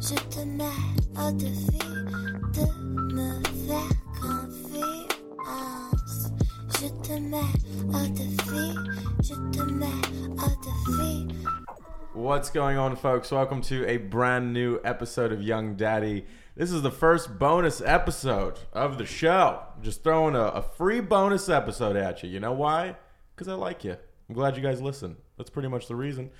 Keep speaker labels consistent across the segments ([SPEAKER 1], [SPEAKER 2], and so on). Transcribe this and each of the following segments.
[SPEAKER 1] Je te mets au défi de me faire confiance. Je te mets au défi, je te mets au défi.
[SPEAKER 2] What's going on, folks? Welcome to a brand new episode of Young Daddy. This is the first bonus episode of the show. Just throwing a, a free bonus episode at you. You know why? Because I like you. I'm glad you guys listen. That's pretty much the reason.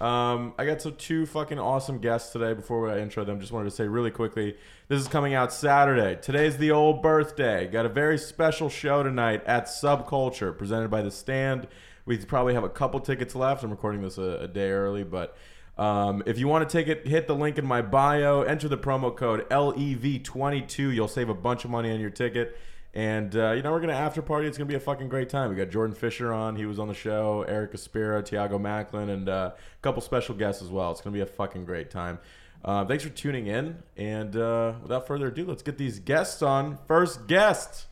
[SPEAKER 2] Um, I got so two fucking awesome guests today. Before I intro them, just wanted to say really quickly, this is coming out Saturday. Today's the old birthday. Got a very special show tonight at Subculture, presented by The Stand. We probably have a couple tickets left. I'm recording this a, a day early, but um, if you want to take it, hit the link in my bio. Enter the promo code E LEV22. You'll save a bunch of money on your ticket. And uh, you know we're gonna after party. It's gonna be a fucking great time. We got Jordan Fisher on. He was on the show. Eric Aspira, Tiago Macklin, and uh, a couple special guests as well. It's gonna be a fucking great time. Uh, thanks for tuning in. And uh, without further ado, let's get these guests on. First guest,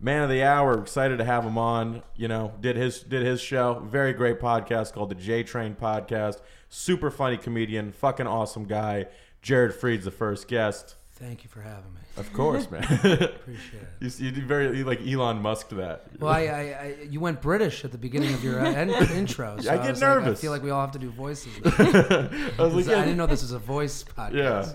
[SPEAKER 2] man of the hour. Excited to have him on. You know, did his did his show. Very great podcast called the J Train Podcast. Super funny comedian. Fucking awesome guy. Jared Freed's the first guest.
[SPEAKER 3] Thank you for having me.
[SPEAKER 2] Of course, man.
[SPEAKER 3] Appreciate it.
[SPEAKER 2] You, you did very you like Elon Musk that.
[SPEAKER 3] Well, I, I, I you went British at the beginning of your uh, en- intro. So
[SPEAKER 2] I get
[SPEAKER 3] was like,
[SPEAKER 2] nervous.
[SPEAKER 3] I feel like we all have to do voices.
[SPEAKER 2] I was like,
[SPEAKER 3] I
[SPEAKER 2] yeah,
[SPEAKER 3] didn't know this was a voice podcast.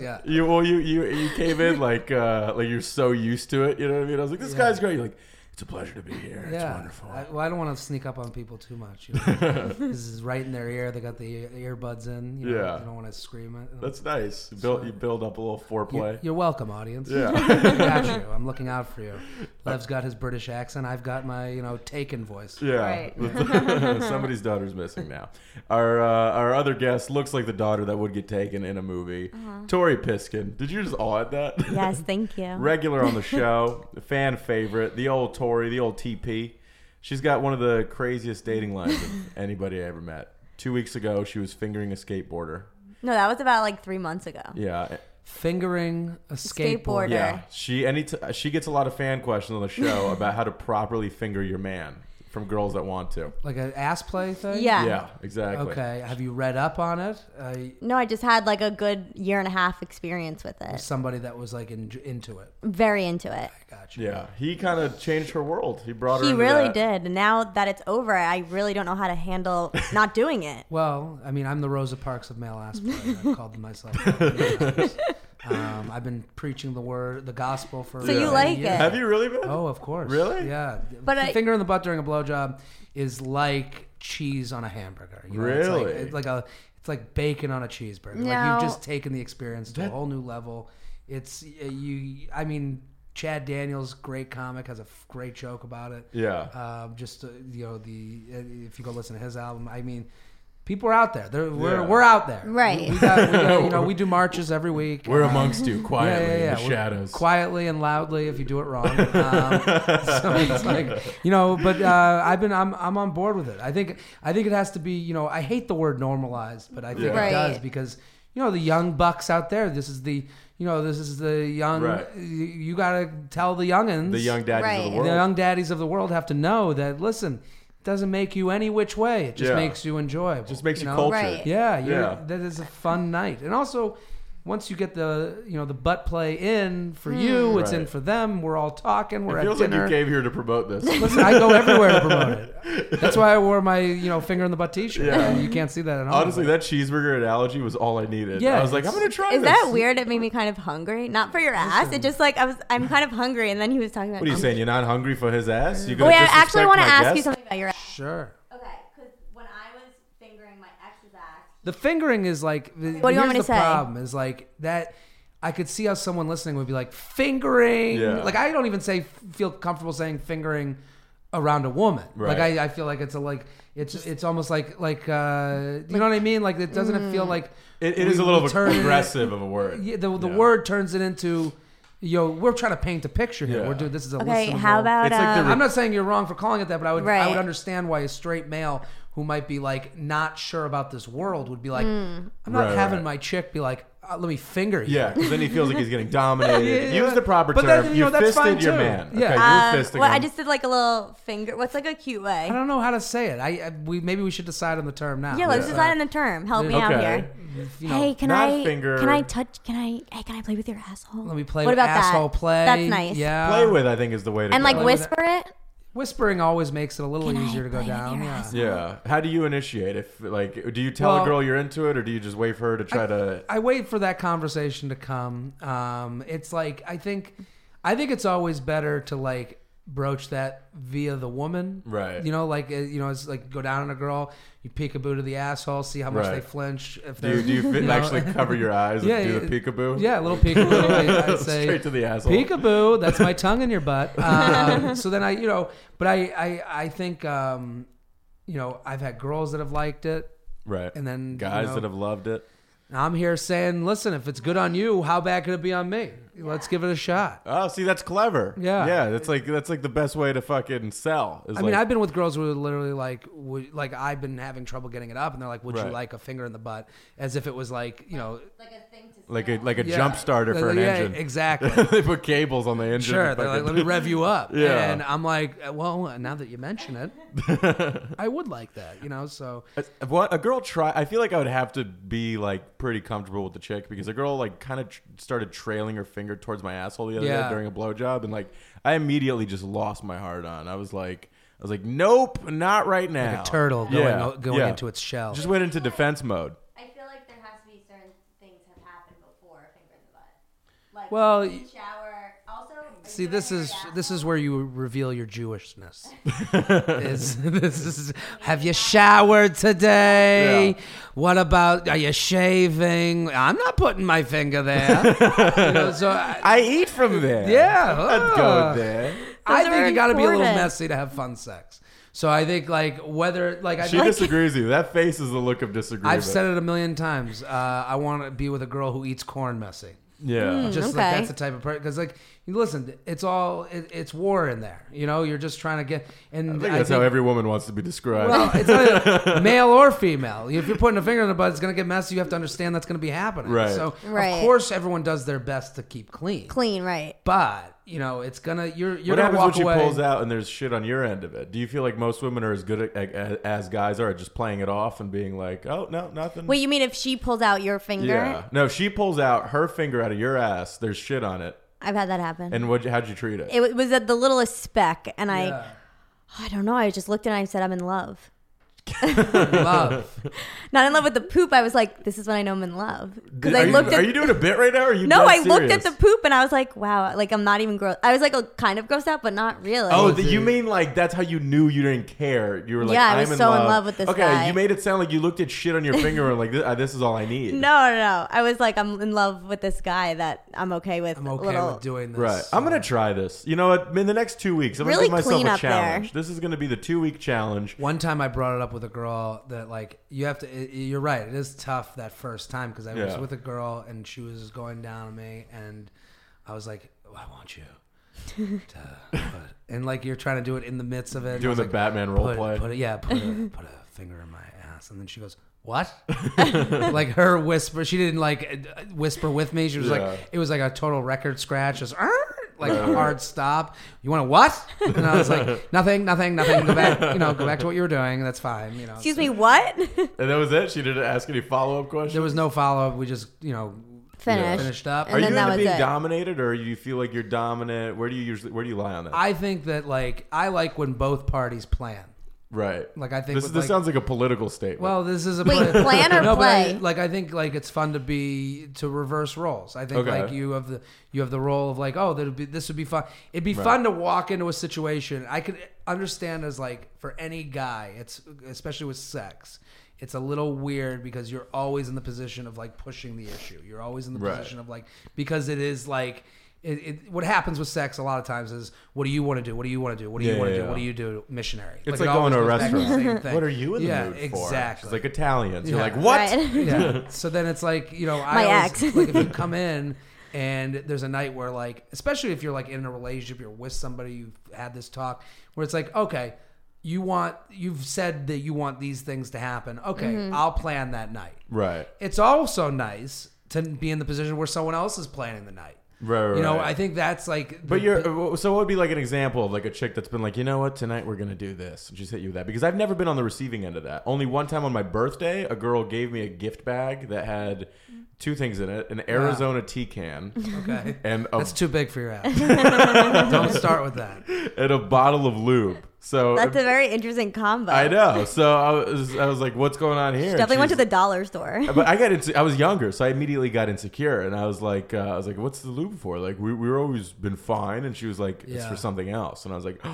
[SPEAKER 2] yeah.
[SPEAKER 3] Yeah.
[SPEAKER 2] You well, you you you came in like uh like you're so used to it. You know what I mean? I was like, this
[SPEAKER 3] Yeah.
[SPEAKER 2] guy's great. You're like, it's a pleasure to be here. It's
[SPEAKER 3] Yeah.
[SPEAKER 2] wonderful.
[SPEAKER 3] I, well, I don't want to sneak up on people too much. You know? this is right in their ear. They got the ear- earbuds in. You know,
[SPEAKER 2] Yeah.
[SPEAKER 3] You don't want to scream it.
[SPEAKER 2] That's nice. You build you build up a little
[SPEAKER 3] You're,
[SPEAKER 2] foreplay.
[SPEAKER 3] you're welcome, audience.
[SPEAKER 2] Yeah.
[SPEAKER 3] I got you. I'm looking out for you. Lev's got his British accent. I've got my, you know, taken voice.
[SPEAKER 2] Yeah,
[SPEAKER 4] Right.
[SPEAKER 2] somebody's daughter's missing now. Our uh, our other guest looks like the daughter that would get taken in a movie. Tori Piskin, did you just awe at that?
[SPEAKER 4] Uh-huh. Yes, thank you.
[SPEAKER 2] regular on the show, the fan favorite, the old Tory, the old TP. She's got one of the craziest dating lives of anybody I ever met. Two weeks ago, she was fingering a skateboarder.
[SPEAKER 4] no, that was about like three months ago.
[SPEAKER 2] Yeah,
[SPEAKER 3] Fingering a skateboard.
[SPEAKER 4] Skateboarder.
[SPEAKER 2] yeah. She any t- she gets a lot of fan questions on the show about how to properly finger your man from girls that want to.
[SPEAKER 3] Like an ass play thing?
[SPEAKER 4] Yeah.
[SPEAKER 2] Yeah, exactly.
[SPEAKER 3] Okay. Have you read up on it? Uh,
[SPEAKER 4] No, I just had like a good year and a half experience with it.
[SPEAKER 3] somebody that was like in, into it.
[SPEAKER 4] Very into it.
[SPEAKER 3] Gotcha.
[SPEAKER 2] Yeah, he kind of changed her world. He brought her.
[SPEAKER 4] He
[SPEAKER 2] into
[SPEAKER 4] really
[SPEAKER 2] that-
[SPEAKER 4] did. And now that it's over, I really don't know how to handle not doing it.
[SPEAKER 3] Well, I mean, I'm the Rosa Parks of male aspirate. I've called myself. that many times. um, I've been preaching the word, the gospel for.
[SPEAKER 4] So you
[SPEAKER 3] many
[SPEAKER 4] like
[SPEAKER 3] years.
[SPEAKER 4] it?
[SPEAKER 2] Have you really been?
[SPEAKER 3] Oh, of course.
[SPEAKER 2] Really?
[SPEAKER 3] Yeah.
[SPEAKER 4] But I-
[SPEAKER 3] finger in the butt during a blowjob is like cheese on a hamburger. you know? It's like-
[SPEAKER 2] Really?
[SPEAKER 3] It's like, a. It's like bacon on a cheeseburger.
[SPEAKER 4] No.
[SPEAKER 3] Like you've just taken the experience to a whole new level. It's uh, you. I mean, Chad Daniels, great comic, has a f- great joke about it.
[SPEAKER 2] Yeah.
[SPEAKER 3] um, just uh, you know the uh, if you go listen to his album i mean people are out there They're, we're,
[SPEAKER 2] Yeah.
[SPEAKER 3] we're out there
[SPEAKER 4] Right.
[SPEAKER 3] we got, we got- you know we do marches every week
[SPEAKER 2] We're
[SPEAKER 3] Um,
[SPEAKER 2] amongst you
[SPEAKER 3] yeah,
[SPEAKER 2] quietly
[SPEAKER 3] yeah, yeah.
[SPEAKER 2] in the
[SPEAKER 3] We're-
[SPEAKER 2] shadows.
[SPEAKER 3] quietly and loudly if you do it wrong um, so it's like you know but uh, i've been I'm, I'm on board with it i think i think it has to be you know i hate the word normalized but i think
[SPEAKER 2] Yeah.
[SPEAKER 3] it does
[SPEAKER 4] Right.
[SPEAKER 3] because you know the young bucks out there this is the you know this is the young
[SPEAKER 2] Right.
[SPEAKER 3] you, you gotta tell the youngins
[SPEAKER 2] the young daddies of
[SPEAKER 4] Right.
[SPEAKER 2] the world.
[SPEAKER 3] the young daddies of the world have to know that listen it doesn't make you any which way it just
[SPEAKER 2] Yeah.
[SPEAKER 3] makes you enjoyable
[SPEAKER 2] Just makes you,
[SPEAKER 3] know?
[SPEAKER 2] cultured.
[SPEAKER 4] Right.
[SPEAKER 3] yeah, you're,
[SPEAKER 2] Yeah.
[SPEAKER 3] that is a fun night and also once you get the you know the butt play in for you it's in
[SPEAKER 2] Right.
[SPEAKER 3] for them we're all talking we're
[SPEAKER 2] It
[SPEAKER 3] at
[SPEAKER 2] feels like
[SPEAKER 3] dinner
[SPEAKER 2] you came here to promote this.
[SPEAKER 4] Oh.
[SPEAKER 3] Listen, I go everywhere to promote it. That's why I wore my, you know, finger in the butt T-shirt.
[SPEAKER 2] Yeah.
[SPEAKER 3] You can't see that at all.
[SPEAKER 2] Honestly, that cheeseburger analogy was all I needed.
[SPEAKER 3] Yeah,
[SPEAKER 2] I was like, I'm
[SPEAKER 3] it's-
[SPEAKER 2] gonna try
[SPEAKER 4] Is
[SPEAKER 2] this.
[SPEAKER 4] that weird? It made me kind of hungry. Not for your ass. It just like I was. I'm kind of hungry. And then he was talking about.
[SPEAKER 2] What are you
[SPEAKER 4] I'm-
[SPEAKER 2] saying? You're not hungry for his ass? You
[SPEAKER 4] Oh,
[SPEAKER 2] gonna
[SPEAKER 4] yeah, I
[SPEAKER 2] disrespect
[SPEAKER 4] actually want to
[SPEAKER 2] my
[SPEAKER 4] ask you
[SPEAKER 2] guest?
[SPEAKER 4] something about your ass.
[SPEAKER 3] sure.
[SPEAKER 4] Okay, because when I was fingering my ex's ass,
[SPEAKER 3] The fingering is like.
[SPEAKER 4] What do you want me
[SPEAKER 3] here's
[SPEAKER 4] to
[SPEAKER 3] the
[SPEAKER 4] say?
[SPEAKER 3] problem is like that. I could see how someone listening would be like fingering.
[SPEAKER 2] Yeah.
[SPEAKER 3] Like I don't even say feel comfortable saying fingering around a woman. Like
[SPEAKER 2] Right.
[SPEAKER 3] I, I feel like it's a like it's it's almost like like uh you know what I mean? Like it doesn't
[SPEAKER 4] Mm.
[SPEAKER 3] it feel like
[SPEAKER 2] It, it
[SPEAKER 3] we-
[SPEAKER 2] is a little
[SPEAKER 3] we
[SPEAKER 2] bit
[SPEAKER 3] turn it-
[SPEAKER 2] aggressive of a word.
[SPEAKER 3] Yeah, the the
[SPEAKER 2] Yeah.
[SPEAKER 3] word turns it into. Yo, we're trying to paint a picture here.
[SPEAKER 2] Yeah.
[SPEAKER 3] We're doing this is a
[SPEAKER 4] Okay,
[SPEAKER 3] listenable-
[SPEAKER 4] how about
[SPEAKER 2] It's like the
[SPEAKER 4] um,
[SPEAKER 3] I'm not saying you're wrong for calling it that, but I would I
[SPEAKER 4] Right.
[SPEAKER 3] would understand why a straight male who might be like not sure about this world would be like, I'm not
[SPEAKER 4] Hmm.
[SPEAKER 2] Right,
[SPEAKER 3] having
[SPEAKER 2] right.
[SPEAKER 3] my chick be like, uh, let me finger you.
[SPEAKER 2] Yeah, because then he feels like he's getting dominated.
[SPEAKER 3] Yeah, yeah.
[SPEAKER 2] Use the proper
[SPEAKER 3] But
[SPEAKER 2] term.
[SPEAKER 3] that- you
[SPEAKER 2] you
[SPEAKER 3] know, that's fine,
[SPEAKER 2] fisted your
[SPEAKER 3] too.
[SPEAKER 2] man. Okay,
[SPEAKER 3] Yeah.
[SPEAKER 4] Um,
[SPEAKER 2] you fisted
[SPEAKER 4] well,
[SPEAKER 2] him.
[SPEAKER 4] I just did like a little finger. What's like a cute way?
[SPEAKER 3] I don't know how to say it. I, I we maybe we should decide on the term now.
[SPEAKER 4] Yeah, let's
[SPEAKER 3] Uh,
[SPEAKER 4] decide on the term. Help me out
[SPEAKER 2] Okay.
[SPEAKER 4] here.
[SPEAKER 3] you know,
[SPEAKER 4] hey, can
[SPEAKER 2] not
[SPEAKER 4] I?
[SPEAKER 2] finger.
[SPEAKER 4] Can I touch? Can I? Hey, can I play with your asshole?
[SPEAKER 3] let me play.
[SPEAKER 4] What
[SPEAKER 3] with
[SPEAKER 4] about
[SPEAKER 3] asshole
[SPEAKER 4] that?
[SPEAKER 3] play?
[SPEAKER 4] That's nice.
[SPEAKER 3] Yeah,
[SPEAKER 2] play with, I think, is the way to
[SPEAKER 4] And
[SPEAKER 2] go.
[SPEAKER 4] like
[SPEAKER 3] with
[SPEAKER 4] whisper it.
[SPEAKER 3] whispering always makes it a little
[SPEAKER 4] Can I
[SPEAKER 3] easier to go
[SPEAKER 4] play with
[SPEAKER 3] down.
[SPEAKER 4] your
[SPEAKER 3] Yeah.
[SPEAKER 4] asshole?
[SPEAKER 2] Yeah. How do you initiate? If like, do you tell
[SPEAKER 3] Well-
[SPEAKER 2] a girl you're into it, or do you just wait for her to try to?
[SPEAKER 3] I wait for that conversation to come. Um, it's like I think, I think it's always better to like broach that via the woman,
[SPEAKER 2] Right.
[SPEAKER 3] You know, like uh, you know, it's like go down on a girl, you peekaboo to the asshole, see how much
[SPEAKER 2] Right.
[SPEAKER 3] they flinch. If
[SPEAKER 2] Do you,
[SPEAKER 3] they're
[SPEAKER 2] do you, fit,
[SPEAKER 3] know?
[SPEAKER 2] actually cover your eyes
[SPEAKER 3] Yeah,
[SPEAKER 2] and do the
[SPEAKER 3] yeah.
[SPEAKER 2] peekaboo?
[SPEAKER 3] yeah, a little peekaboo. I- I'd say
[SPEAKER 2] Straight to the asshole.
[SPEAKER 3] peekaboo. That's my tongue in your butt. Um, so then I, you know, but I, I, I think, um, you know, I've had girls that have liked it.
[SPEAKER 2] Right.
[SPEAKER 3] And then, you
[SPEAKER 2] guys
[SPEAKER 3] know-
[SPEAKER 2] that have loved it.
[SPEAKER 3] I'm here saying, listen, if it's good on you, how bad could it be on me? Let's give it a shot.
[SPEAKER 2] Oh, see, that's clever.
[SPEAKER 3] Yeah.
[SPEAKER 2] Yeah. That's like that's like the best way to fucking sell. Is
[SPEAKER 3] I
[SPEAKER 2] like,
[SPEAKER 3] mean, I've been with girls who are literally like, would, like I've been having trouble getting it up, and they're like, "Would you
[SPEAKER 2] Right.
[SPEAKER 3] like a finger in the butt?" As if it was like, you know,
[SPEAKER 4] Like a thing to.
[SPEAKER 2] like a like a
[SPEAKER 3] yeah.
[SPEAKER 2] jump starter for an
[SPEAKER 3] Yeah,
[SPEAKER 2] engine.
[SPEAKER 3] Exactly.
[SPEAKER 2] they put cables on the engine.
[SPEAKER 3] sure.
[SPEAKER 2] and
[SPEAKER 3] They're like,
[SPEAKER 2] fucking-
[SPEAKER 3] "Let me rev you up."
[SPEAKER 2] Yeah.
[SPEAKER 3] And I'm like, "Well, now that you mention it, I would like that." You know, so
[SPEAKER 2] If What a girl try? I feel like I would have to be like pretty comfortable with the chick because a girl like kind of tr- started trailing her finger towards my asshole the other
[SPEAKER 3] Yeah.
[SPEAKER 2] day during a blowjob, and like I immediately just lost my heart on. I was like, I was like, nope, not right now.
[SPEAKER 3] turtle going o- going into its shell.
[SPEAKER 2] Oh. Just went into defense mode.
[SPEAKER 4] I feel like there has to be certain things have happened before finger in the butt. Like
[SPEAKER 3] Well, in the
[SPEAKER 4] shower. Also,
[SPEAKER 3] See, this is this is where you reveal your Jewishness. is, this is. Have you showered today?
[SPEAKER 2] Yeah.
[SPEAKER 3] What about? Are you shaving? I'm not putting my finger there. You know, so I,
[SPEAKER 2] I eat from there.
[SPEAKER 3] yeah,
[SPEAKER 2] I'd go
[SPEAKER 3] ugh.
[SPEAKER 2] there.
[SPEAKER 3] I
[SPEAKER 4] Those
[SPEAKER 3] think
[SPEAKER 4] are
[SPEAKER 3] you got to be a little
[SPEAKER 4] important.
[SPEAKER 3] messy to have fun sex. So I think like whether like I
[SPEAKER 2] She disagrees with you. That face is the look of disagreement.
[SPEAKER 3] I've said it a million times. Uh, I want to be with a girl who eats corn messy.
[SPEAKER 2] Yeah.
[SPEAKER 3] just
[SPEAKER 4] okay.
[SPEAKER 3] like that's the type of person because like you listen it's all it, it's war in there you know you're just trying to get and
[SPEAKER 2] I think that's how every woman wants to be described.
[SPEAKER 3] well, it's not male or female. If you're putting a finger in the butt, it's going to get messy. You have to understand that's going to be happening.
[SPEAKER 2] Right.
[SPEAKER 3] So,
[SPEAKER 4] Right.
[SPEAKER 3] of course, everyone does their best to keep clean.
[SPEAKER 4] clean, right?
[SPEAKER 3] But you know, it's gonna you're you're
[SPEAKER 2] What
[SPEAKER 3] gonna
[SPEAKER 2] happens
[SPEAKER 3] walk
[SPEAKER 2] when she
[SPEAKER 3] away.
[SPEAKER 2] pulls out and there's shit on your end of it? Do you feel like most women are as good at, at- as guys are at just playing it off and being like, "Oh no, nothing."
[SPEAKER 4] Wait, you mean if she pulls out your finger?
[SPEAKER 2] yeah, no. If she pulls out her finger out of your ass, there's shit on it.
[SPEAKER 4] I've had that happen.
[SPEAKER 2] And what? How'd you treat it?
[SPEAKER 4] it wa- was at the littlest speck, and
[SPEAKER 3] Yeah.
[SPEAKER 4] I, I don't know. I just looked at it and I said, I'm in love.
[SPEAKER 3] Love.
[SPEAKER 4] Not in love with the poop. I was like, this is when I know I'm in love because
[SPEAKER 2] Are
[SPEAKER 4] I
[SPEAKER 2] you-
[SPEAKER 4] looked
[SPEAKER 2] are
[SPEAKER 4] at
[SPEAKER 2] you doing a bit right now? Or are you
[SPEAKER 4] No, I
[SPEAKER 2] dead
[SPEAKER 4] looked at the
[SPEAKER 2] serious?
[SPEAKER 4] poop and I was like, wow, like I'm not even gross. I was like a kind of grossed out, but not really.
[SPEAKER 2] Oh, the, you mean like that's how you knew you didn't care? You were like,
[SPEAKER 4] Yeah, I
[SPEAKER 2] I'm
[SPEAKER 4] was
[SPEAKER 2] in
[SPEAKER 4] so in
[SPEAKER 2] love.
[SPEAKER 4] love with this
[SPEAKER 2] Okay,
[SPEAKER 4] guy.
[SPEAKER 2] you made it sound like you looked at shit on your finger and like, this, uh, this is all I need.
[SPEAKER 4] no, no, no. I was like, I'm in love with this guy that I'm okay with.
[SPEAKER 3] I'm
[SPEAKER 4] a
[SPEAKER 3] okay
[SPEAKER 4] little.
[SPEAKER 3] with doing this.
[SPEAKER 2] Right. I'm gonna try this. You know what? In the next two weeks, I'm
[SPEAKER 4] Really
[SPEAKER 2] gonna give myself
[SPEAKER 4] clean
[SPEAKER 2] a
[SPEAKER 4] up there.
[SPEAKER 2] challenge. This is gonna be the two week challenge.
[SPEAKER 3] One time I brought it up with a girl that like you have to. i- You're right. It is tough that first time because I was
[SPEAKER 2] Yeah.
[SPEAKER 3] with a girl and she was going down on me and I was like, I want you. to put-" and like you're trying to do it in the midst of it. and I
[SPEAKER 2] Doing
[SPEAKER 3] was
[SPEAKER 2] the
[SPEAKER 3] like,
[SPEAKER 2] Batman role
[SPEAKER 3] put,
[SPEAKER 2] play.
[SPEAKER 3] Put a, yeah, put a, put a finger in my ass, and then she goes, "What?" like her whisper. She didn't like uh, whisper with me. She was
[SPEAKER 2] Yeah.
[SPEAKER 3] like, it was like a total record scratch, just "Arr!" like a hard stop. You want to what? And I was like, nothing, nothing, nothing. Go back, you know, go back to what you were doing. That's fine. You know,
[SPEAKER 4] Excuse
[SPEAKER 3] So
[SPEAKER 4] me, what?
[SPEAKER 2] And that was it. She didn't ask any follow up questions.
[SPEAKER 3] There was no follow up. We just, you know,
[SPEAKER 4] Finish.
[SPEAKER 3] finished up.
[SPEAKER 4] And
[SPEAKER 2] Are you
[SPEAKER 4] then that
[SPEAKER 2] into
[SPEAKER 4] was
[SPEAKER 2] being
[SPEAKER 4] it.
[SPEAKER 2] dominated, or do you feel like you're dominant? Where do you usually where do you lie on that?
[SPEAKER 3] I think that like I like when both parties plan.
[SPEAKER 2] right.
[SPEAKER 3] Like, I think
[SPEAKER 2] this,
[SPEAKER 3] with,
[SPEAKER 2] this
[SPEAKER 3] like-
[SPEAKER 2] sounds like a political statement.
[SPEAKER 3] Well, this is a
[SPEAKER 4] Wait, plan or
[SPEAKER 3] but I-
[SPEAKER 4] play?
[SPEAKER 3] like I think like it's fun to be to reverse roles. I think
[SPEAKER 2] Okay.
[SPEAKER 3] like you have the you have the role of like oh that would be this would be fun. It'd be fun to walk into a situation. I could understand as like for any guy, it's especially with sex. It's a little weird because you're always in the position of like pushing the issue. You're always in the
[SPEAKER 2] Right.
[SPEAKER 3] position of like because it is like it, it, what happens with sex a lot of times is what do you want to do? What do you want to do? What do you
[SPEAKER 2] Yeah,
[SPEAKER 3] want to
[SPEAKER 2] yeah,
[SPEAKER 3] do?
[SPEAKER 2] yeah.
[SPEAKER 3] What do you do? Missionary.
[SPEAKER 2] it's
[SPEAKER 3] it
[SPEAKER 2] like going to a
[SPEAKER 3] always goes back the
[SPEAKER 2] restaurant.
[SPEAKER 3] same thing.
[SPEAKER 2] what are you in
[SPEAKER 3] yeah,
[SPEAKER 2] the mood for?
[SPEAKER 3] exactly.
[SPEAKER 2] It's like Italians. You're
[SPEAKER 3] Yeah.
[SPEAKER 2] like what?
[SPEAKER 4] Right.
[SPEAKER 3] Yeah. so then it's like you know, I
[SPEAKER 4] My
[SPEAKER 3] always,
[SPEAKER 4] ex.
[SPEAKER 3] like if you come in and there's a night where like, especially if you're like in a relationship, you're with somebody, you've had this talk where it's like, okay, you want, you've said
[SPEAKER 4] Mm-hmm.
[SPEAKER 3] that you want these things to happen. Okay, I'll plan that night.
[SPEAKER 2] Right.
[SPEAKER 3] It's also nice to be in the position where someone else is planning the night.
[SPEAKER 2] Right, right,
[SPEAKER 3] You know,
[SPEAKER 2] right.
[SPEAKER 3] I think that's like.
[SPEAKER 2] But you're uh, so what would be like an example of like a chick that's been like, you know what, tonight we're gonna do this, and she's hit you with that because I've never been on the receiving end of that. Only one time on my birthday, a girl gave me a gift bag that had two things in it: an Arizona tea can
[SPEAKER 3] okay.
[SPEAKER 2] and a,
[SPEAKER 3] That's too big for your ass. Don't start with that.
[SPEAKER 2] and a bottle of lube. So
[SPEAKER 4] That's a very interesting combo.
[SPEAKER 2] I know. So I was I was like, what's going on here? And
[SPEAKER 4] Definitely went to
[SPEAKER 2] she's-
[SPEAKER 4] the dollar store.
[SPEAKER 2] but I got into, I was younger, so I immediately got insecure, and I was like, uh, I was like, "What's the lube for?" Like, we we were always been fine, and she was like, "It's
[SPEAKER 3] Yeah.
[SPEAKER 2] for something else," and I was like,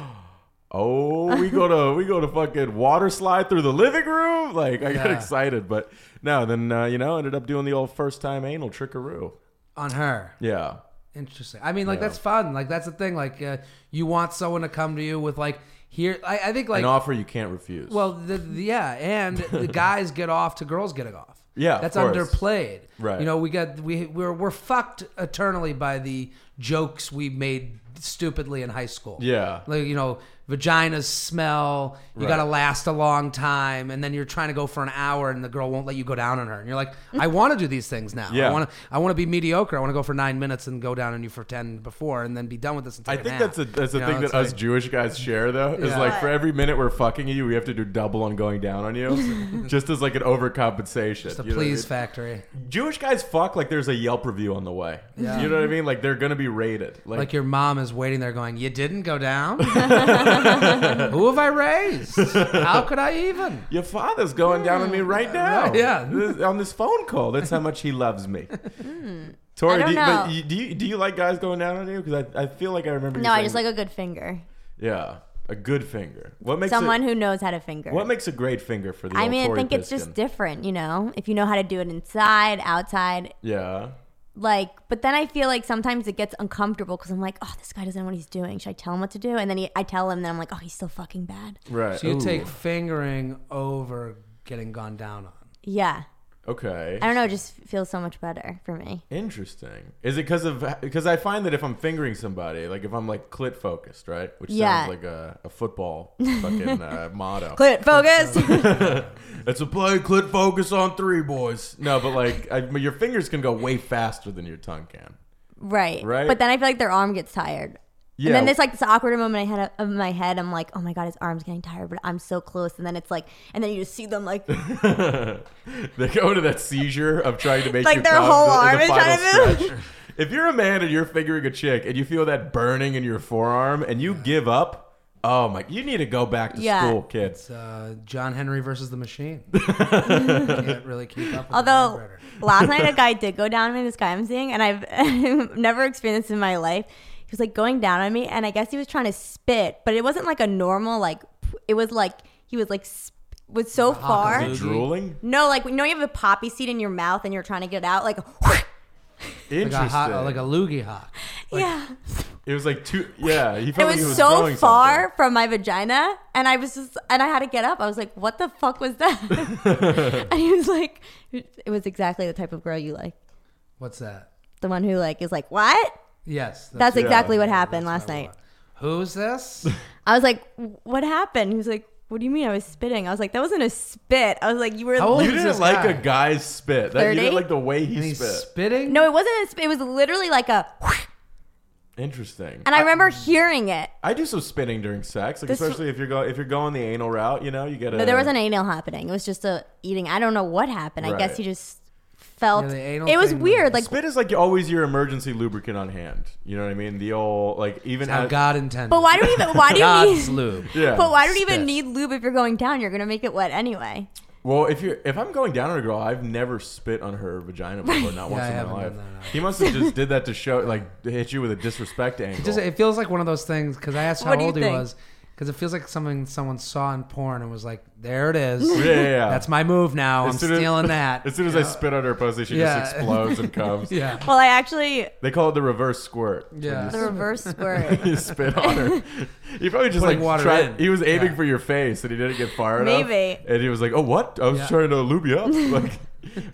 [SPEAKER 2] "Oh, we go to we go to fucking water slide through the living room." Like, I got
[SPEAKER 3] Yeah.
[SPEAKER 2] excited, but no, then uh, you know, ended up doing the old first time anal trickaroo.
[SPEAKER 3] On her.
[SPEAKER 2] Yeah,
[SPEAKER 3] Interesting. I mean, like that's fun. Like that's the thing. Like uh, you want someone to come to you with like here. I, I think like
[SPEAKER 2] an offer you can't refuse.
[SPEAKER 3] well, the, the- yeah, and the guys get off to girls getting off.
[SPEAKER 2] Yeah, of
[SPEAKER 3] that's
[SPEAKER 2] course.
[SPEAKER 3] underplayed.
[SPEAKER 2] Right.
[SPEAKER 3] You know, we got we we're we're fucked eternally by the jokes we made stupidly in high school.
[SPEAKER 2] Yeah.
[SPEAKER 3] Like you know, vaginas smell. You
[SPEAKER 2] Right.
[SPEAKER 3] got to last a long time, and then you're trying to go for an hour, and the girl won't let you go down on her, and you're like, I want to do these things now.
[SPEAKER 2] Yeah.
[SPEAKER 3] I want to. I want to be mediocre. I want to go for nine minutes and go down on you for ten before, and then be done with this. And
[SPEAKER 2] I
[SPEAKER 3] take
[SPEAKER 2] think
[SPEAKER 3] nap.
[SPEAKER 2] that's a that's a
[SPEAKER 3] You know,
[SPEAKER 2] thing that
[SPEAKER 3] it's
[SPEAKER 2] us
[SPEAKER 3] like-
[SPEAKER 2] Jewish guys share though. Is
[SPEAKER 3] Yeah.
[SPEAKER 2] like for every minute we're fucking you, we have to do double on going down on you, just as like an overcompensation.
[SPEAKER 3] It's the
[SPEAKER 2] you know what I
[SPEAKER 3] please
[SPEAKER 2] mean?
[SPEAKER 3] factory.
[SPEAKER 2] Jewish guys fuck like there's a Yelp review on the way. You know what I mean? Like they're gonna be rated. Like,
[SPEAKER 3] Like your mom is waiting there going, You didn't go down? Who have I raised? How could I even?
[SPEAKER 2] your father's going down on me right now.
[SPEAKER 3] Yeah.
[SPEAKER 2] This- on this phone call. That's how much he loves me.
[SPEAKER 4] I
[SPEAKER 3] Hmm.
[SPEAKER 2] Tori,
[SPEAKER 4] don't
[SPEAKER 2] do you, but
[SPEAKER 4] know.
[SPEAKER 2] you, do you do you like guys going down on you? Because I, I feel like I remember. you
[SPEAKER 4] No, I
[SPEAKER 2] saying-
[SPEAKER 4] just like a good finger.
[SPEAKER 2] yeah a good finger. What makes
[SPEAKER 4] Someone
[SPEAKER 2] a,
[SPEAKER 4] who knows how to finger.
[SPEAKER 2] what makes a great finger for the?
[SPEAKER 4] I
[SPEAKER 2] old
[SPEAKER 4] mean, I
[SPEAKER 2] Tory
[SPEAKER 4] think it's just
[SPEAKER 2] Piston?
[SPEAKER 4] different, you know? If you know how to do it inside, outside,
[SPEAKER 2] yeah.
[SPEAKER 4] like, but then I feel like sometimes it gets uncomfortable because I'm like, oh, this guy doesn't know what he's doing. Should I tell him what to do? And then he, I tell him, then I'm like, oh, he's still fucking bad.
[SPEAKER 2] Right.
[SPEAKER 3] So you
[SPEAKER 2] Ooh.
[SPEAKER 3] take fingering over getting gone down on.
[SPEAKER 4] Yeah.
[SPEAKER 2] okay.
[SPEAKER 4] I don't know. It just feels so much better for me.
[SPEAKER 2] Interesting. Is it because of because I find that if I'm fingering somebody, like if I'm like clit focused, right, which
[SPEAKER 4] Yeah.
[SPEAKER 2] sounds like a, a football fucking uh, motto.
[SPEAKER 4] Clit focus.
[SPEAKER 2] It's a play, clit focus on three, boys. No, but like I, but your fingers can go way faster than your tongue can.
[SPEAKER 4] right.
[SPEAKER 2] Right.
[SPEAKER 4] But then I feel like their arm gets tired.
[SPEAKER 2] Yeah.
[SPEAKER 4] And then there's like this awkward moment I had uh, of my head. I'm like, oh my god, his arm's getting tired, but I'm so close. And then it's like, and then you just see them like,
[SPEAKER 2] they go into that seizure of trying to make
[SPEAKER 4] Like
[SPEAKER 2] you
[SPEAKER 4] their
[SPEAKER 2] come
[SPEAKER 4] whole
[SPEAKER 2] in
[SPEAKER 4] arm is
[SPEAKER 2] final
[SPEAKER 4] trying to
[SPEAKER 2] stretch. If you're a man and you're fingering a chick and you feel that burning in your forearm and you give up, oh my, you need to go back to
[SPEAKER 4] Yeah.
[SPEAKER 2] school, kids.
[SPEAKER 3] It's uh, John Henry versus the machine. Can't really keep up with the
[SPEAKER 4] Although
[SPEAKER 3] vibrator.
[SPEAKER 4] last night a guy did go down on me, this guy I'm seeing, and I've never experienced this in my life. He was like going down on me, and I guess he was trying to spit, but it wasn't like a normal like. It was like he was like sp- was so far.
[SPEAKER 3] Oogie.
[SPEAKER 2] Drooling?
[SPEAKER 4] No, like you know, you have a poppy seed in your mouth, and you're trying to get it out. Like,
[SPEAKER 2] Interesting.
[SPEAKER 3] Like a, hot, like a loogie hawk.
[SPEAKER 4] yeah,
[SPEAKER 2] It was like two. Yeah, he
[SPEAKER 4] it
[SPEAKER 2] felt like
[SPEAKER 4] was,
[SPEAKER 2] he was
[SPEAKER 4] so
[SPEAKER 2] throwing
[SPEAKER 4] far
[SPEAKER 2] something.
[SPEAKER 4] from my vagina, and I was just, and I had to get up. I was like, "What the fuck was that?" and he was like, "It was exactly the type of girl you like,
[SPEAKER 3] What's that?
[SPEAKER 4] the one who like is like, what?"
[SPEAKER 3] Yes.
[SPEAKER 4] That's
[SPEAKER 2] Yeah.
[SPEAKER 4] exactly what happened last
[SPEAKER 3] what I
[SPEAKER 4] night.
[SPEAKER 3] want. Who's this?
[SPEAKER 4] I was like, "What happened?" He was like, "What do you mean? I was spitting." I was like, "That wasn't a spit." I was like, "You were
[SPEAKER 3] How old
[SPEAKER 2] You
[SPEAKER 3] Who's
[SPEAKER 2] didn't
[SPEAKER 3] this
[SPEAKER 2] like
[SPEAKER 3] guy?
[SPEAKER 2] a guy's spit. That, you
[SPEAKER 4] 30?
[SPEAKER 2] didn't like the way
[SPEAKER 3] And
[SPEAKER 2] he
[SPEAKER 3] he's
[SPEAKER 2] spit.
[SPEAKER 3] spitting?
[SPEAKER 4] no, it wasn't. A spit. It was literally like a."
[SPEAKER 2] Interesting.
[SPEAKER 4] And I remember hearing it.
[SPEAKER 2] I do some spinning during sex, like
[SPEAKER 4] This-
[SPEAKER 2] especially if you're go if you're going the anal route. You know, you get a.
[SPEAKER 4] No, there wasn't anal happening. It was just a eating. I don't know what happened. I
[SPEAKER 2] Right.
[SPEAKER 4] guess you just felt
[SPEAKER 3] Yeah, the anal
[SPEAKER 4] it was
[SPEAKER 3] thing
[SPEAKER 4] weird. Like,
[SPEAKER 2] Spit is like always your emergency lubricant on hand. You know what I mean? The old like even
[SPEAKER 3] How
[SPEAKER 2] as-
[SPEAKER 3] God intended.
[SPEAKER 4] but why do we even? Why do you
[SPEAKER 3] God's
[SPEAKER 4] need?
[SPEAKER 3] lube.
[SPEAKER 2] Yeah.
[SPEAKER 4] But why do you
[SPEAKER 3] Spit.
[SPEAKER 4] even need lube if you're going down? You're gonna make it wet anyway.
[SPEAKER 2] Well, if you are if I'm going down on a girl, I've never spit on her vagina before, not once
[SPEAKER 3] I
[SPEAKER 2] in my
[SPEAKER 3] haven't
[SPEAKER 2] life.
[SPEAKER 3] done that, no.
[SPEAKER 2] He must have just did that to show, like, to hit you with a disrespect angle.
[SPEAKER 3] Just it feels like one of those things because I asked how
[SPEAKER 4] What do you
[SPEAKER 3] old he
[SPEAKER 4] think?
[SPEAKER 3] was because it feels like something someone saw in porn and was like, "There it is.
[SPEAKER 2] yeah, yeah, yeah.
[SPEAKER 3] That's my move now. I'm
[SPEAKER 2] As soon as-
[SPEAKER 3] stealing that."
[SPEAKER 2] As soon as I spit on her pussy, she
[SPEAKER 3] Yeah.
[SPEAKER 2] just explodes and comes.
[SPEAKER 3] yeah,
[SPEAKER 4] Well, I actually
[SPEAKER 2] They call it the reverse squirt. when
[SPEAKER 3] Yeah.
[SPEAKER 4] the
[SPEAKER 2] you
[SPEAKER 4] reverse squirt.
[SPEAKER 2] you spit on her. He probably just like
[SPEAKER 3] Putting water
[SPEAKER 2] tried.
[SPEAKER 3] in.
[SPEAKER 2] He was aiming
[SPEAKER 3] Yeah.
[SPEAKER 2] for your face, and he didn't get far enough.
[SPEAKER 4] Maybe.
[SPEAKER 2] And he was like, "Oh, what? I was
[SPEAKER 3] Yeah.
[SPEAKER 2] trying to lube you up." Like,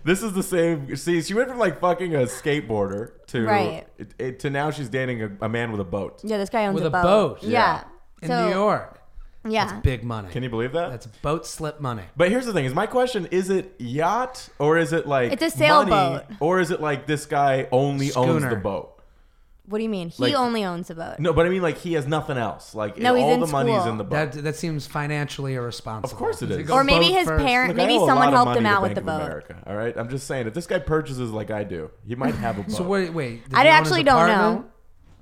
[SPEAKER 2] this is the same. See, she went from like fucking a skateboarder to
[SPEAKER 4] Right.
[SPEAKER 2] it, it- to now she's dating a, a man with a boat.
[SPEAKER 4] Yeah, this guy owns
[SPEAKER 3] With
[SPEAKER 4] a
[SPEAKER 3] a
[SPEAKER 4] boat.
[SPEAKER 3] boat.
[SPEAKER 4] Yeah.
[SPEAKER 3] in New York.
[SPEAKER 4] Yeah.
[SPEAKER 3] Big money.
[SPEAKER 2] Can you believe that?
[SPEAKER 3] That's boat slip money.
[SPEAKER 2] but here's the thing: is my question is it yacht or is it like
[SPEAKER 4] It's a
[SPEAKER 2] money,
[SPEAKER 4] sailboat.
[SPEAKER 2] or is it like this guy only owns the
[SPEAKER 3] Schooner.
[SPEAKER 2] boat?
[SPEAKER 4] What do you mean? He
[SPEAKER 2] Like-
[SPEAKER 4] only owns a boat.
[SPEAKER 2] No, but I mean like he has nothing else. Like
[SPEAKER 4] No, he's
[SPEAKER 2] all
[SPEAKER 4] in
[SPEAKER 2] the money's
[SPEAKER 4] school.
[SPEAKER 2] in the boat.
[SPEAKER 3] That that seems financially irresponsible.
[SPEAKER 2] Of course it
[SPEAKER 3] To
[SPEAKER 2] is.
[SPEAKER 3] go
[SPEAKER 4] or maybe
[SPEAKER 3] boat
[SPEAKER 4] his
[SPEAKER 3] first.
[SPEAKER 4] parent,
[SPEAKER 2] Look, I
[SPEAKER 4] maybe
[SPEAKER 2] owe a
[SPEAKER 4] someone
[SPEAKER 2] lot of
[SPEAKER 4] helped
[SPEAKER 2] money
[SPEAKER 4] him
[SPEAKER 2] to
[SPEAKER 4] out with the
[SPEAKER 2] Bank
[SPEAKER 4] boat.
[SPEAKER 2] of America, all right, I'm just saying if this guy purchases like I do, he might have a boat.
[SPEAKER 3] So what, wait, does
[SPEAKER 4] I
[SPEAKER 3] he own his
[SPEAKER 4] actually don't know.
[SPEAKER 3] apartment?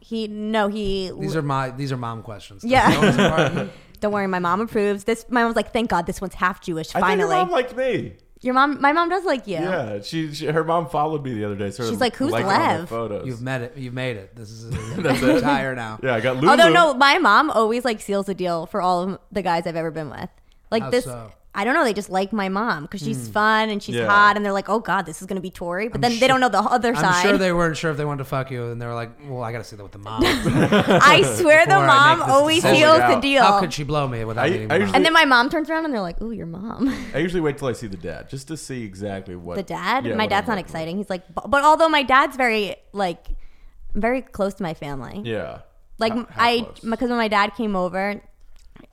[SPEAKER 4] He no, he.
[SPEAKER 3] These are my these are mom questions. Does
[SPEAKER 4] Yeah.
[SPEAKER 3] he own his apartment?
[SPEAKER 4] don't worry, my mom approves. This my mom's like, thank God, this one's half Jewish.
[SPEAKER 2] I think your
[SPEAKER 4] Finally,
[SPEAKER 2] mom liked me.
[SPEAKER 4] your mom, my mom does like you.
[SPEAKER 2] Yeah, she, she her mom followed me the other day. Sort
[SPEAKER 4] She's
[SPEAKER 2] of
[SPEAKER 4] like, "Who's
[SPEAKER 2] liking all my
[SPEAKER 4] Lev?"
[SPEAKER 2] Photos.
[SPEAKER 3] You've met it. You've made it. This is
[SPEAKER 2] That's
[SPEAKER 3] I'm
[SPEAKER 2] it.
[SPEAKER 3] tired now.
[SPEAKER 2] yeah, I got Lulu.
[SPEAKER 4] Although Oh, no, my mom always like seals the deal for all of the guys I've ever been with. Like
[SPEAKER 3] How
[SPEAKER 4] this,
[SPEAKER 3] so? Hmm.
[SPEAKER 4] I don't know. They just like my mom because she's fun and she's
[SPEAKER 2] Yeah.
[SPEAKER 4] hot, and they're like, "Oh God, this is gonna be Tori." But then
[SPEAKER 3] sure-
[SPEAKER 4] they don't know the other
[SPEAKER 3] I'm
[SPEAKER 4] side.
[SPEAKER 3] sure they weren't sure if they wanted to fuck you, and they were like, "Well, I got to see that with the mom.
[SPEAKER 4] I swear the
[SPEAKER 3] Before I make
[SPEAKER 4] mom
[SPEAKER 3] this
[SPEAKER 4] always
[SPEAKER 2] decision.
[SPEAKER 4] seals
[SPEAKER 2] Holy
[SPEAKER 4] the
[SPEAKER 2] cow.
[SPEAKER 4] deal.
[SPEAKER 3] How could she blow me without
[SPEAKER 2] I-
[SPEAKER 3] meeting
[SPEAKER 2] I
[SPEAKER 3] the mom?
[SPEAKER 2] usually-
[SPEAKER 4] and then my mom turns around and they're like, "Ooh, your mom."
[SPEAKER 2] I usually wait till I see the dad just to see exactly what
[SPEAKER 4] the dad.
[SPEAKER 2] Yeah,
[SPEAKER 4] my
[SPEAKER 2] what
[SPEAKER 4] dad's
[SPEAKER 2] I'm
[SPEAKER 4] not
[SPEAKER 2] working with.
[SPEAKER 4] exciting. He's like, but, but although my dad's very like, I'm very close to my family.
[SPEAKER 2] Yeah,
[SPEAKER 4] Like
[SPEAKER 2] How- how
[SPEAKER 4] I,
[SPEAKER 2] close?
[SPEAKER 4] because when my dad came over,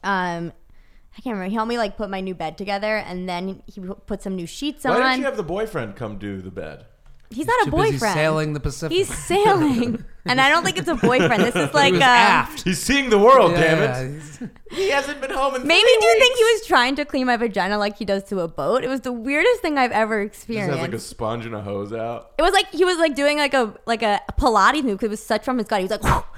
[SPEAKER 4] um, I can't remember. He helped me like put my new bed together, and then he pu- put some new sheets
[SPEAKER 2] Why didn't
[SPEAKER 4] on.
[SPEAKER 2] you have the boyfriend come do the bed?
[SPEAKER 4] He's not a
[SPEAKER 3] Too busy
[SPEAKER 4] boyfriend.
[SPEAKER 3] sailing the Pacific.
[SPEAKER 4] He's sailing, and I don't think it's a boyfriend. This is like
[SPEAKER 3] he was
[SPEAKER 4] uh,
[SPEAKER 3] aft.
[SPEAKER 2] He's seeing the world, damn it.
[SPEAKER 3] Yeah.
[SPEAKER 2] He hasn't been home in
[SPEAKER 4] Maybe
[SPEAKER 2] three
[SPEAKER 4] do you think
[SPEAKER 2] weeks.
[SPEAKER 4] he was trying to clean my vagina like he does to a boat? It was the weirdest thing I've ever
[SPEAKER 2] Just
[SPEAKER 4] experienced.
[SPEAKER 2] has like a sponge and a hose out.
[SPEAKER 4] it was like he was like doing like a like a Pilates move because it was such from his gut. He was like,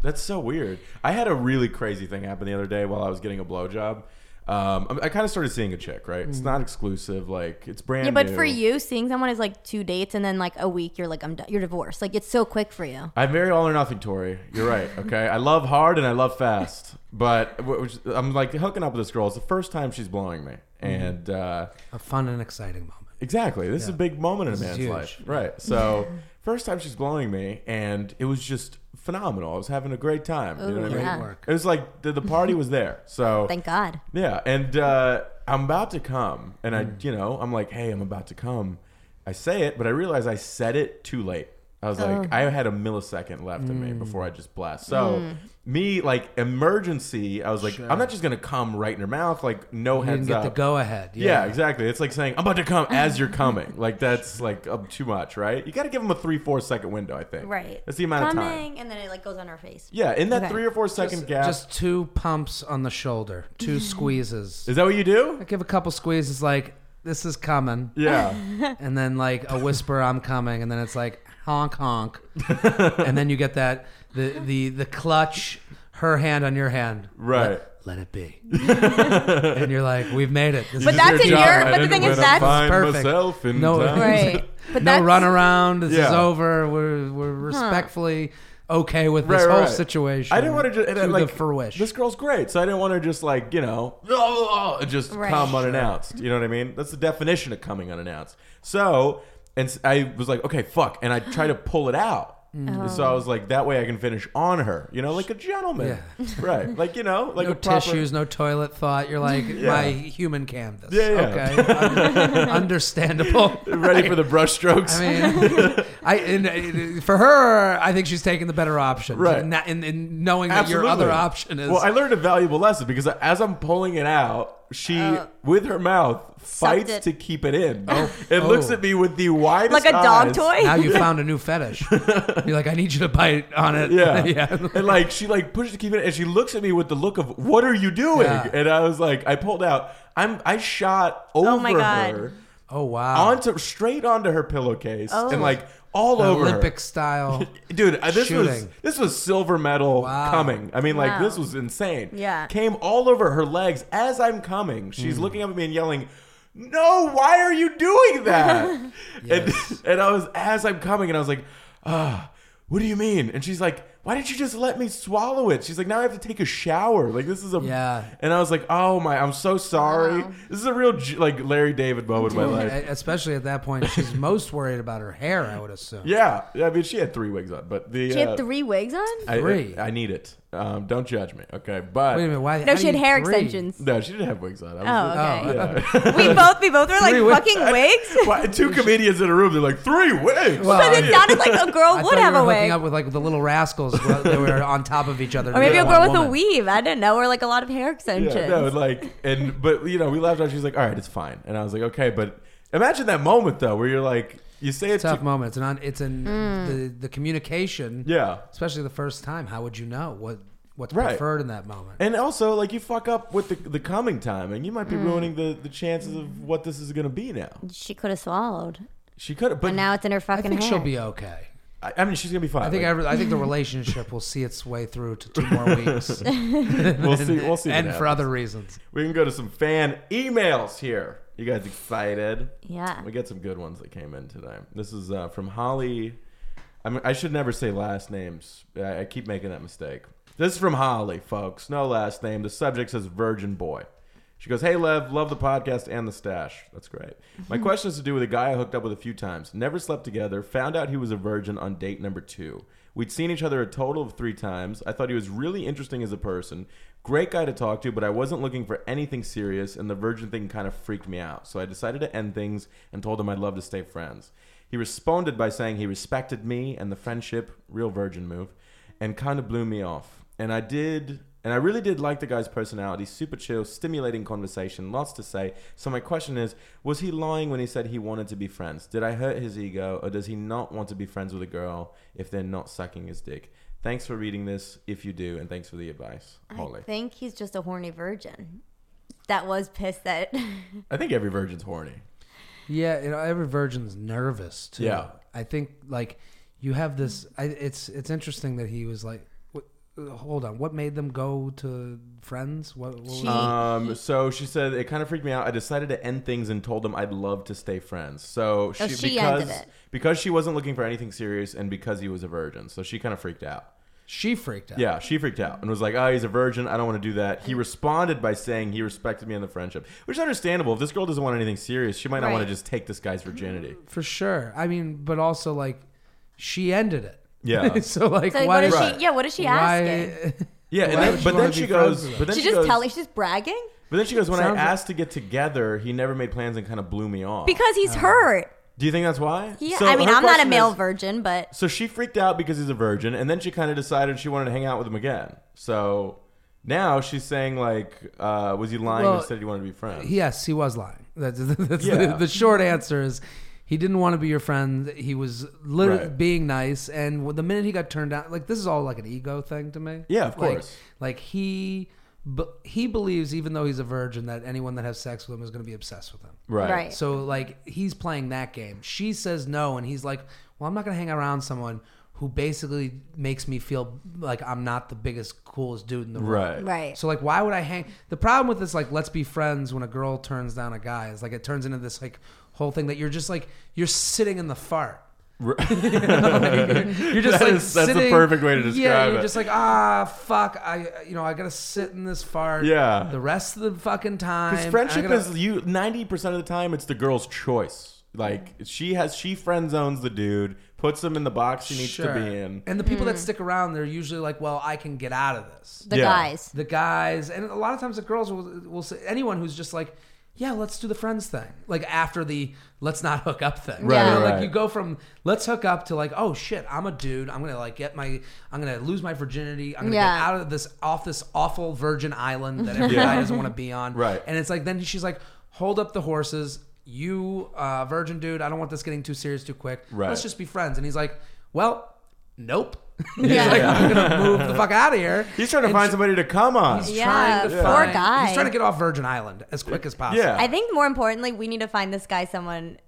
[SPEAKER 2] That's so weird. I had a really crazy thing happen the other day while I was getting a blowjob. Um, I, I kind of started seeing a chick, right?
[SPEAKER 3] Mm.
[SPEAKER 2] It's not exclusive, like it's brand
[SPEAKER 4] yeah, but
[SPEAKER 2] new.
[SPEAKER 4] for you, seeing someone is like two dates, and then like a week, you're like, I'm done. You're divorced. Like it's so quick for you.
[SPEAKER 2] I'm very all or nothing, Tori. You're right. Okay, I love hard and I love fast, but w- which- I'm like hooking up with this girl. It's the first time she's blowing me,
[SPEAKER 3] Mm-hmm.
[SPEAKER 2] and uh,
[SPEAKER 3] a fun and exciting moment.
[SPEAKER 2] exactly, this is a big moment in a
[SPEAKER 3] This is
[SPEAKER 2] man's
[SPEAKER 3] huge.
[SPEAKER 2] life, right? So, first time she's blowing me, and it was just phenomenal. I was having a great time. you know what I
[SPEAKER 4] Ooh, yeah.
[SPEAKER 2] mean?
[SPEAKER 3] Great work.
[SPEAKER 2] It was like the, the party was there. So
[SPEAKER 4] Thank God.
[SPEAKER 2] yeah, and
[SPEAKER 3] Mm.
[SPEAKER 2] uh, I'm about to come, and I, you know, I'm like, hey, I'm about to come. I say it, but I realize I said it too late. I was
[SPEAKER 3] Oh.
[SPEAKER 2] like, I had a millisecond left in
[SPEAKER 3] Mm.
[SPEAKER 2] me before I just blast. So, me like emergency, I was like, I'm not just gonna come right in her mouth, like no
[SPEAKER 3] You
[SPEAKER 2] heads
[SPEAKER 3] didn't get
[SPEAKER 2] up.
[SPEAKER 3] the go ahead.
[SPEAKER 2] Yeah, exactly. It's like saying I'm about to come as you're coming. like that's like uh, too much, right? You got to give them a three, four second window. I think.
[SPEAKER 4] Right.
[SPEAKER 2] That's the amount of time.
[SPEAKER 4] Coming, and then it like goes on our face.
[SPEAKER 2] Yeah, in that
[SPEAKER 4] Okay.
[SPEAKER 2] three or four second gap.
[SPEAKER 3] Just two pumps on the shoulder, two squeezes.
[SPEAKER 2] is that what you do?
[SPEAKER 3] I give a couple squeezes, like this is coming,
[SPEAKER 2] Yeah.
[SPEAKER 3] and then like a whisper, "I'm coming," and then it's like honk honk, and then you get that the the the clutch, her hand on your hand,
[SPEAKER 2] Right.
[SPEAKER 3] Let, let it be, and you're like, "We've made it." This
[SPEAKER 4] But
[SPEAKER 2] This is
[SPEAKER 3] is
[SPEAKER 4] that's in
[SPEAKER 3] job
[SPEAKER 2] job. I
[SPEAKER 4] your- but the
[SPEAKER 2] didn't
[SPEAKER 4] thing is
[SPEAKER 2] win. I
[SPEAKER 4] that's-
[SPEAKER 2] find
[SPEAKER 3] Perfect.
[SPEAKER 2] myself in
[SPEAKER 3] No-
[SPEAKER 2] time.
[SPEAKER 4] Right. But
[SPEAKER 3] no
[SPEAKER 4] that's
[SPEAKER 3] run around. This is
[SPEAKER 2] Yeah.
[SPEAKER 3] over. We're we're respectfully okay with this
[SPEAKER 2] Right,
[SPEAKER 3] whole
[SPEAKER 2] right.
[SPEAKER 3] situation.
[SPEAKER 2] I didn't want to just and I,
[SPEAKER 3] to
[SPEAKER 2] like
[SPEAKER 3] the fruition.
[SPEAKER 2] This girl's great, so I didn't want her just like you know "Oh," and just
[SPEAKER 4] Right.
[SPEAKER 2] come unannounced. You know what I mean? That's the definition of coming unannounced. So and s- I was like, okay, fuck, and I tried to pull it out.
[SPEAKER 4] Mm-hmm.
[SPEAKER 2] And So I was like, that way I can finish on her, you know, like a gentleman, right? Like you know, like
[SPEAKER 3] no
[SPEAKER 2] a proper,
[SPEAKER 3] tissues, no toilet thought. You're like my human canvas.
[SPEAKER 2] Yeah, yeah.
[SPEAKER 3] Okay, Un- understandable.
[SPEAKER 2] ready for the brushstrokes.
[SPEAKER 3] I mean, I and, uh, for her, I think she's taking the better option,
[SPEAKER 2] Right.
[SPEAKER 3] And, that- and- and knowing that your
[SPEAKER 2] Absolutely.
[SPEAKER 3] other option is
[SPEAKER 2] Well, I learned a valuable lesson because as I'm pulling it out, she with her mouth fights
[SPEAKER 4] Oh. it.
[SPEAKER 2] to keep it in. Oh, it looks
[SPEAKER 3] Oh.
[SPEAKER 2] at me with the widest
[SPEAKER 4] Like a dog
[SPEAKER 2] eyes.
[SPEAKER 4] toy.
[SPEAKER 3] now you found a new fetish. You're like, I need you to bite on it.
[SPEAKER 2] Yeah.
[SPEAKER 3] yeah.
[SPEAKER 2] And like she like pushes to keep it in, and she looks at me with the look of what are you doing?
[SPEAKER 3] Yeah.
[SPEAKER 2] And I was like, I pulled out. I'm I shot over
[SPEAKER 4] my God.
[SPEAKER 2] her
[SPEAKER 3] Oh wow.
[SPEAKER 2] onto straight onto her pillowcase
[SPEAKER 4] Oh.
[SPEAKER 2] and like all over her.
[SPEAKER 3] Olympic style.
[SPEAKER 2] Dude, uh, this was
[SPEAKER 3] Shooting.
[SPEAKER 2] this was silver medal
[SPEAKER 3] Wow.
[SPEAKER 2] coming. I mean, like
[SPEAKER 4] Wow.
[SPEAKER 2] this was insane.
[SPEAKER 4] Yeah.
[SPEAKER 2] came all over her legs as I'm coming. She's
[SPEAKER 3] Hmm.
[SPEAKER 2] looking up at me and yelling, "No, why are you doing that?" and, and I was as I'm coming, and I was like, "Ah, what do you mean?" And she's like, "Why didn't you just let me swallow it?" She's like, "Now I have to take a shower. Like this is a
[SPEAKER 3] Yeah.
[SPEAKER 2] And I was like, "Oh my, I'm so sorry.
[SPEAKER 4] Wow.
[SPEAKER 2] This is a real J- like Larry David moment in my life."
[SPEAKER 3] e-, Especially at that point, she's most worried about her hair. I would assume.
[SPEAKER 2] Yeah, I mean, she had three wigs on, but the
[SPEAKER 4] She
[SPEAKER 2] uh,
[SPEAKER 4] had three wigs on.
[SPEAKER 2] I-
[SPEAKER 3] Three.
[SPEAKER 2] I, I need it. Um, don't judge me, okay? But
[SPEAKER 3] Wait a minute. Why?
[SPEAKER 4] no,
[SPEAKER 3] how
[SPEAKER 4] she
[SPEAKER 3] do
[SPEAKER 4] had
[SPEAKER 3] you
[SPEAKER 4] hair
[SPEAKER 3] three?
[SPEAKER 4] extensions.
[SPEAKER 2] no, she didn't have wigs on.
[SPEAKER 4] Oh,
[SPEAKER 2] I
[SPEAKER 4] okay.
[SPEAKER 2] was-
[SPEAKER 4] we both we both were like
[SPEAKER 3] Three wigs.
[SPEAKER 4] fucking wigs.
[SPEAKER 2] Yeah. Why- two comedians in a room. They're like three wigs.
[SPEAKER 3] Well,
[SPEAKER 4] but it sounded like a girl
[SPEAKER 3] Oh, I
[SPEAKER 4] would
[SPEAKER 3] thought
[SPEAKER 4] have
[SPEAKER 3] you
[SPEAKER 4] a
[SPEAKER 3] were hooking
[SPEAKER 4] Oh, wig.
[SPEAKER 3] up with like the little rascals pencils were- that were on top of each other.
[SPEAKER 4] Or maybe
[SPEAKER 3] you'll
[SPEAKER 4] you'll go with a weave. I don't know. Or like a lot of hair extensions.
[SPEAKER 2] Yeah, no, like, and but you know, we laughed out. She's like, "All right, it's fine," and I was like, "Okay," but imagine that moment though, where you're like, you say it
[SPEAKER 3] tough
[SPEAKER 2] to,
[SPEAKER 3] moment. It's an it's in
[SPEAKER 4] Mm.
[SPEAKER 3] the the communication.
[SPEAKER 2] yeah,
[SPEAKER 3] Especially the first time. How would you know what what's
[SPEAKER 2] Right.
[SPEAKER 3] preferred in that moment?
[SPEAKER 2] and also like you fuck up with the the coming time, and you might be
[SPEAKER 3] Hmm.
[SPEAKER 2] ruining the the chances of what this is gonna be now.
[SPEAKER 4] She could have swallowed.
[SPEAKER 2] She could, but
[SPEAKER 4] And now it's in her
[SPEAKER 3] I
[SPEAKER 4] fucking
[SPEAKER 3] think
[SPEAKER 4] hair.
[SPEAKER 3] she'll be okay.
[SPEAKER 2] I, I mean, she's gonna be fine.
[SPEAKER 3] I think
[SPEAKER 2] Like,
[SPEAKER 3] I, I think the relationship will see its way through to two more weeks,
[SPEAKER 2] we'll see. We'll see. what
[SPEAKER 3] and for
[SPEAKER 2] happens.
[SPEAKER 3] other reasons.
[SPEAKER 2] we can go to some fan emails here. You guys excited?
[SPEAKER 4] yeah.
[SPEAKER 2] We got some good ones that came in today. This is uh, from Holly. I mean, I should never say last names. I, I keep making that mistake. This is from Holly, folks. No last name. The subject says Virgin Boy. She goes, Hey, Lev, love the podcast and the stash. That's great. My question is to do with a guy I hooked up with a few times. Never slept together. Found out he was a virgin on date number two. We'd seen each other a total of three times. I thought he was really interesting as a person. Great guy to talk to, but I wasn't looking for anything serious, and the virgin thing kind of freaked me out. So I decided to end things and told him I'd love to stay friends. He responded by saying he respected me and the friendship, real virgin move, and kind of blew me off. And I did, and I really did like the guy's personality. Super chill, stimulating conversation, lots to say. So my question is was he lying when he said he wanted to be friends? Did I hurt his ego, or does he not want to be friends with a girl if they're not sucking his dick? Thanks for reading this, if you do, and thanks for the advice, Holly.
[SPEAKER 4] I think he's just a horny virgin. That was pissed that.
[SPEAKER 2] I think every virgin's horny.
[SPEAKER 3] Yeah, you know, every virgin's nervous too.
[SPEAKER 2] Yeah.
[SPEAKER 3] I think like you have this. I, it's it's interesting that he was like, what, uh, hold on, what made them go to friends? What, what was-
[SPEAKER 4] She- Mm-hmm.
[SPEAKER 2] Um, so she said it kind of freaked me out. I decided to end things and told him I'd love to stay friends. So she,
[SPEAKER 4] Oh, she
[SPEAKER 2] because
[SPEAKER 4] ended it.
[SPEAKER 2] because she wasn't looking for anything serious and because he was a virgin, so she kind of freaked out.
[SPEAKER 3] she freaked out.
[SPEAKER 2] Yeah, she freaked out and was like, "Oh, he's a virgin. I don't want to do that." He responded by saying he respected me in the friendship, which is understandable. If this girl doesn't want anything serious, she might not want
[SPEAKER 4] Right.
[SPEAKER 2] to just take this guy's virginity.
[SPEAKER 3] for sure. I mean, but also like she ended it.
[SPEAKER 2] Yeah.
[SPEAKER 3] so like,
[SPEAKER 4] So
[SPEAKER 3] why
[SPEAKER 4] what is
[SPEAKER 3] did
[SPEAKER 2] Right.
[SPEAKER 4] she? Yeah, what is she asking?
[SPEAKER 3] why?
[SPEAKER 2] Yeah, and
[SPEAKER 3] Why
[SPEAKER 2] then,
[SPEAKER 3] would you
[SPEAKER 2] but
[SPEAKER 3] wanna
[SPEAKER 2] then
[SPEAKER 3] be
[SPEAKER 2] she
[SPEAKER 3] friends
[SPEAKER 2] goes,
[SPEAKER 3] with her?
[SPEAKER 2] but then
[SPEAKER 4] She's
[SPEAKER 2] she,
[SPEAKER 4] just
[SPEAKER 2] goes, Oh,
[SPEAKER 4] telling. She's just bragging
[SPEAKER 2] but then she goes, when I
[SPEAKER 3] Sounds like-
[SPEAKER 2] asked to get together, he never made plans and kind of blew me off.
[SPEAKER 4] because he's hurt.
[SPEAKER 2] do you think that's why?
[SPEAKER 4] Yeah,
[SPEAKER 2] So
[SPEAKER 4] I mean,
[SPEAKER 2] her
[SPEAKER 4] I'm not a
[SPEAKER 2] question
[SPEAKER 4] male
[SPEAKER 2] is-
[SPEAKER 4] virgin, but
[SPEAKER 2] So she freaked out because he's a virgin, and then she kind of decided she wanted to hang out with him again. So now she's saying like, uh, was he lying
[SPEAKER 3] Well,
[SPEAKER 2] or said he wanted to be friends?
[SPEAKER 3] Yes, he was lying. That's, that's
[SPEAKER 2] Yeah.
[SPEAKER 3] the, the short answer is he didn't want to be your friend. He was literally
[SPEAKER 2] Right.
[SPEAKER 3] being nice, and w- the minute he got turned down, like this is all like an ego thing to me.
[SPEAKER 2] Yeah, of
[SPEAKER 3] Like-
[SPEAKER 2] course.
[SPEAKER 3] Like he, but he believes even though he's a virgin that anyone that has sex with him is going to be obsessed with him.
[SPEAKER 2] right.
[SPEAKER 4] Right.
[SPEAKER 3] So like he's playing that game. She says no, and he's like, "Well, I'm not gonna hang around someone who basically makes me feel like I'm not the biggest, coolest dude in the room."
[SPEAKER 2] Right.
[SPEAKER 4] right.
[SPEAKER 3] So like, why would I hang? The problem with this, like, let's be friends when a girl turns down a guy is like it turns into this like whole thing that you're just like you're sitting in the fart. You're just
[SPEAKER 2] That
[SPEAKER 3] like
[SPEAKER 2] is- that's the
[SPEAKER 3] sitting-
[SPEAKER 2] perfect way to
[SPEAKER 3] Yeah,
[SPEAKER 2] describe
[SPEAKER 3] you're
[SPEAKER 2] it.
[SPEAKER 3] just like ah fuck I you know I gotta sit in this fart.
[SPEAKER 2] Yeah.
[SPEAKER 3] The rest of the fucking time.
[SPEAKER 2] Because
[SPEAKER 3] I
[SPEAKER 2] friendship
[SPEAKER 3] gotta-
[SPEAKER 2] is you ninety percent of the time it's the girl's choice. Like she has she friend zones the dude, puts him in the box she needs to
[SPEAKER 3] Sure.
[SPEAKER 2] be in.
[SPEAKER 3] And the people that stick around, they're usually like, well, I can get out of this.
[SPEAKER 4] the
[SPEAKER 2] Yeah.
[SPEAKER 4] guys.
[SPEAKER 3] The guys, and a lot of times the girls will, will say, anyone who's just like, yeah, let's do the friends thing. Like after the let's not hook up thing.
[SPEAKER 4] Right,
[SPEAKER 3] You know,
[SPEAKER 4] right,
[SPEAKER 3] Like
[SPEAKER 2] right.
[SPEAKER 3] you go from let's hook up to like, oh shit, I'm a dude. I'm going to like get my, I'm going to lose my virginity. I'm going to
[SPEAKER 4] Yeah.
[SPEAKER 3] get out of this, off this awful virgin island that every guy doesn't want to be on.
[SPEAKER 2] Right.
[SPEAKER 3] And it's like, then she's like, hold up the horses. You, uh, virgin dude, I don't want this getting too serious too quick.
[SPEAKER 2] Right.
[SPEAKER 3] Let's just be friends. And he's like, well, nope. he's
[SPEAKER 4] Yeah.
[SPEAKER 3] like, I'm gonna move the fuck out of here.
[SPEAKER 2] He's trying to
[SPEAKER 3] And
[SPEAKER 2] find
[SPEAKER 3] she-
[SPEAKER 2] somebody to come on.
[SPEAKER 3] he's
[SPEAKER 4] Yeah,
[SPEAKER 3] trying to
[SPEAKER 4] poor
[SPEAKER 3] find-
[SPEAKER 4] guy.
[SPEAKER 3] He's trying to get off Virgin Island as quick as possible.
[SPEAKER 2] Yeah.
[SPEAKER 4] I think more importantly, we need to find this guy someone.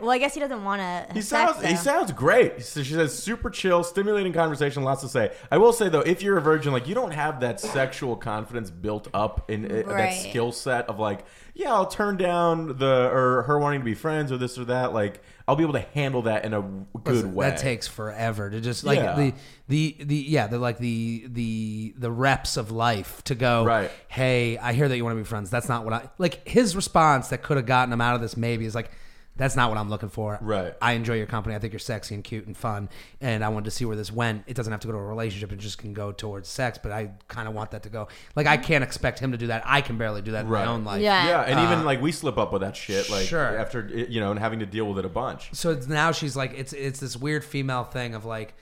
[SPEAKER 4] Well, I guess he doesn't want to.
[SPEAKER 2] He sounds he sounds great. So she says super chill, stimulating conversation, lots to say. I will say though, if you're a virgin, like you don't have that sexual confidence built up in uh, that
[SPEAKER 4] Right.
[SPEAKER 2] skill set of like, yeah, I'll turn down the or her wanting to be friends or this or that. Like I'll be able to handle that in a w- good
[SPEAKER 3] Listen,
[SPEAKER 2] way.
[SPEAKER 3] That takes forever to just like
[SPEAKER 2] Yeah.
[SPEAKER 3] the the the yeah they're like the the the reps of life to go.
[SPEAKER 2] Right.
[SPEAKER 3] Hey, I hear that you want to be friends. That's not what I like. His response that could have gotten him out of this maybe is like. That's not what I'm looking for.
[SPEAKER 2] Right.
[SPEAKER 3] I enjoy your company. I think you're sexy and cute and fun. And I wanted to see where this went. It doesn't have to go to a relationship. It just can go towards sex. But I kind of want that to go. Like, I can't expect him to do that. I can barely do that in
[SPEAKER 2] Right.
[SPEAKER 3] my own life.
[SPEAKER 4] Yeah.
[SPEAKER 2] yeah, and even like we slip up with that shit, like
[SPEAKER 3] Uh, Sure.
[SPEAKER 2] after you know, and having to deal with it a bunch.
[SPEAKER 3] so it's- now she's like it's it's this weird female thing of like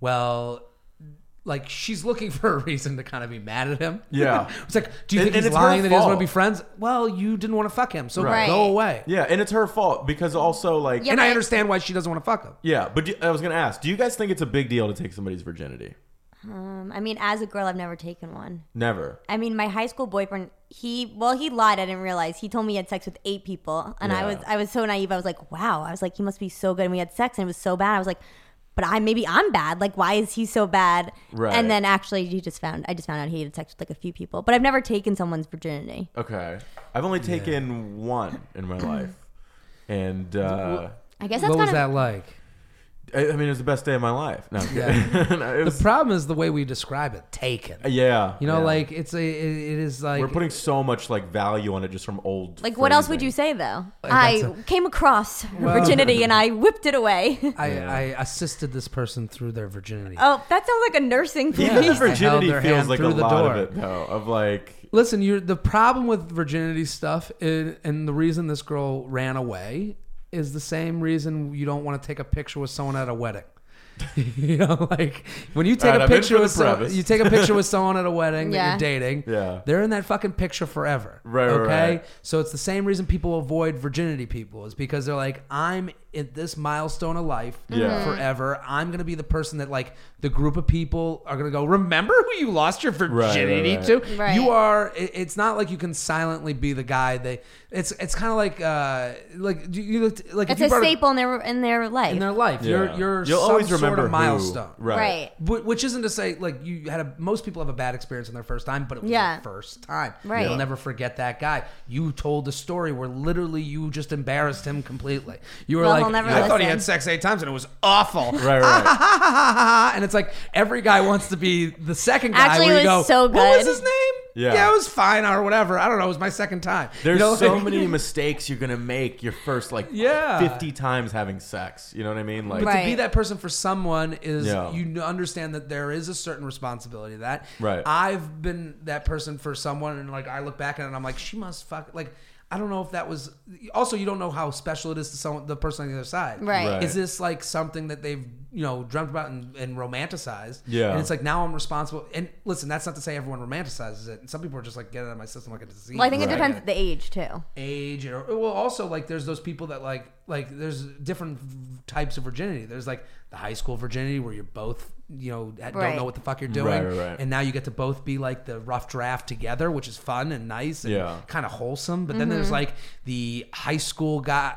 [SPEAKER 3] well like she's looking for a reason to kind of be mad at him.
[SPEAKER 2] Yeah.
[SPEAKER 3] it's like, do you
[SPEAKER 2] And-
[SPEAKER 3] think
[SPEAKER 2] and
[SPEAKER 3] he's
[SPEAKER 2] it's her
[SPEAKER 3] lying that he doesn't
[SPEAKER 2] fault.
[SPEAKER 3] want to be friends? Well, you didn't want to fuck him, so
[SPEAKER 4] Right.
[SPEAKER 3] go away.
[SPEAKER 2] Yeah, and it's her fault because also like
[SPEAKER 4] Yeah.
[SPEAKER 3] And I understand why she doesn't want to fuck him.
[SPEAKER 2] yeah, but do, I was gonna ask, do you guys think it's a big deal to take somebody's virginity?
[SPEAKER 4] Um, I mean, as a girl, I've never taken one.
[SPEAKER 2] Never.
[SPEAKER 4] I mean, my high school boyfriend, he well, he lied. I didn't realize he told me he had sex with eight people, and I
[SPEAKER 2] Yeah.
[SPEAKER 4] was I was so naive. I was like, wow. I was like, he must be so good. And we had sex, and it was so bad. I was like, but I maybe I'm bad. Like, why is he so bad?
[SPEAKER 2] Right.
[SPEAKER 4] And then actually, he just found I just found out he had sex with like a few people, but I've never taken someone's virginity.
[SPEAKER 2] Okay, I've only taken one in my life, and uh,
[SPEAKER 4] I guess that's
[SPEAKER 3] what was
[SPEAKER 4] kind of
[SPEAKER 3] that like?
[SPEAKER 2] I, I mean it was the best day of my life. No,
[SPEAKER 3] Yeah.
[SPEAKER 2] No, it
[SPEAKER 3] The
[SPEAKER 2] was,
[SPEAKER 3] problem is the way we describe it. Taken.
[SPEAKER 2] yeah.
[SPEAKER 3] You know,
[SPEAKER 2] yeah.
[SPEAKER 3] like it's a. It, it is like
[SPEAKER 2] we're putting so much like value on it just from old.
[SPEAKER 4] like what else would
[SPEAKER 2] phrasing.
[SPEAKER 4] you say though? I
[SPEAKER 3] Like, that's
[SPEAKER 4] came across
[SPEAKER 3] Well-
[SPEAKER 4] virginity and I whipped it away.
[SPEAKER 3] I, I assisted this person through their virginity.
[SPEAKER 4] oh, that sounds like a nursing thing.
[SPEAKER 2] Even the
[SPEAKER 3] held
[SPEAKER 2] virginity
[SPEAKER 3] their
[SPEAKER 2] feels
[SPEAKER 3] hand
[SPEAKER 2] like a
[SPEAKER 3] through the
[SPEAKER 2] lot of
[SPEAKER 3] door.
[SPEAKER 2] it though. Of like,
[SPEAKER 3] Listen, you're the problem with virginity stuff, is, and the reason this girl ran away is the same reason you don't want to take a picture with someone at a wedding. you know, like when you take
[SPEAKER 2] Alright,
[SPEAKER 3] a
[SPEAKER 2] I'm in
[SPEAKER 3] picture
[SPEAKER 2] for the
[SPEAKER 3] with someone,
[SPEAKER 2] premise.
[SPEAKER 3] you take a picture with someone at a wedding
[SPEAKER 4] Yeah.
[SPEAKER 3] that you're dating.
[SPEAKER 2] Yeah.
[SPEAKER 3] they're in that fucking picture forever.
[SPEAKER 2] Right, right,
[SPEAKER 3] Okay,
[SPEAKER 2] right.
[SPEAKER 3] so it's the same reason people avoid virginity people is because they're like, I'm at this milestone of life
[SPEAKER 2] Yeah.
[SPEAKER 3] forever. I'm gonna be the person that like the group of people are gonna go. Remember who you lost your virginity
[SPEAKER 2] right,
[SPEAKER 3] virginity
[SPEAKER 2] right.
[SPEAKER 3] too.
[SPEAKER 4] Right.
[SPEAKER 3] You are. it- It's not like you can silently be the guy. They. It's. It's kind of like. Uh. Like you- you looked. Like if
[SPEAKER 4] It's
[SPEAKER 3] you
[SPEAKER 4] a
[SPEAKER 3] brought
[SPEAKER 4] staple in their in their life.
[SPEAKER 3] in their life.
[SPEAKER 2] yeah.
[SPEAKER 3] You're. You're.
[SPEAKER 2] You'll
[SPEAKER 3] some
[SPEAKER 2] always
[SPEAKER 3] sort
[SPEAKER 2] remember
[SPEAKER 3] of
[SPEAKER 2] who-
[SPEAKER 3] milestone.
[SPEAKER 2] right?
[SPEAKER 4] Right.
[SPEAKER 3] Wh- Which isn't to say like you had a most people have a bad experience on their first time, but it was
[SPEAKER 4] Yeah.
[SPEAKER 3] their first time.
[SPEAKER 4] Right.
[SPEAKER 3] You'll never forget that guy. You told the story where literally you just embarrassed him completely. You were
[SPEAKER 4] Well, he'll
[SPEAKER 3] like,
[SPEAKER 4] never
[SPEAKER 3] I thought he
[SPEAKER 4] listen.
[SPEAKER 3] had sex eight times and it was awful.
[SPEAKER 2] Right, right.
[SPEAKER 3] and it's like every guy wants to be the second guy.
[SPEAKER 4] Actually,
[SPEAKER 3] where you
[SPEAKER 4] it was
[SPEAKER 3] go,
[SPEAKER 4] so
[SPEAKER 3] What was
[SPEAKER 4] good."
[SPEAKER 3] his name?
[SPEAKER 2] Yeah.
[SPEAKER 3] it was fine or whatever. I don't know. It was my second time. You
[SPEAKER 2] There's
[SPEAKER 3] know,
[SPEAKER 2] so
[SPEAKER 3] like-
[SPEAKER 2] many mistakes you're gonna make your first like
[SPEAKER 3] Yeah.
[SPEAKER 2] 50 times having sex. You know what I mean? Like,
[SPEAKER 3] But
[SPEAKER 4] Right.
[SPEAKER 3] to be that person for someone is
[SPEAKER 2] Yeah.
[SPEAKER 3] you kn- understand that there is a certain responsibility to that.
[SPEAKER 2] Right.
[SPEAKER 3] I've been that person for someone, and like I look back at it, and I'm like, she must fuck. Like I don't know if that was. Also, you don't know how special it is to someone, the person on the other side.
[SPEAKER 4] Right.
[SPEAKER 2] Right.
[SPEAKER 3] Is this like something that they've you know dreamt about and, and romanticized?
[SPEAKER 2] Yeah.
[SPEAKER 3] And it's like now I'm responsible. And listen, that's not to say everyone romanticizes it. And some people are just like get it out of my system like a disease.
[SPEAKER 4] Well, I think it
[SPEAKER 2] Right.
[SPEAKER 4] depends the age too.
[SPEAKER 3] age or well also like there's those people that like like there's different types of virginity there's like the high school virginity where you're both you know don't
[SPEAKER 4] Right.
[SPEAKER 3] know what the fuck you're doing
[SPEAKER 2] Right, right, right.
[SPEAKER 3] and now you get to both be like the rough draft together which is fun and nice and
[SPEAKER 2] Yeah.
[SPEAKER 3] kind of wholesome but then
[SPEAKER 4] Mm-hmm.
[SPEAKER 3] there's like the high school guy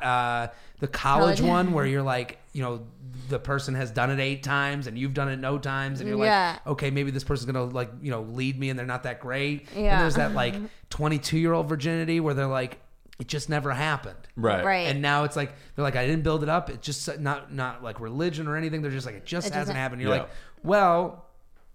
[SPEAKER 3] uh the college
[SPEAKER 4] College.
[SPEAKER 3] one where you're like you know the person has done it eight times and you've done it no times and you're
[SPEAKER 4] Yeah.
[SPEAKER 3] like okay maybe this person's gonna like you know lead me and they're not that great
[SPEAKER 4] Yeah.
[SPEAKER 3] and there's that like 22 year old virginity where they're like, it just never happened.
[SPEAKER 2] right.
[SPEAKER 4] Right.
[SPEAKER 3] And now it's like they're like, I didn't build it up. It's just not not like religion or anything. They're just like, it just
[SPEAKER 4] It doesn't-
[SPEAKER 3] hasn't happened. You're
[SPEAKER 2] Yeah.
[SPEAKER 3] like, well,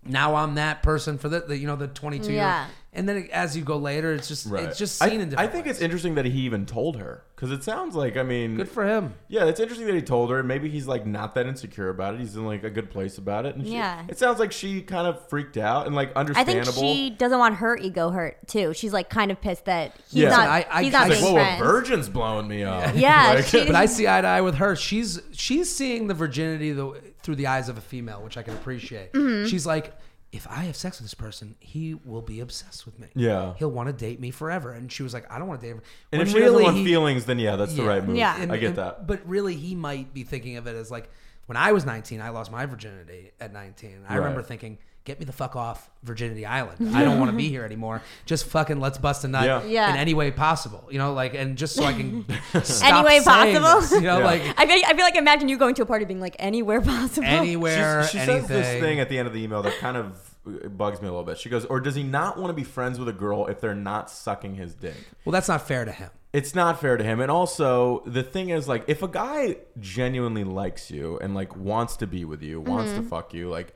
[SPEAKER 3] now I'm that person for the, the you know the 22 year
[SPEAKER 4] Yeah.
[SPEAKER 3] old. And then it, as you go later, it's just
[SPEAKER 2] Right.
[SPEAKER 3] it's just
[SPEAKER 2] I-
[SPEAKER 3] seen in different.
[SPEAKER 2] I think
[SPEAKER 3] ways.
[SPEAKER 2] it's interesting that he even told her because it sounds like I mean,
[SPEAKER 3] good for him.
[SPEAKER 2] yeah, it's interesting that he told her. Maybe he's like not that insecure about it. He's in like a good place about it. And she-
[SPEAKER 4] Yeah.
[SPEAKER 2] it sounds like she kind of freaked out and like
[SPEAKER 4] I think
[SPEAKER 2] understandable.
[SPEAKER 4] she doesn't want her ego hurt too. She's like kind of pissed that he's
[SPEAKER 2] Yeah.
[SPEAKER 4] not.
[SPEAKER 3] I- I-
[SPEAKER 4] he's not
[SPEAKER 3] I was
[SPEAKER 4] being
[SPEAKER 2] like, whoa,
[SPEAKER 4] friends.
[SPEAKER 2] a virgin's blowing me up.
[SPEAKER 4] Yeah,
[SPEAKER 2] Like,
[SPEAKER 4] she-
[SPEAKER 3] But I see eye to eye with her. She's she's seeing the virginity the, through the eyes of a female, which I can appreciate. She's like, if I have sex with this person, he will be obsessed with me.
[SPEAKER 2] Yeah.
[SPEAKER 3] he'll want to date me forever. And she was like, I don't want to date him.
[SPEAKER 2] and if
[SPEAKER 3] When
[SPEAKER 2] she doesn't want
[SPEAKER 3] he-
[SPEAKER 2] feelings, then yeah, that's the
[SPEAKER 3] Yeah.
[SPEAKER 2] right move.
[SPEAKER 4] Yeah.
[SPEAKER 2] I get
[SPEAKER 3] and-
[SPEAKER 2] that.
[SPEAKER 3] But really, he might be thinking of it as like, when I was 19, I lost my virginity at 19. I remember
[SPEAKER 2] Right.
[SPEAKER 3] thinking. Get me the fuck off Virginity Island. I don't want to be here anymore. Just fucking let's bust a nut
[SPEAKER 2] Yeah.
[SPEAKER 4] Yeah.
[SPEAKER 3] in any way possible. You know, like and just so I can
[SPEAKER 4] Any
[SPEAKER 3] stop
[SPEAKER 4] way
[SPEAKER 3] saying
[SPEAKER 4] possible?
[SPEAKER 3] this, you know,
[SPEAKER 2] Yeah.
[SPEAKER 3] like
[SPEAKER 4] I feel, I feel like imagine you going to a party being like anywhere possible.
[SPEAKER 3] anywhere,
[SPEAKER 2] She's- she
[SPEAKER 3] anything.
[SPEAKER 2] says this thing at the end of the email that kind of uh, bugs me a little bit. She goes, "Or does he not want to be friends with a girl if they're not sucking his dick?"
[SPEAKER 3] Well, that's not fair to him.
[SPEAKER 2] It's not fair to him. And also, the thing is, like, if a guy genuinely likes you and like wants to be with you, wants
[SPEAKER 4] Mm-hmm.
[SPEAKER 2] to fuck you, like,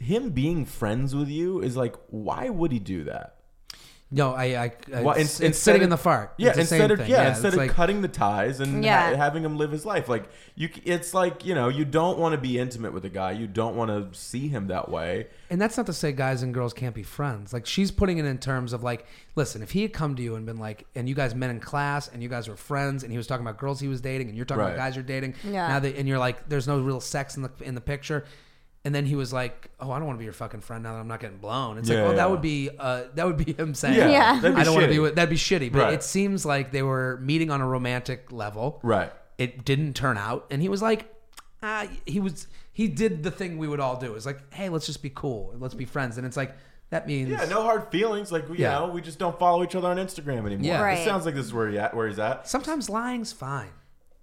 [SPEAKER 2] him being friends with you is like, why would he do that?
[SPEAKER 3] No, I, I, I
[SPEAKER 2] Why,
[SPEAKER 3] it's,
[SPEAKER 2] in-
[SPEAKER 3] it's sitting
[SPEAKER 2] of-
[SPEAKER 3] in the fart.
[SPEAKER 2] Yeah,
[SPEAKER 3] it's the
[SPEAKER 2] instead
[SPEAKER 3] same
[SPEAKER 2] of
[SPEAKER 3] thing.
[SPEAKER 2] yeah,
[SPEAKER 3] it's
[SPEAKER 2] instead of
[SPEAKER 3] like,
[SPEAKER 2] cutting the ties and
[SPEAKER 4] Yeah.
[SPEAKER 2] ha- having him live his life. Like you, c- it's like you know, you don't want to be intimate with a guy. You don't want to see him that way.
[SPEAKER 3] and that's not to say guys and girls can't be friends. Like she's putting it in terms of like, listen, if he had come to you and been like, and you guys met in class and you guys were friends, and he was talking about girls he was dating, and you're talking
[SPEAKER 2] Right.
[SPEAKER 3] about guys you're dating,
[SPEAKER 4] Yeah.
[SPEAKER 3] now that and you're like, there's no real sex in the in the picture. And then he was like, "Oh, I don't want to be your fucking friend now that I'm not getting blown." It's
[SPEAKER 2] Yeah,
[SPEAKER 3] like, "Oh,
[SPEAKER 2] yeah.
[SPEAKER 3] that would be uh, that would be him saying,
[SPEAKER 2] Yeah,
[SPEAKER 4] Yeah.
[SPEAKER 2] that'd be
[SPEAKER 3] I don't want to
[SPEAKER 2] shitty.
[SPEAKER 3] be with that'd be shitty." But
[SPEAKER 2] Right.
[SPEAKER 3] it seems like they were meeting on a romantic level.
[SPEAKER 2] Right.
[SPEAKER 3] It didn't turn out, and he was like, "Ah, he was he did the thing we would all do. It's like, hey, let's just be cool, let's be friends." And it's like that means
[SPEAKER 2] Yeah, no hard feelings. Like, you
[SPEAKER 3] Yeah.
[SPEAKER 2] know, we just don't follow each other on Instagram anymore.
[SPEAKER 3] Yeah.
[SPEAKER 4] Right.
[SPEAKER 2] It sounds like this is where, he at, where he's at.
[SPEAKER 3] sometimes lying's fine.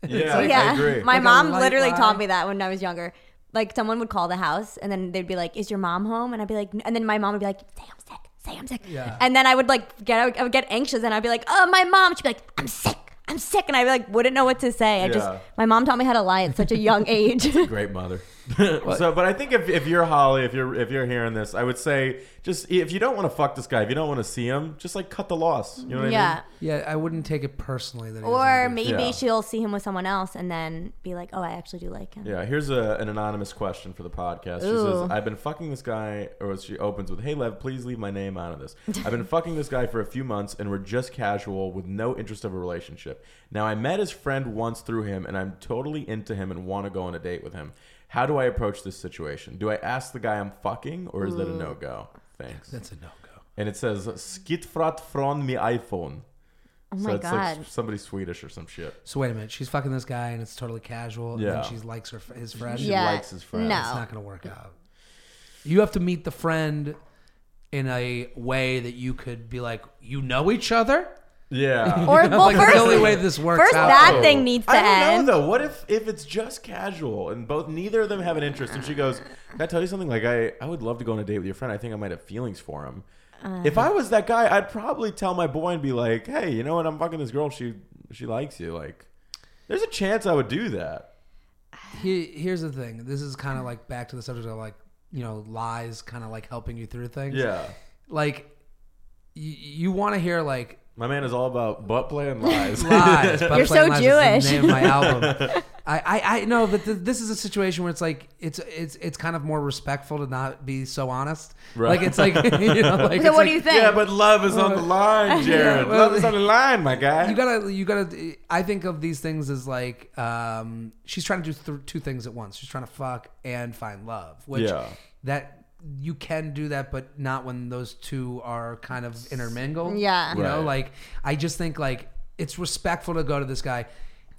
[SPEAKER 2] Yeah, I
[SPEAKER 4] Yeah.
[SPEAKER 2] agree.
[SPEAKER 4] My
[SPEAKER 3] Like a
[SPEAKER 4] mom
[SPEAKER 3] light
[SPEAKER 4] literally
[SPEAKER 3] lie.
[SPEAKER 4] taught me that when I was younger. Like someone would call the house and then they'd be like, "Is your mom home?" And I'd be like, "N-" and then my mom would be like, "Say I'm sick. Say I'm sick."
[SPEAKER 3] Yeah.
[SPEAKER 4] And then I would like get I would, I would get anxious and I'd be like, "Oh, my mom." She'd be like, "I'm sick. I'm sick." And I like wouldn't know what to say. I just
[SPEAKER 2] Yeah.
[SPEAKER 4] my mom taught me how to lie at such a young age.
[SPEAKER 2] Great mother. so, but I think if, if you're Holly, if you're if you're hearing this, I would say just if you don't want to fuck this guy, if you don't want to see him, just like cut the loss. You know what I mean?
[SPEAKER 4] yeah.
[SPEAKER 3] Yeah, I wouldn't take it personally that. he doesn't
[SPEAKER 4] Or
[SPEAKER 3] do it.
[SPEAKER 4] maybe
[SPEAKER 2] Yeah.
[SPEAKER 4] she'll see him with someone else and then be like, "Oh, I actually do like him."
[SPEAKER 2] Yeah, here's a, an anonymous question for the podcast. She
[SPEAKER 4] Ooh.
[SPEAKER 2] says, I've been fucking this guy, or she opens with, Hey, Lev, please leave my name out of this. I've been fucking this guy for a few months, and we're just casual with no interest of a relationship. Now, I met his friend once through him, and I'm totally into him and want to go on a date with him. How do I approach this situation? Do I ask the guy I'm fucking, or is that a no go? Thanks.
[SPEAKER 3] that's a no go.
[SPEAKER 2] And it says, Skitfrat from mi iPhone.
[SPEAKER 4] Oh
[SPEAKER 2] so
[SPEAKER 4] my
[SPEAKER 2] it's like
[SPEAKER 4] God.
[SPEAKER 2] somebody Swedish or some shit.
[SPEAKER 3] So wait a minute, she's fucking this guy and it's totally casual.
[SPEAKER 2] Yeah.
[SPEAKER 3] And then she likes her his friend.
[SPEAKER 2] She
[SPEAKER 4] Yeah.
[SPEAKER 2] likes his friend.
[SPEAKER 4] No.
[SPEAKER 3] It's not gonna work out. You have to meet the friend in a way that you could be like, you know each other.
[SPEAKER 2] Yeah.
[SPEAKER 4] Or well,
[SPEAKER 3] Like,
[SPEAKER 4] first,
[SPEAKER 3] that's the only way this works
[SPEAKER 4] First,
[SPEAKER 3] out.
[SPEAKER 4] that thing needs to
[SPEAKER 2] I don't
[SPEAKER 4] end.
[SPEAKER 2] know though. What if if it's just casual and both neither of them have an interest? And she goes, "Can I tell you something? Like I I would love to go on a date with your friend. I think I might have feelings for him.
[SPEAKER 4] Uh.
[SPEAKER 2] if I was that guy, I'd probably tell my boy and be like, "Hey, you know what? I'm fucking this girl. She she likes you. Like, there's a chance I would do that.
[SPEAKER 3] He- here's the thing. This is kind of like back to the subject of like you know lies, kind of like helping you through things.
[SPEAKER 2] Yeah,
[SPEAKER 3] Like y- you want to hear like
[SPEAKER 2] my man is all about butt play and lies.
[SPEAKER 3] lies. but
[SPEAKER 4] You're
[SPEAKER 3] Plain
[SPEAKER 4] so
[SPEAKER 3] Lies is
[SPEAKER 4] Jewish.
[SPEAKER 3] the name of my album. I, I, I know, but th- this is a situation where it's like it's it's it's kind of more respectful to not be so honest.
[SPEAKER 2] Right.
[SPEAKER 3] Like it's like you know, like it's
[SPEAKER 4] So what
[SPEAKER 3] like,
[SPEAKER 4] do you think?
[SPEAKER 2] yeah, but love is on the line, Jared.
[SPEAKER 3] well,
[SPEAKER 2] love is on the line, my guy.
[SPEAKER 3] You gotta, you gotta. I think of these things as like um, she's trying to do th- two things at once. She's trying to fuck and find love, which
[SPEAKER 2] Yeah.
[SPEAKER 3] that you can do that, but not when those two are kind of intermingled.
[SPEAKER 4] Yeah.
[SPEAKER 3] you know,
[SPEAKER 2] Right.
[SPEAKER 3] like I just think like it's respectful to go to this guy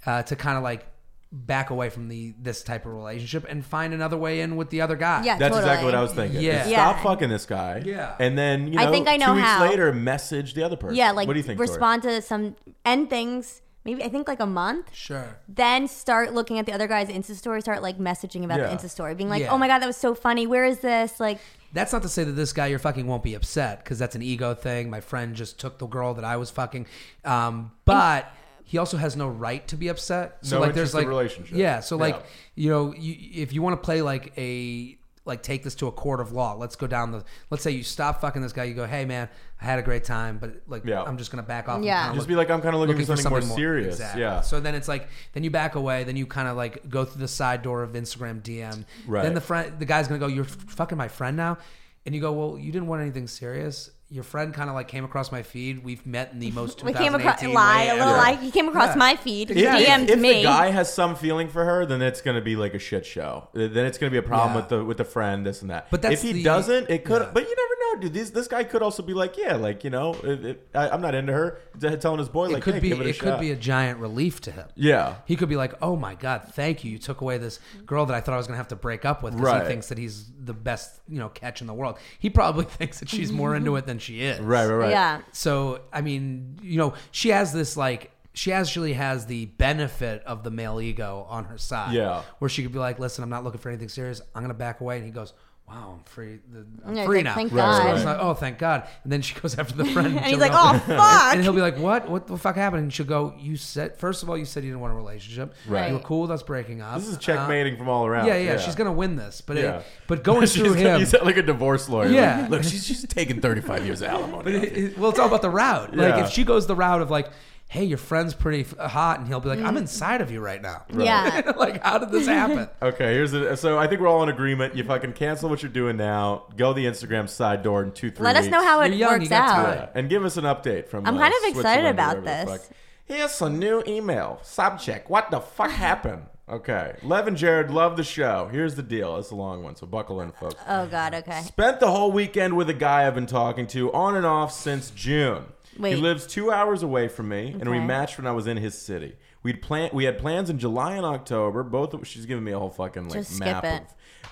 [SPEAKER 3] uh, to kind of like back away from the this type of relationship and find another way in with the other guy.
[SPEAKER 4] Yeah.
[SPEAKER 2] That's
[SPEAKER 4] Totally.
[SPEAKER 2] exactly what I was thinking.
[SPEAKER 3] Yeah.
[SPEAKER 2] Is
[SPEAKER 4] Yeah.
[SPEAKER 2] Stop fucking this guy.
[SPEAKER 3] Yeah.
[SPEAKER 2] And then you know,
[SPEAKER 4] I think I know
[SPEAKER 2] two weeks
[SPEAKER 4] how.
[SPEAKER 2] later, message the other person.
[SPEAKER 4] Yeah, like
[SPEAKER 2] what do you think? Tori?
[SPEAKER 4] respond to some end things. Maybe I think like a month.
[SPEAKER 3] sure.
[SPEAKER 4] Then start looking at the other guy's Insta story. Start like messaging about
[SPEAKER 2] Yeah.
[SPEAKER 4] the Insta story, being like,
[SPEAKER 3] Yeah.
[SPEAKER 4] "Oh my god, that was so funny. Where is this?" Like,
[SPEAKER 3] That's not to say that this guy you're fucking won't be upset because that's an ego thing. My friend just took the girl that I was fucking, um, but he also has no right to be upset. So
[SPEAKER 2] No
[SPEAKER 3] like, there's
[SPEAKER 2] interest in
[SPEAKER 3] like
[SPEAKER 2] relationship.
[SPEAKER 3] Yeah. So like,
[SPEAKER 2] Yeah.
[SPEAKER 3] you know, you, if you want to play like a like take this to a court of law. Let's go down the. Let's say you stop fucking this guy. You go, hey man, I had a great time, but like,
[SPEAKER 2] Yeah.
[SPEAKER 3] I'm just gonna back off.
[SPEAKER 4] Yeah.
[SPEAKER 3] And kinda
[SPEAKER 2] Just
[SPEAKER 3] look-
[SPEAKER 2] be like, I'm kind of looking,
[SPEAKER 3] looking
[SPEAKER 2] for something, more, serious.
[SPEAKER 3] Exactly.
[SPEAKER 2] Yeah.
[SPEAKER 3] So then it's like then you back away, then you kind of like go through the side door of Instagram DM.
[SPEAKER 2] Right.
[SPEAKER 3] Then the friend, the guy's gonna go, "You're f- fucking my friend now," and you go, "Well, you didn't want anything serious." Your friend kind of like came across my feed. We've met in the most
[SPEAKER 4] we came
[SPEAKER 3] 2018
[SPEAKER 4] across lie
[SPEAKER 3] way
[SPEAKER 4] a little
[SPEAKER 3] ever.
[SPEAKER 4] lie. He came across
[SPEAKER 3] Yeah.
[SPEAKER 4] my feed,
[SPEAKER 2] if, if-
[SPEAKER 4] DM'd
[SPEAKER 2] if
[SPEAKER 4] me.
[SPEAKER 2] the guy has some feeling for her, then it's going to be like a shit show. Then it's going to be a problem
[SPEAKER 3] Yeah.
[SPEAKER 2] with the with the friend, this and that.
[SPEAKER 3] But that's
[SPEAKER 2] if he
[SPEAKER 3] the-
[SPEAKER 2] doesn't, it could.
[SPEAKER 3] yeah.
[SPEAKER 2] But you never know, dude. This this guy could also be like, yeah, like you know, it, it, I, I'm not into her. T- Telling his boy,
[SPEAKER 3] It
[SPEAKER 2] like,
[SPEAKER 3] could
[SPEAKER 2] hey,
[SPEAKER 3] be.
[SPEAKER 2] give it a
[SPEAKER 3] It
[SPEAKER 2] shot.
[SPEAKER 3] could be a giant relief to him.
[SPEAKER 2] yeah.
[SPEAKER 3] He could be like, "Oh my god, thank you! You took away this girl that I thought I was gonna have to break up with." 'cause
[SPEAKER 2] Right.
[SPEAKER 3] He thinks that he's the best, you know, catch in the world. He probably thinks that she's more into it than she is.
[SPEAKER 2] Right, right, right.
[SPEAKER 4] Yeah,
[SPEAKER 3] So I mean, you know, she has this like she actually has the benefit of the male ego on her side.
[SPEAKER 2] Yeah.
[SPEAKER 3] Where she could be like, "Listen, I'm not looking for anything serious. I'm gonna back away." And he goes, "Wow, I'm free. The, I'm
[SPEAKER 4] Yeah, he's
[SPEAKER 3] free
[SPEAKER 4] like,
[SPEAKER 3] now."
[SPEAKER 4] "Thank
[SPEAKER 3] So it's
[SPEAKER 2] God."
[SPEAKER 3] like, oh, thank God. And then she goes after the friend,
[SPEAKER 4] and
[SPEAKER 3] she'll
[SPEAKER 4] he's like,
[SPEAKER 3] go-
[SPEAKER 4] "Oh
[SPEAKER 3] and
[SPEAKER 4] fuck."
[SPEAKER 3] he'll be like, "What? What the fuck happened?" And she'll go, "You said first of all, you said you didn't want a relationship.
[SPEAKER 2] Right.
[SPEAKER 3] You were cool. That's breaking up.
[SPEAKER 2] This is
[SPEAKER 3] Uh,
[SPEAKER 2] checkmating from all around.
[SPEAKER 3] yeah, yeah, She's gonna win this, but it-
[SPEAKER 2] Yeah.
[SPEAKER 3] but going
[SPEAKER 2] She's
[SPEAKER 3] through
[SPEAKER 2] gonna-
[SPEAKER 3] him,
[SPEAKER 2] You sound like a divorce lawyer.
[SPEAKER 3] Yeah.
[SPEAKER 2] Like, Look, she's she's taking 35 years of alimony. off you."
[SPEAKER 3] It- it- well, it's all about the route. Like
[SPEAKER 2] Yeah.
[SPEAKER 3] if she goes the route of like, hey, your friend's pretty f- hot, and he'll be like,
[SPEAKER 4] Mm.
[SPEAKER 3] I'm inside of you right now.
[SPEAKER 4] Yeah.
[SPEAKER 3] like how did this happen?
[SPEAKER 2] Okay, here's the. So I think we're all in agreement. You fucking cancel what you're doing now. Go the Instagram side door in two, three.
[SPEAKER 4] Let us
[SPEAKER 2] weeks.
[SPEAKER 4] know how it
[SPEAKER 3] You're young, you
[SPEAKER 4] works
[SPEAKER 3] got
[SPEAKER 4] out.
[SPEAKER 3] time.
[SPEAKER 2] Yeah, and give us an update from.
[SPEAKER 4] I'm
[SPEAKER 2] uh,
[SPEAKER 4] kind of excited
[SPEAKER 2] Switzerland or
[SPEAKER 4] about
[SPEAKER 2] wherever the
[SPEAKER 4] this.
[SPEAKER 2] fuck. Here's a new email subject. What the fuck happened? Okay. Lev and Jared love the show. Here's the deal. It's a long one, so buckle in, folks.
[SPEAKER 4] Oh God. Okay.
[SPEAKER 2] Spent the whole weekend with a guy I've been talking to on and off since June.
[SPEAKER 4] Wait.
[SPEAKER 2] He lives two hours away from me, and we
[SPEAKER 4] Okay.
[SPEAKER 2] matched when I was in his city. We'd plan. We had plans in July and October. Both. Of, she's giving me a whole fucking like
[SPEAKER 4] Just skip
[SPEAKER 2] map
[SPEAKER 4] it.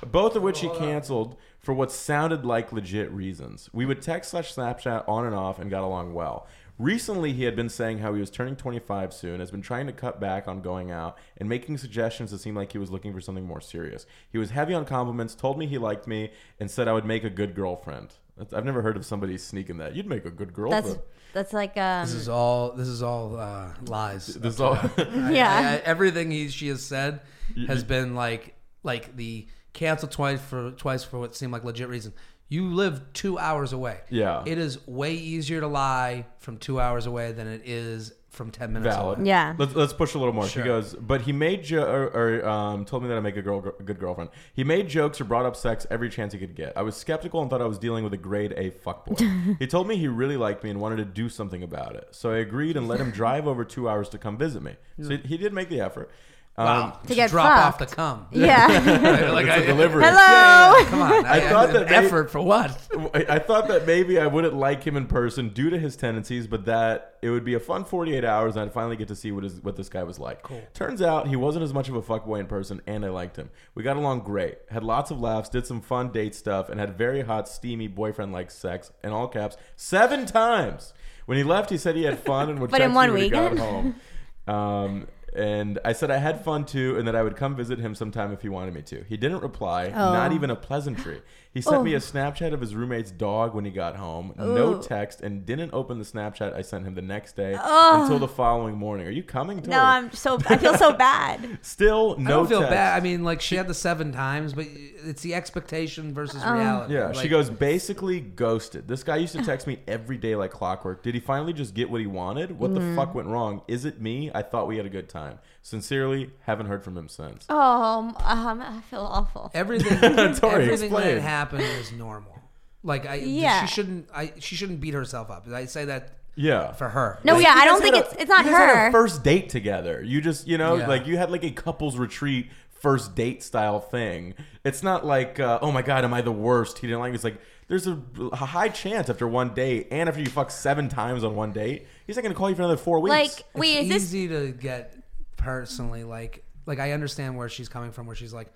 [SPEAKER 2] of. Both of which he canceled for what sounded like legit reasons. We would text slash Snapchat on and off and got along well. Recently, he had been saying how he was turning 25 soon, has been trying to cut back on going out, and making suggestions that seemed like he was looking for something more serious. He was heavy on compliments, told me he liked me, and said I would make a good girlfriend. That's, I've never heard of somebody sneaking that. You'd make a good girlfriend.
[SPEAKER 4] That's that's like um.
[SPEAKER 3] This is all. This is all uh, lies.
[SPEAKER 2] This all-
[SPEAKER 3] I-
[SPEAKER 4] Yeah.
[SPEAKER 3] I- everything he she has said has been like like the cancel twice for twice for what seemed like legit reason. You live two hours away.
[SPEAKER 2] Yeah.
[SPEAKER 3] It is way easier to lie from two hours away than it is from ten minutes.
[SPEAKER 2] valid.
[SPEAKER 3] Away.
[SPEAKER 4] Yeah.
[SPEAKER 2] Let's, let's push a little more.
[SPEAKER 3] Sure.
[SPEAKER 2] She goes, but he made jo- or, or um, told me that I make a girl a good girlfriend. He made jokes or brought up sex every chance he could get. I was skeptical and thought I was dealing with a grade A fuckboy. he told me he really liked me and wanted to do something about it. So I agreed and let him drive over two hours to come visit me. So he, he did make the effort. Um,
[SPEAKER 3] Wow.
[SPEAKER 4] To get
[SPEAKER 3] drop
[SPEAKER 4] fucked.
[SPEAKER 3] off the cum.
[SPEAKER 4] Yeah.
[SPEAKER 3] like I,
[SPEAKER 2] delivery.
[SPEAKER 4] Hello.
[SPEAKER 3] Come on. I,
[SPEAKER 2] thought
[SPEAKER 3] thought
[SPEAKER 2] that
[SPEAKER 3] that
[SPEAKER 2] they-
[SPEAKER 3] effort for what?
[SPEAKER 2] I I thought that maybe I wouldn't like him in person due to his tendencies, but that it would be a fun 48 hours and I'd finally get to see what is what this guy was like. Turns out he wasn't as much of a fuckboy in person, and I liked him. We got along great, had lots of laughs, did some fun date stuff, and had very hot, steamy boyfriend-like sex in all caps seven times. When he left, he said he had fun and would
[SPEAKER 4] But
[SPEAKER 2] text
[SPEAKER 4] in one
[SPEAKER 2] me when he got
[SPEAKER 4] weekend?
[SPEAKER 2] home. Um, and I said I had fun too, and that I would come visit him sometime if he wanted me to. He didn't reply, not
[SPEAKER 4] Oh.
[SPEAKER 2] even a pleasantry. He sent me a Snapchat of his roommate's dog when he got home, no
[SPEAKER 4] Ooh.
[SPEAKER 2] text, and didn't open the Snapchat I sent him the next day until the following morning. Are you coming? Tori?
[SPEAKER 4] No, I'm so I feel so bad.
[SPEAKER 2] still no
[SPEAKER 3] I don't feel
[SPEAKER 2] text.
[SPEAKER 3] bad. I mean, like she had the seven times, but it's the expectation versus reality.
[SPEAKER 2] Yeah, she
[SPEAKER 3] Like,
[SPEAKER 2] goes basically ghosted. This guy used to text me every day like clockwork. Did he finally just get what he wanted? What the
[SPEAKER 4] Mm-hmm.
[SPEAKER 2] fuck went wrong? Is it me? I thought we had a good time. Sincerely, haven't heard from him since.
[SPEAKER 4] Oh, um, I feel awful.
[SPEAKER 3] everything
[SPEAKER 2] Tori,
[SPEAKER 3] everything
[SPEAKER 2] explain.
[SPEAKER 3] that happened is normal. Like I
[SPEAKER 4] Yeah.
[SPEAKER 3] she shouldn't I she shouldn't beat herself up. I say that
[SPEAKER 2] Yeah.
[SPEAKER 3] for her.
[SPEAKER 4] No, yeah,
[SPEAKER 2] You guys
[SPEAKER 4] I don't think
[SPEAKER 2] had a-
[SPEAKER 4] it's it's not
[SPEAKER 2] you guys had a
[SPEAKER 4] her.
[SPEAKER 2] first date together. You just you know
[SPEAKER 3] Yeah.
[SPEAKER 2] like you had like a couples retreat first date style thing. It's not like uh, oh my god, am I the worst? He didn't like me. It's like there's a, a high chance after one date and after you fuck seven times on one date, he's not gonna call you for another four weeks.
[SPEAKER 4] Like, wait, is
[SPEAKER 3] it's
[SPEAKER 4] this
[SPEAKER 3] easy to get personally like like I understand where she's coming from where she's like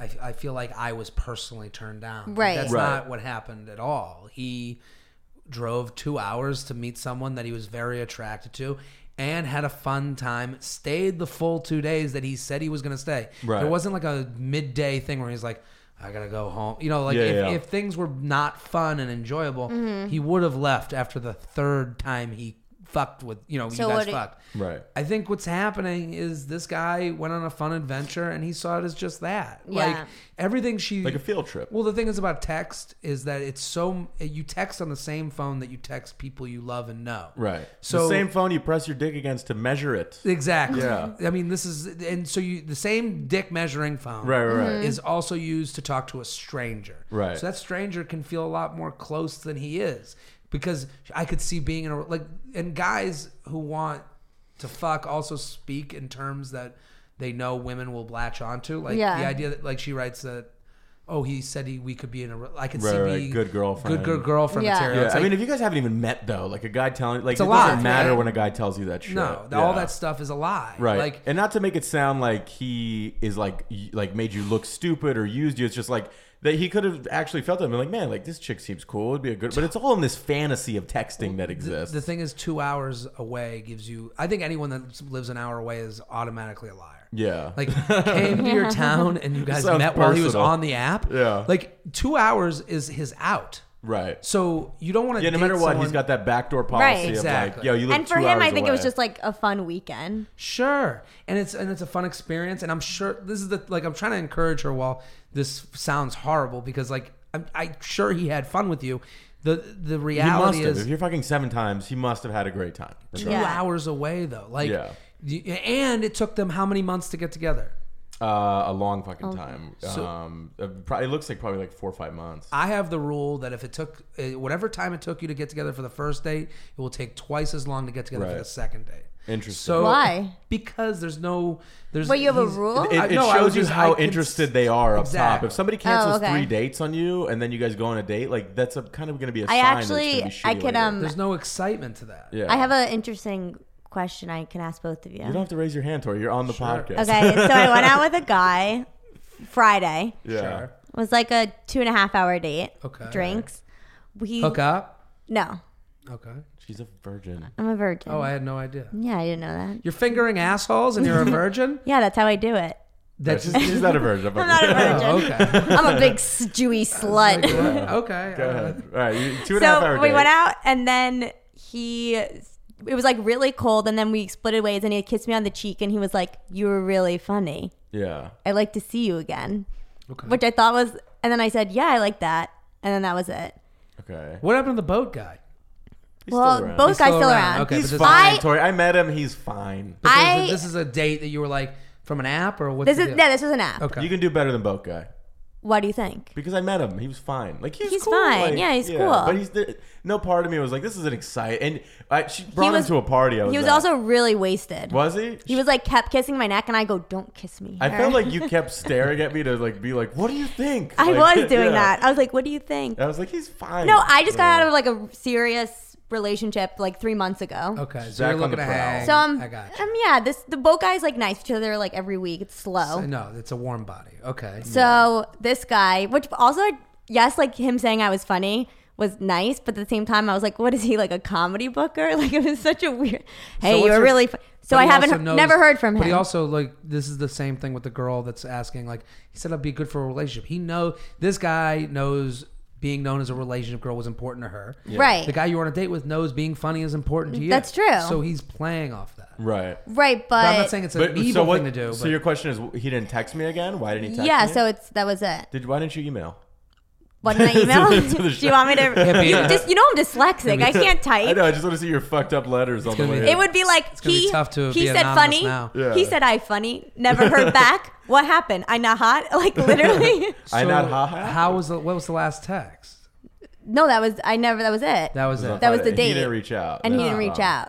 [SPEAKER 3] I, I feel like I was personally turned down. Like,
[SPEAKER 4] Right.
[SPEAKER 3] that's
[SPEAKER 2] Right.
[SPEAKER 3] not what happened at all. He drove 2 hours to meet someone that he was very attracted to and had a fun time. Stayed the full 2 days that he said he was going to stay.
[SPEAKER 2] Right.
[SPEAKER 3] It wasn't like a midday thing where he's like I gotta go home. You know, like
[SPEAKER 2] Yeah,
[SPEAKER 3] if,
[SPEAKER 2] yeah.
[SPEAKER 3] if things were not fun and enjoyable,
[SPEAKER 4] Mm-hmm.
[SPEAKER 3] he would have left after the third time he fucked with you know
[SPEAKER 4] So
[SPEAKER 3] you
[SPEAKER 4] what
[SPEAKER 3] guys
[SPEAKER 4] do-
[SPEAKER 3] fucked.
[SPEAKER 2] Right.
[SPEAKER 3] I think what's happening is this guy went on a fun adventure and he saw it as just that.
[SPEAKER 4] Yeah.
[SPEAKER 3] Like everything she
[SPEAKER 2] like a field trip.
[SPEAKER 3] Well, the thing is about text is that it's so you text on the same phone that you text people you love and know.
[SPEAKER 2] Right. So
[SPEAKER 3] So-
[SPEAKER 2] the same phone you press your dick against to measure it.
[SPEAKER 3] Exactly.
[SPEAKER 2] Yeah.
[SPEAKER 3] I mean, this is and so you the same dick measuring phone.
[SPEAKER 2] Right, right, right.
[SPEAKER 3] Is also used to talk to a stranger.
[SPEAKER 2] Right.
[SPEAKER 3] So that stranger can feel a lot more close than he is because I could see being in a like and guys who want to fuck also speak in terms that they know women will latch onto. Like
[SPEAKER 4] Yeah.
[SPEAKER 3] the idea that like she writes that. Oh, he said he, we could be in a. re- I could
[SPEAKER 2] Right,
[SPEAKER 3] see
[SPEAKER 2] right,
[SPEAKER 3] being
[SPEAKER 2] good girlfriend.
[SPEAKER 3] Good, good girlfriend
[SPEAKER 4] Yeah.
[SPEAKER 3] material.
[SPEAKER 2] Yeah,
[SPEAKER 3] It's
[SPEAKER 2] I
[SPEAKER 3] like-
[SPEAKER 2] mean, if you guys haven't even met though, like a guy telling, like
[SPEAKER 3] a
[SPEAKER 2] it
[SPEAKER 3] lie,
[SPEAKER 2] doesn't matter
[SPEAKER 3] right?
[SPEAKER 2] when a guy tells you that shit.
[SPEAKER 3] no, all
[SPEAKER 2] Yeah.
[SPEAKER 3] that stuff is a lie.
[SPEAKER 2] Right.
[SPEAKER 3] Like
[SPEAKER 2] and not to make it sound like he is like y- like made you look stupid or used you. It's just like that he could have actually felt that and been like, man, like this chick seems cool. It'd be a good. But it's all in this fantasy of texting that exists.
[SPEAKER 3] The thing is, two hours away gives you. I think anyone that lives an hour away is automatically a liar.
[SPEAKER 2] yeah.
[SPEAKER 3] Like came to your town and you guys
[SPEAKER 2] Sounds
[SPEAKER 3] met while he was
[SPEAKER 2] personal.
[SPEAKER 3] on the app.
[SPEAKER 2] Yeah.
[SPEAKER 3] Like two hours is his out.
[SPEAKER 2] right.
[SPEAKER 3] So you don't want to.
[SPEAKER 2] Yeah. No matter what, he's got that backdoor policy
[SPEAKER 4] Right.
[SPEAKER 2] of like,
[SPEAKER 3] Exactly.
[SPEAKER 2] yo, you live
[SPEAKER 4] and for
[SPEAKER 2] two
[SPEAKER 4] him,
[SPEAKER 2] hours
[SPEAKER 4] I think it was
[SPEAKER 2] away.
[SPEAKER 4] just like a fun weekend.
[SPEAKER 3] Sure, and it's and it's a fun experience, and I'm sure this is the like I'm trying to encourage her. While this sounds horrible, because like I'm, I'm sure he had fun with you. The the
[SPEAKER 2] He must
[SPEAKER 3] reality
[SPEAKER 2] have.
[SPEAKER 3] is
[SPEAKER 2] If you're fucking seven times, he must have had a great time. That's
[SPEAKER 3] two
[SPEAKER 2] right.
[SPEAKER 4] Yeah.
[SPEAKER 3] hours away though. Like,
[SPEAKER 2] Yeah.
[SPEAKER 3] the- and it took them how many months to get together?
[SPEAKER 2] Uh, a long
[SPEAKER 4] Oh.
[SPEAKER 2] fucking time.
[SPEAKER 3] So-
[SPEAKER 2] um, uh, pro- it looks like probably like four or five months.
[SPEAKER 3] I have the rule that if it took eh, uh, whatever time it took you to get together for the first date, it will take twice as long to get together for
[SPEAKER 2] Right.
[SPEAKER 3] the second date.
[SPEAKER 2] Interesting.
[SPEAKER 3] So
[SPEAKER 4] Why?
[SPEAKER 3] Because there's no there's.
[SPEAKER 4] Wait, you have a
[SPEAKER 3] he's-
[SPEAKER 4] rule?
[SPEAKER 2] It,
[SPEAKER 3] I-
[SPEAKER 2] it
[SPEAKER 3] no, I was
[SPEAKER 2] shows you
[SPEAKER 3] just-
[SPEAKER 2] how
[SPEAKER 3] I could-
[SPEAKER 2] interested they are up top.
[SPEAKER 3] Exactly.
[SPEAKER 2] If somebody cancels
[SPEAKER 4] Oh, okay.
[SPEAKER 2] three dates on you and then you guys go on a date, like that's a, kind of going to be a
[SPEAKER 4] I
[SPEAKER 2] sign
[SPEAKER 4] actually-
[SPEAKER 2] that's gonna
[SPEAKER 4] I
[SPEAKER 2] be shitty
[SPEAKER 4] could,
[SPEAKER 2] later.
[SPEAKER 4] um,
[SPEAKER 3] There's no excitement to that.
[SPEAKER 2] yeah.
[SPEAKER 4] I have an interesting question I can ask both of you.
[SPEAKER 2] You don't have to raise your hand, Tori. You're on the
[SPEAKER 3] Sure.
[SPEAKER 2] podcast.
[SPEAKER 4] Okay, so I went out with a guy Friday.
[SPEAKER 2] Yeah.
[SPEAKER 3] Sure.
[SPEAKER 4] It was like a two and a half hour date.
[SPEAKER 3] Okay.
[SPEAKER 4] Drinks. We
[SPEAKER 3] Hook up.
[SPEAKER 4] no,
[SPEAKER 3] Okay.
[SPEAKER 2] She's a virgin.
[SPEAKER 4] I'm a virgin.
[SPEAKER 3] Oh, I had no idea.
[SPEAKER 4] yeah, I didn't know that.
[SPEAKER 3] You're fingering assholes and you're a virgin.
[SPEAKER 4] Yeah, that's how I do it.
[SPEAKER 3] That's
[SPEAKER 2] She's, she's not a virgin. I'm
[SPEAKER 4] I'm not a virgin.
[SPEAKER 3] Oh, okay.
[SPEAKER 4] I'm a big s- Jewy slut.
[SPEAKER 3] okay.
[SPEAKER 2] Go ahead. All right. You, two and a half
[SPEAKER 4] so
[SPEAKER 2] hour
[SPEAKER 4] we
[SPEAKER 2] date.
[SPEAKER 4] went out and then he it was like really cold and then we splitted ways and he kissed me on the cheek and he was like you were really funny
[SPEAKER 2] Yeah.
[SPEAKER 4] i'd like to see you again
[SPEAKER 3] Okay.
[SPEAKER 4] which i thought was and then i said yeah i like that and then that was it
[SPEAKER 2] Okay.
[SPEAKER 3] What happened to the boat guy?
[SPEAKER 2] He's
[SPEAKER 4] well
[SPEAKER 2] still around.
[SPEAKER 4] both
[SPEAKER 3] He's
[SPEAKER 4] guys
[SPEAKER 3] still
[SPEAKER 4] still
[SPEAKER 3] around.
[SPEAKER 4] around
[SPEAKER 3] Okay,
[SPEAKER 2] He's
[SPEAKER 3] but this-
[SPEAKER 2] fine,
[SPEAKER 4] I-
[SPEAKER 2] Tori. I met him. He's fine.
[SPEAKER 3] But this is
[SPEAKER 4] I-
[SPEAKER 3] a- this is a date that you were like from an app or what?
[SPEAKER 4] this is yeah this was an app
[SPEAKER 3] okay.
[SPEAKER 2] You can do better than both guy.
[SPEAKER 4] what do you think
[SPEAKER 2] Because I met him, he was fine. Like he's,
[SPEAKER 4] He's
[SPEAKER 2] cool.
[SPEAKER 4] fine.
[SPEAKER 2] Like,
[SPEAKER 4] Yeah, he's cool.
[SPEAKER 2] But he's there, no part of me was like, this is an exciting. And I, she brought
[SPEAKER 4] was-
[SPEAKER 2] him to a party. I was
[SPEAKER 4] he was
[SPEAKER 2] at.
[SPEAKER 4] also really wasted
[SPEAKER 2] was he?
[SPEAKER 4] he was like kept kissing my neck and i go don't kiss me
[SPEAKER 2] I
[SPEAKER 4] Or-
[SPEAKER 2] felt like you kept staring at me to like be like, what do you think?
[SPEAKER 4] i
[SPEAKER 2] Like,
[SPEAKER 4] was doing
[SPEAKER 2] yeah.
[SPEAKER 4] that i was like what do you think
[SPEAKER 2] I was like, he's fine.
[SPEAKER 4] no i just got out of like a serious relationship like three months ago
[SPEAKER 3] Okay. So
[SPEAKER 2] Back
[SPEAKER 3] you're
[SPEAKER 2] on
[SPEAKER 3] looking
[SPEAKER 2] the
[SPEAKER 3] to
[SPEAKER 2] prowl.
[SPEAKER 3] hang.
[SPEAKER 4] So um,
[SPEAKER 3] I got you.
[SPEAKER 4] um, yeah, this the boat guys like nice to each other like every week. It's slow.
[SPEAKER 3] So, no, it's a warm body. Okay.
[SPEAKER 4] So this guy, which also yes, like him saying I was funny was nice, but at the same time I was like, what is he like a comedy booker? Like it was such a weird. Hey,
[SPEAKER 3] what's
[SPEAKER 4] you're
[SPEAKER 3] your-
[SPEAKER 4] really. Fu- so
[SPEAKER 3] But
[SPEAKER 4] I
[SPEAKER 3] he
[SPEAKER 4] haven't
[SPEAKER 3] also knows-
[SPEAKER 4] never heard from him.
[SPEAKER 3] But he also like this is the same thing with the girl that's asking like he said I'd be good for a relationship. He know this guy knows being known as a relationship girl was important to her.
[SPEAKER 4] Right,
[SPEAKER 3] The guy you're on a date with knows being funny is important to you.
[SPEAKER 4] That's true.
[SPEAKER 3] So he's playing off that.
[SPEAKER 2] right.
[SPEAKER 3] But
[SPEAKER 4] right, but,
[SPEAKER 3] I'm not saying it's an
[SPEAKER 2] But so
[SPEAKER 3] evil
[SPEAKER 2] what?
[SPEAKER 3] thing to do.
[SPEAKER 2] so
[SPEAKER 3] but
[SPEAKER 2] your question is, he didn't text me again. Why didn't he text
[SPEAKER 4] yeah.
[SPEAKER 2] me?
[SPEAKER 4] So it's that was it.
[SPEAKER 2] did why didn't you email?
[SPEAKER 4] What did I email?
[SPEAKER 2] To the
[SPEAKER 4] Do you want me to?
[SPEAKER 3] be-
[SPEAKER 4] you just you know I'm dyslexic. I can't type.
[SPEAKER 2] I know. I just want to see your fucked up letters on the
[SPEAKER 3] gonna
[SPEAKER 2] way.
[SPEAKER 3] be-
[SPEAKER 2] in.
[SPEAKER 4] It would be like
[SPEAKER 3] gonna
[SPEAKER 4] he
[SPEAKER 3] be tough to
[SPEAKER 4] he
[SPEAKER 3] be
[SPEAKER 4] said
[SPEAKER 3] anonymous
[SPEAKER 4] funny.
[SPEAKER 3] now.
[SPEAKER 2] Yeah.
[SPEAKER 4] He said I funny. Never heard back. what happened? I not hot? Like literally.
[SPEAKER 2] I
[SPEAKER 3] So
[SPEAKER 2] not ha ha.
[SPEAKER 3] How was the, what was the last text?
[SPEAKER 4] no, that was I never. That was it.
[SPEAKER 3] That was
[SPEAKER 2] on
[SPEAKER 3] it.
[SPEAKER 4] That was the
[SPEAKER 2] Friday. He
[SPEAKER 4] date.
[SPEAKER 2] didn't reach out,
[SPEAKER 4] and he
[SPEAKER 2] That's
[SPEAKER 4] didn't reach
[SPEAKER 2] wrong.
[SPEAKER 4] out.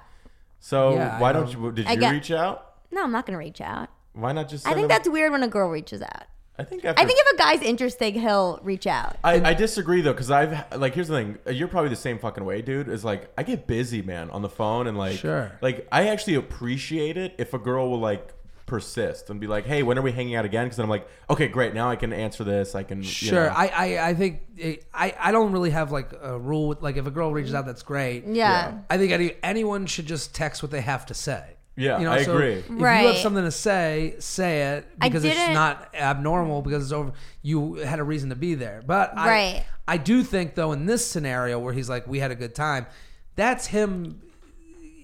[SPEAKER 2] So
[SPEAKER 3] Yeah, I
[SPEAKER 2] why don't
[SPEAKER 3] don't-
[SPEAKER 2] you? Did
[SPEAKER 4] I
[SPEAKER 2] you
[SPEAKER 4] got-
[SPEAKER 2] reach out?
[SPEAKER 4] No, I'm not gonna reach out.
[SPEAKER 2] Why not just?
[SPEAKER 4] I
[SPEAKER 2] send
[SPEAKER 4] think
[SPEAKER 2] him-
[SPEAKER 4] that's weird when a girl reaches out.
[SPEAKER 2] I think. After
[SPEAKER 4] I think if a guy's interested, he'll reach out.
[SPEAKER 2] I, I disagree though, because I've like here's the thing. You're probably the same fucking way, dude. Is like I get busy, man, on the phone and like,
[SPEAKER 3] Sure.
[SPEAKER 2] like I actually appreciate it if a girl will like persist and be like, hey, when are we hanging out again? Because I'm like, okay, great, now I can answer this. I can you
[SPEAKER 3] Sure,
[SPEAKER 2] know."
[SPEAKER 3] I, I I think it, I I don't really have like a rule. With, like if a girl reaches out, that's great.
[SPEAKER 4] Yeah. Yeah.
[SPEAKER 3] I think any, anyone should just text what they have to say.
[SPEAKER 2] Yeah, I agree.
[SPEAKER 3] If you
[SPEAKER 4] Right.
[SPEAKER 3] have something to say, say it
[SPEAKER 4] I
[SPEAKER 3] because it's
[SPEAKER 4] didn't-
[SPEAKER 3] not abnormal because it's over. You had a reason to be there, but I,
[SPEAKER 4] Right.
[SPEAKER 3] I do think though in this scenario where he's like, we had a good time, that's him.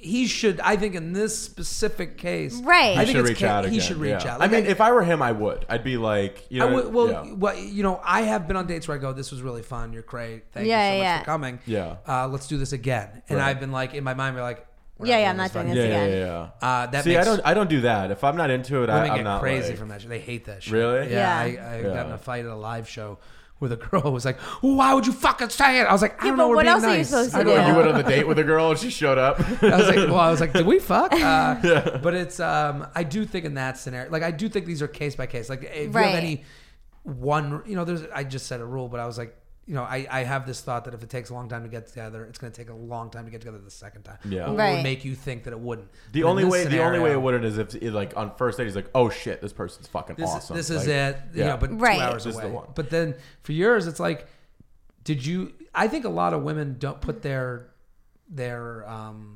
[SPEAKER 3] He should. I think in this specific case,
[SPEAKER 4] Right.
[SPEAKER 2] He
[SPEAKER 3] I think
[SPEAKER 2] should
[SPEAKER 3] it's
[SPEAKER 2] reach
[SPEAKER 3] ca-
[SPEAKER 2] out again.
[SPEAKER 3] He should reach
[SPEAKER 2] yeah.
[SPEAKER 3] out.
[SPEAKER 2] I
[SPEAKER 3] Like,
[SPEAKER 2] mean, if I were him, I would. I'd be like, you know,
[SPEAKER 3] I would, well,
[SPEAKER 2] yeah.
[SPEAKER 3] well, you know, I have been on dates where I go, "This was really fun. You're great. Thank
[SPEAKER 4] Yeah,
[SPEAKER 3] you so
[SPEAKER 4] yeah,
[SPEAKER 3] much for coming.
[SPEAKER 2] Yeah.
[SPEAKER 3] uh, let's do this again." And
[SPEAKER 2] Right.
[SPEAKER 3] I've been like, in my mind, we're like, we're
[SPEAKER 4] Yeah, yeah, I'm
[SPEAKER 3] doing
[SPEAKER 4] not doing
[SPEAKER 3] fucking
[SPEAKER 2] yeah,
[SPEAKER 4] this
[SPEAKER 3] thing.
[SPEAKER 2] yeah,
[SPEAKER 4] again.
[SPEAKER 2] yeah, yeah.
[SPEAKER 3] Uh, that
[SPEAKER 2] See, I
[SPEAKER 3] makes-
[SPEAKER 2] don't, I don't do that. If I'm not into it, I,
[SPEAKER 3] Women
[SPEAKER 2] I'm
[SPEAKER 3] get
[SPEAKER 2] not
[SPEAKER 3] crazy
[SPEAKER 2] like-
[SPEAKER 3] from that. shit. They hate that shit.
[SPEAKER 2] Really?
[SPEAKER 3] Yeah,
[SPEAKER 4] Yeah.
[SPEAKER 3] I, I
[SPEAKER 2] Yeah.
[SPEAKER 3] got in a fight at a live show where the girl was like, "Why would you fucking say it?" I was like, "I
[SPEAKER 4] Yeah,
[SPEAKER 3] don't
[SPEAKER 4] but
[SPEAKER 3] know. We're
[SPEAKER 4] what
[SPEAKER 3] being
[SPEAKER 4] else are you
[SPEAKER 3] nice."
[SPEAKER 4] supposed to
[SPEAKER 3] I don't
[SPEAKER 4] do?
[SPEAKER 2] You
[SPEAKER 3] know.
[SPEAKER 2] went on the date with a girl and she showed up.
[SPEAKER 3] I was like, well, I was like, did we fuck? Uh, But it's, um, I do think in that scenario, like, I do think these are case by case. Like, if you
[SPEAKER 4] Right.
[SPEAKER 3] have any one, you know, there's, I just said a rule, but I was like, you know, I, I have this thought that if it takes a long time to get together, it's going to take a long time to get together the second time.
[SPEAKER 2] Yeah.
[SPEAKER 3] What
[SPEAKER 4] Right.
[SPEAKER 3] would make you think that it wouldn't?
[SPEAKER 2] The
[SPEAKER 3] But in
[SPEAKER 2] only
[SPEAKER 3] this
[SPEAKER 2] way, the only way
[SPEAKER 3] scenario,
[SPEAKER 2] it wouldn't is if, it, like, on first date, he's like, "Oh shit, this person's fucking
[SPEAKER 3] This,
[SPEAKER 2] awesome."
[SPEAKER 3] this
[SPEAKER 2] Like,
[SPEAKER 3] is it. Yeah.
[SPEAKER 2] yeah.
[SPEAKER 3] but
[SPEAKER 4] Right.
[SPEAKER 3] two hours
[SPEAKER 2] This is the
[SPEAKER 3] away.
[SPEAKER 2] one.
[SPEAKER 3] But then for yours, it's like, did you, I think a lot of women don't put their, their, um,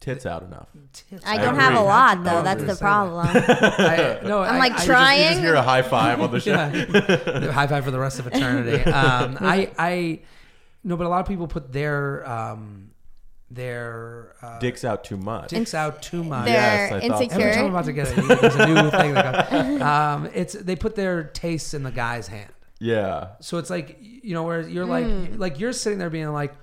[SPEAKER 2] Tits out enough.
[SPEAKER 3] tits
[SPEAKER 4] I
[SPEAKER 3] out.
[SPEAKER 4] don't
[SPEAKER 2] agree.
[SPEAKER 4] have a lot
[SPEAKER 3] I
[SPEAKER 4] though.
[SPEAKER 3] was
[SPEAKER 4] That's
[SPEAKER 3] gonna
[SPEAKER 4] the
[SPEAKER 3] say that.
[SPEAKER 4] problem.
[SPEAKER 3] I, no,
[SPEAKER 4] I'm
[SPEAKER 3] I-
[SPEAKER 4] like
[SPEAKER 3] I-
[SPEAKER 4] trying.
[SPEAKER 2] You just hear a high five on the show.
[SPEAKER 3] Yeah. High five for the rest of eternity. Um, I, I, no, but a lot of people put their, um, their uh,
[SPEAKER 2] Dicks out too much.
[SPEAKER 3] dicks out too much.
[SPEAKER 4] They're
[SPEAKER 2] Yes, I thought so.
[SPEAKER 3] Every time I'm
[SPEAKER 4] insecure.
[SPEAKER 3] about to get it, there's a new thing that comes. Um, it's they put their tastes in the guy's hand.
[SPEAKER 2] Yeah.
[SPEAKER 3] So it's like you know, where you're like,
[SPEAKER 4] Hmm.
[SPEAKER 3] like you're sitting there being like,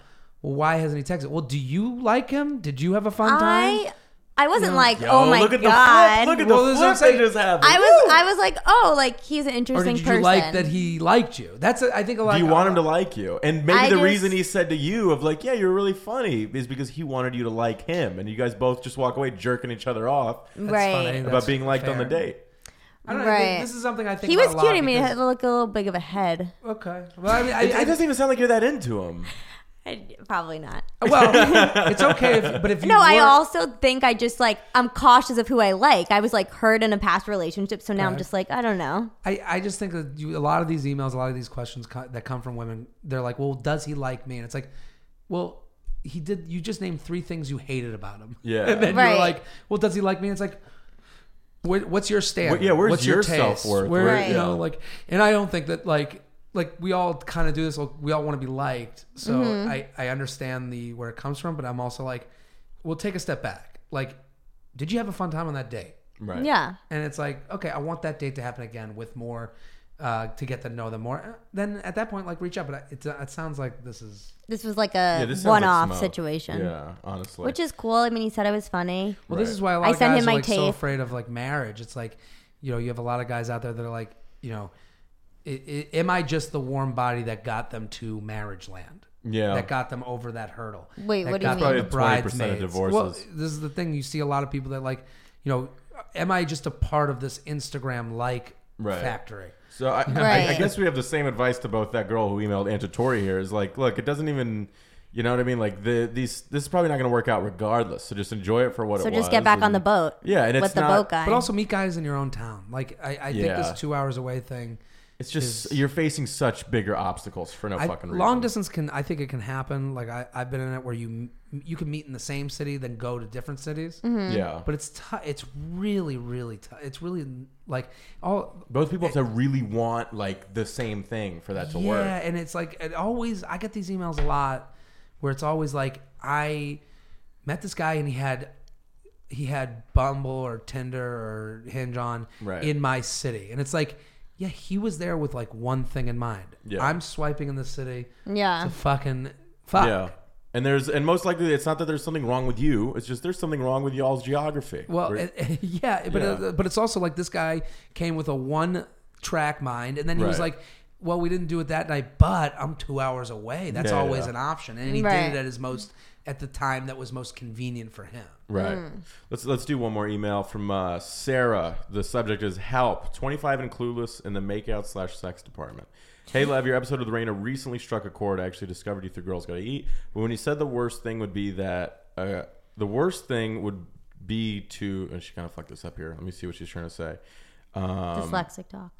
[SPEAKER 3] well, why hasn't he texted? Well, do you like him? Did you have a fun time?
[SPEAKER 4] I I wasn't like,
[SPEAKER 2] Yo,
[SPEAKER 4] oh my
[SPEAKER 2] look at
[SPEAKER 4] god.
[SPEAKER 2] the flip. Look at
[SPEAKER 3] Well,
[SPEAKER 2] the
[SPEAKER 3] this is what
[SPEAKER 2] flip they
[SPEAKER 3] I'm saying.
[SPEAKER 2] just happened.
[SPEAKER 4] I was I was like, oh, like he's an
[SPEAKER 3] Or
[SPEAKER 4] interesting
[SPEAKER 3] did you
[SPEAKER 4] person.
[SPEAKER 3] like that he liked you? That's a, I think a lot.
[SPEAKER 2] do you want him to like you? And maybe
[SPEAKER 4] I
[SPEAKER 2] the
[SPEAKER 4] just-
[SPEAKER 2] reason he said to you of like, yeah, you're really funny is because he wanted you to like him, and you guys both just walk away jerking each other off
[SPEAKER 4] right.
[SPEAKER 2] about being liked on the date.
[SPEAKER 3] I don't know, I think-
[SPEAKER 4] Right.
[SPEAKER 3] This is something I think
[SPEAKER 4] He
[SPEAKER 3] about
[SPEAKER 4] was
[SPEAKER 3] a lot
[SPEAKER 4] cute. I mean, he
[SPEAKER 3] because-
[SPEAKER 4] had like a little big of a head.
[SPEAKER 3] Okay. Well, I mean, I,
[SPEAKER 2] It,
[SPEAKER 3] I
[SPEAKER 2] it doesn't even sound like you're that into him.
[SPEAKER 4] I, probably not.
[SPEAKER 3] well, it's okay. If, but if you
[SPEAKER 4] No, I
[SPEAKER 3] were-
[SPEAKER 4] also think I just like I'm cautious of who I like. I was like hurt in a past relationship, so now I'm
[SPEAKER 3] Okay.
[SPEAKER 4] just like I don't know.
[SPEAKER 3] I, I just think that you, a lot of these emails, a lot of these questions co- that come from women, they're like, "Well, does he like me?" And it's like, "Well, he did." You just named three things you hated about him.
[SPEAKER 2] Yeah.
[SPEAKER 3] and then
[SPEAKER 4] Right.
[SPEAKER 3] you're like, "Well, does he like me?" And it's like, wh- "What's your
[SPEAKER 2] Wh-
[SPEAKER 3] stand?
[SPEAKER 2] yeah, where's
[SPEAKER 3] What's
[SPEAKER 2] your
[SPEAKER 3] taste?
[SPEAKER 2] self-worth?
[SPEAKER 3] Where
[SPEAKER 4] Where-
[SPEAKER 3] you know,
[SPEAKER 2] yeah.
[SPEAKER 3] like, and I don't think that like like we all kind of do this. Like, we all want to be liked, so
[SPEAKER 4] Mm-hmm.
[SPEAKER 3] I I understand the where it comes from, but I'm also like, we'll take a step back. Like, did you have a fun time on that date?
[SPEAKER 2] Right.
[SPEAKER 4] Yeah,
[SPEAKER 3] and it's like okay i want that date to happen again with more uh, to get to know them more Uh, then at that point like reach out but I- it, it sounds like this is
[SPEAKER 4] this was like
[SPEAKER 2] Yeah,
[SPEAKER 4] a
[SPEAKER 2] this sounds like
[SPEAKER 4] one-off
[SPEAKER 2] smoke.
[SPEAKER 4] situation,
[SPEAKER 2] Yeah, honestly.
[SPEAKER 4] which is cool. I mean, he said I was funny.
[SPEAKER 3] well
[SPEAKER 2] Right.
[SPEAKER 3] this is why a lot
[SPEAKER 4] I
[SPEAKER 3] of
[SPEAKER 4] send
[SPEAKER 3] guys
[SPEAKER 4] him
[SPEAKER 3] are
[SPEAKER 4] my
[SPEAKER 3] like so
[SPEAKER 4] tape.
[SPEAKER 3] afraid of like marriage it's like you know you have a lot of guys out there that are like you know i i am i just the warm body that got them to marriage land
[SPEAKER 2] Yeah.
[SPEAKER 3] that got them over that hurdle
[SPEAKER 4] Wait,
[SPEAKER 3] that
[SPEAKER 4] what do you
[SPEAKER 3] got
[SPEAKER 4] mean?
[SPEAKER 3] them
[SPEAKER 2] Probably
[SPEAKER 3] the
[SPEAKER 2] 20% of
[SPEAKER 3] bridesmaids.
[SPEAKER 2] divorces.
[SPEAKER 3] Well, this is the thing you see a lot of people that like you know am i just a part of this instagram like
[SPEAKER 2] Right.
[SPEAKER 3] factory
[SPEAKER 2] So I, I, I
[SPEAKER 4] Right.
[SPEAKER 2] guess we have the same advice to both that girl who emailed Aunt Tori here is like, look, it doesn't even, you know what I mean? Like the these, this is probably not going to work out regardless. So just enjoy it for what
[SPEAKER 4] So
[SPEAKER 2] it was.
[SPEAKER 4] just get back on
[SPEAKER 2] and-
[SPEAKER 4] the boat.
[SPEAKER 2] Yeah, and it's
[SPEAKER 4] with the
[SPEAKER 2] not-
[SPEAKER 4] boat guy.
[SPEAKER 3] But also meet guys in your own town. Like I, I think
[SPEAKER 2] Yeah.
[SPEAKER 3] this two hours away thing.
[SPEAKER 2] It's just you're facing such bigger obstacles for no
[SPEAKER 3] I,
[SPEAKER 2] fucking reason.
[SPEAKER 3] long distance can I think it can happen. Like I, I've been in it where you you can meet in the same city then go to different cities.
[SPEAKER 2] Yeah,
[SPEAKER 3] Mm-hmm. But it's t- it's really really t- it's really like all
[SPEAKER 2] both people have to really want like the same thing for that to
[SPEAKER 3] yeah,
[SPEAKER 2] work.
[SPEAKER 3] and it's like it always I get these emails a lot where it's always like I met this guy and he had he had Bumble or Tinder or Hinge on
[SPEAKER 2] Right.
[SPEAKER 3] in my city. And it's like, yeah, he was there with like one thing in mind.
[SPEAKER 2] Yeah.
[SPEAKER 3] I'm swiping in the city
[SPEAKER 4] yeah,
[SPEAKER 3] to fucking fuck.
[SPEAKER 2] Yeah, and there's and most likely it's not that there's something wrong with you. It's just there's something wrong with y'all's geography.
[SPEAKER 3] Well,
[SPEAKER 2] Right?
[SPEAKER 3] it- yeah, but
[SPEAKER 2] Yeah.
[SPEAKER 3] Uh, but it's also like this guy came with a one track mind, and then he was
[SPEAKER 2] Right.
[SPEAKER 3] like, "Well, we didn't do it that night, but I'm two hours away. That's
[SPEAKER 2] Yeah,
[SPEAKER 3] always
[SPEAKER 2] yeah.
[SPEAKER 3] an option." And he
[SPEAKER 4] Right.
[SPEAKER 3] did it at his most at the time that was most convenient for him.
[SPEAKER 2] Right. Let's let's do one more email from uh, Sarah. The subject is help. Twenty five and clueless in the makeout slash sex department. Hey Lev, your episode with Raina recently struck a chord. I actually discovered you through Girls Gotta Eat. But when you said the worst thing would be that uh, the worst thing would be to and she kind of fucked this up here. Let me see what she's trying to say. Um,
[SPEAKER 4] dyslexic talk.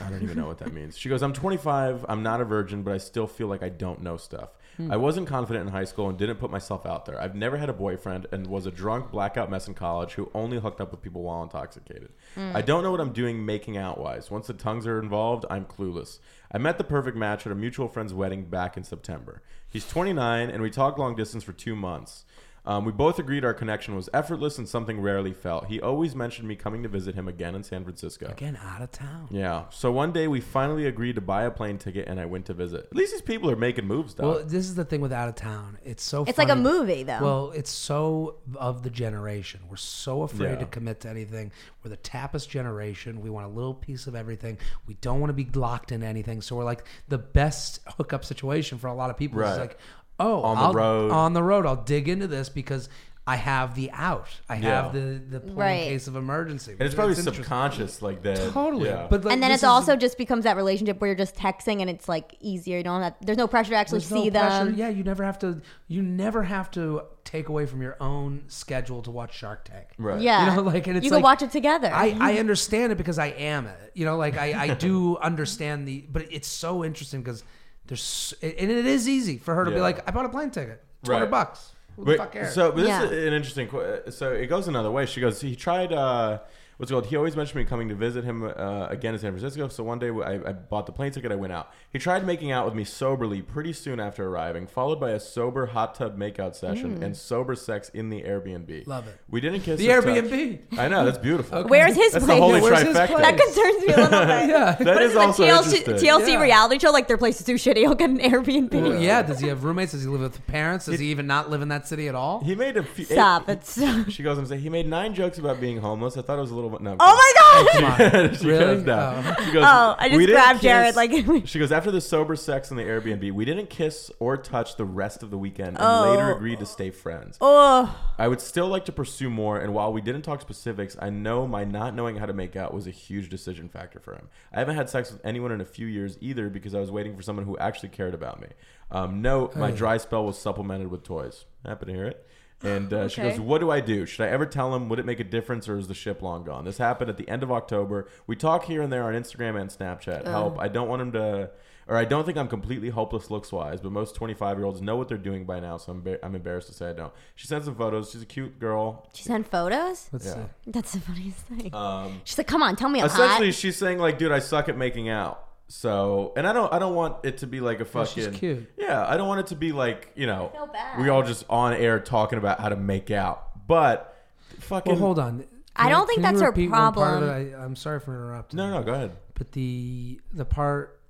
[SPEAKER 2] I don't even know what that means. She goes, I'm 25, I'm not a virgin, but I still feel like I don't know stuff. I wasn't confident in high school and didn't put myself out there. I've never had a boyfriend and was a drunk blackout mess in college who only hooked up with people while intoxicated. I don't know what I'm doing making out wise. Once the tongues are involved, I'm clueless. I met the perfect match at a mutual friend's wedding back in September. He's 29 and we talked long distance for two months. Um, we both agreed our connection was effortless and something rarely felt. He always mentioned me coming to visit him again in San Francisco.
[SPEAKER 3] Again, out of town.
[SPEAKER 2] Yeah. So one day we finally agreed to buy a plane ticket, and I went to visit. At least these people are making moves, though.
[SPEAKER 3] Well, this is the thing with out of town. It's so
[SPEAKER 4] It's like a
[SPEAKER 3] funny.
[SPEAKER 4] movie though.
[SPEAKER 3] Well, it's so of the generation. We're so afraid
[SPEAKER 2] Yeah.
[SPEAKER 3] to commit to anything. We're the tapas generation. We want a little piece of everything. We don't want to be locked in anything. So we're like the best hookup situation for a lot of people
[SPEAKER 2] Right.
[SPEAKER 3] is like, oh,
[SPEAKER 2] On the
[SPEAKER 3] I'll-
[SPEAKER 2] road.
[SPEAKER 3] on the road. I'll dig into this because I have the out. I have
[SPEAKER 2] Yeah.
[SPEAKER 3] the the plan
[SPEAKER 4] Right.
[SPEAKER 3] in case of emergency.
[SPEAKER 2] and it's probably
[SPEAKER 3] interesting.
[SPEAKER 2] subconscious, like that.
[SPEAKER 3] Totally,
[SPEAKER 2] Yeah.
[SPEAKER 3] but like,
[SPEAKER 4] and then
[SPEAKER 3] this
[SPEAKER 4] it's
[SPEAKER 3] is-
[SPEAKER 4] also just becomes that relationship where you're just texting and it's like easier. You don't have there's no pressure to actually
[SPEAKER 3] There's no
[SPEAKER 4] see
[SPEAKER 3] pressure.
[SPEAKER 4] them.
[SPEAKER 3] Yeah, you never have to. You never have to take away from your own schedule to watch Shark Tank.
[SPEAKER 2] right.
[SPEAKER 4] Yeah.
[SPEAKER 3] You know, like, and it's
[SPEAKER 4] you can
[SPEAKER 3] like-
[SPEAKER 4] watch it together. Mm-hmm.
[SPEAKER 3] I, I understand it because I am it. You know, like I, I do understand the, but it's so interesting because there's, and it is easy for her to
[SPEAKER 2] Yeah.
[SPEAKER 3] be like, I bought a plane ticket, 200
[SPEAKER 2] Right.
[SPEAKER 3] bucks. Who the
[SPEAKER 2] But-
[SPEAKER 3] fuck cares?
[SPEAKER 2] So but this
[SPEAKER 4] Yeah.
[SPEAKER 2] is an interesting. que- So it goes another way. She goes. He tried. uh What's it called? He always mentioned me coming to visit him uh, again in San Francisco. So one day I, I bought the plane ticket. I went out. He tried making out with me soberly pretty soon after arriving, followed by a sober hot tub makeout
[SPEAKER 4] Mm.
[SPEAKER 2] session and sober sex in the Airbnb.
[SPEAKER 3] Love it.
[SPEAKER 2] We didn't kiss.
[SPEAKER 3] The
[SPEAKER 2] or touch.
[SPEAKER 3] Airbnb.
[SPEAKER 2] I know that's beautiful.
[SPEAKER 4] Where's his
[SPEAKER 2] That's
[SPEAKER 4] place?
[SPEAKER 2] the holy
[SPEAKER 3] Where's his
[SPEAKER 2] trifecta.
[SPEAKER 3] place?
[SPEAKER 4] that concerns me a little bit.
[SPEAKER 3] Yeah.
[SPEAKER 2] That
[SPEAKER 4] What
[SPEAKER 2] is
[SPEAKER 4] is it, like
[SPEAKER 2] also
[SPEAKER 4] TLC,
[SPEAKER 2] interesting.
[SPEAKER 4] TLC
[SPEAKER 3] Yeah.
[SPEAKER 4] reality show? Like their place is too shitty. He'll get an Airbnb.
[SPEAKER 3] Well, yeah. Does he have roommates? Does he live with parents? Does he even not live in that city at all?
[SPEAKER 2] He made a few.
[SPEAKER 4] Stop.
[SPEAKER 2] he-
[SPEAKER 4] It's oh
[SPEAKER 2] She goes and say he made nine jokes about being homeless. I thought it was a little. No,
[SPEAKER 4] Oh my god.
[SPEAKER 2] she
[SPEAKER 3] Really?
[SPEAKER 2] goes down. She goes,
[SPEAKER 4] Oh, I just
[SPEAKER 2] "We didn't
[SPEAKER 4] grabbed Jared, like-
[SPEAKER 2] she goes after the sober sex in the Airbnb. We didn't kiss or touch the rest of the weekend, and later
[SPEAKER 4] Oh.
[SPEAKER 2] agreed to stay friends.
[SPEAKER 4] Oh,
[SPEAKER 2] I would still like to pursue more, and while we didn't talk specifics, I know my not knowing how to make out was a huge decision factor for him. I haven't had sex with anyone in a few years either because I was waiting for someone who actually cared about me. Um, no, my dry spell was supplemented with toys. Happy to hear it. And uh, she
[SPEAKER 4] Okay.
[SPEAKER 2] goes, What do I do? Should I ever tell him? Would it make a difference or is the ship long gone? This happened at the end of October. We talk here and there on Instagram and Snapchat. Help. I don't want him to. Or I don't think I'm completely hopeless looks wise, but most 25 year olds know what they're doing by now, so I'm, ba- I'm embarrassed to say I don't. She sends some photos. She's a cute girl.
[SPEAKER 4] she sent photos.
[SPEAKER 3] Let's
[SPEAKER 2] Yeah.
[SPEAKER 3] see.
[SPEAKER 4] That's the funniest
[SPEAKER 3] Uh,
[SPEAKER 4] thing.
[SPEAKER 2] Um,
[SPEAKER 4] She's like, "Come on, tell me I'm
[SPEAKER 2] essentially,
[SPEAKER 4] hot."
[SPEAKER 2] she's saying like, "Dude, I suck at making out." So, and I don't, I don't want it to be like a fucking.
[SPEAKER 3] she's cute.
[SPEAKER 2] Yeah, I don't want it to be like you know,
[SPEAKER 4] feel bad.
[SPEAKER 2] we all just on air talking about how to make out, but fucking.
[SPEAKER 3] Well, hold on.
[SPEAKER 4] I
[SPEAKER 3] Can
[SPEAKER 4] don't
[SPEAKER 3] you-
[SPEAKER 4] think
[SPEAKER 3] can
[SPEAKER 4] that's
[SPEAKER 3] you
[SPEAKER 4] her
[SPEAKER 3] repeat one part of
[SPEAKER 4] problem.
[SPEAKER 3] it? I, I'm sorry for interrupting.
[SPEAKER 2] No, no, go ahead.
[SPEAKER 3] But the the part.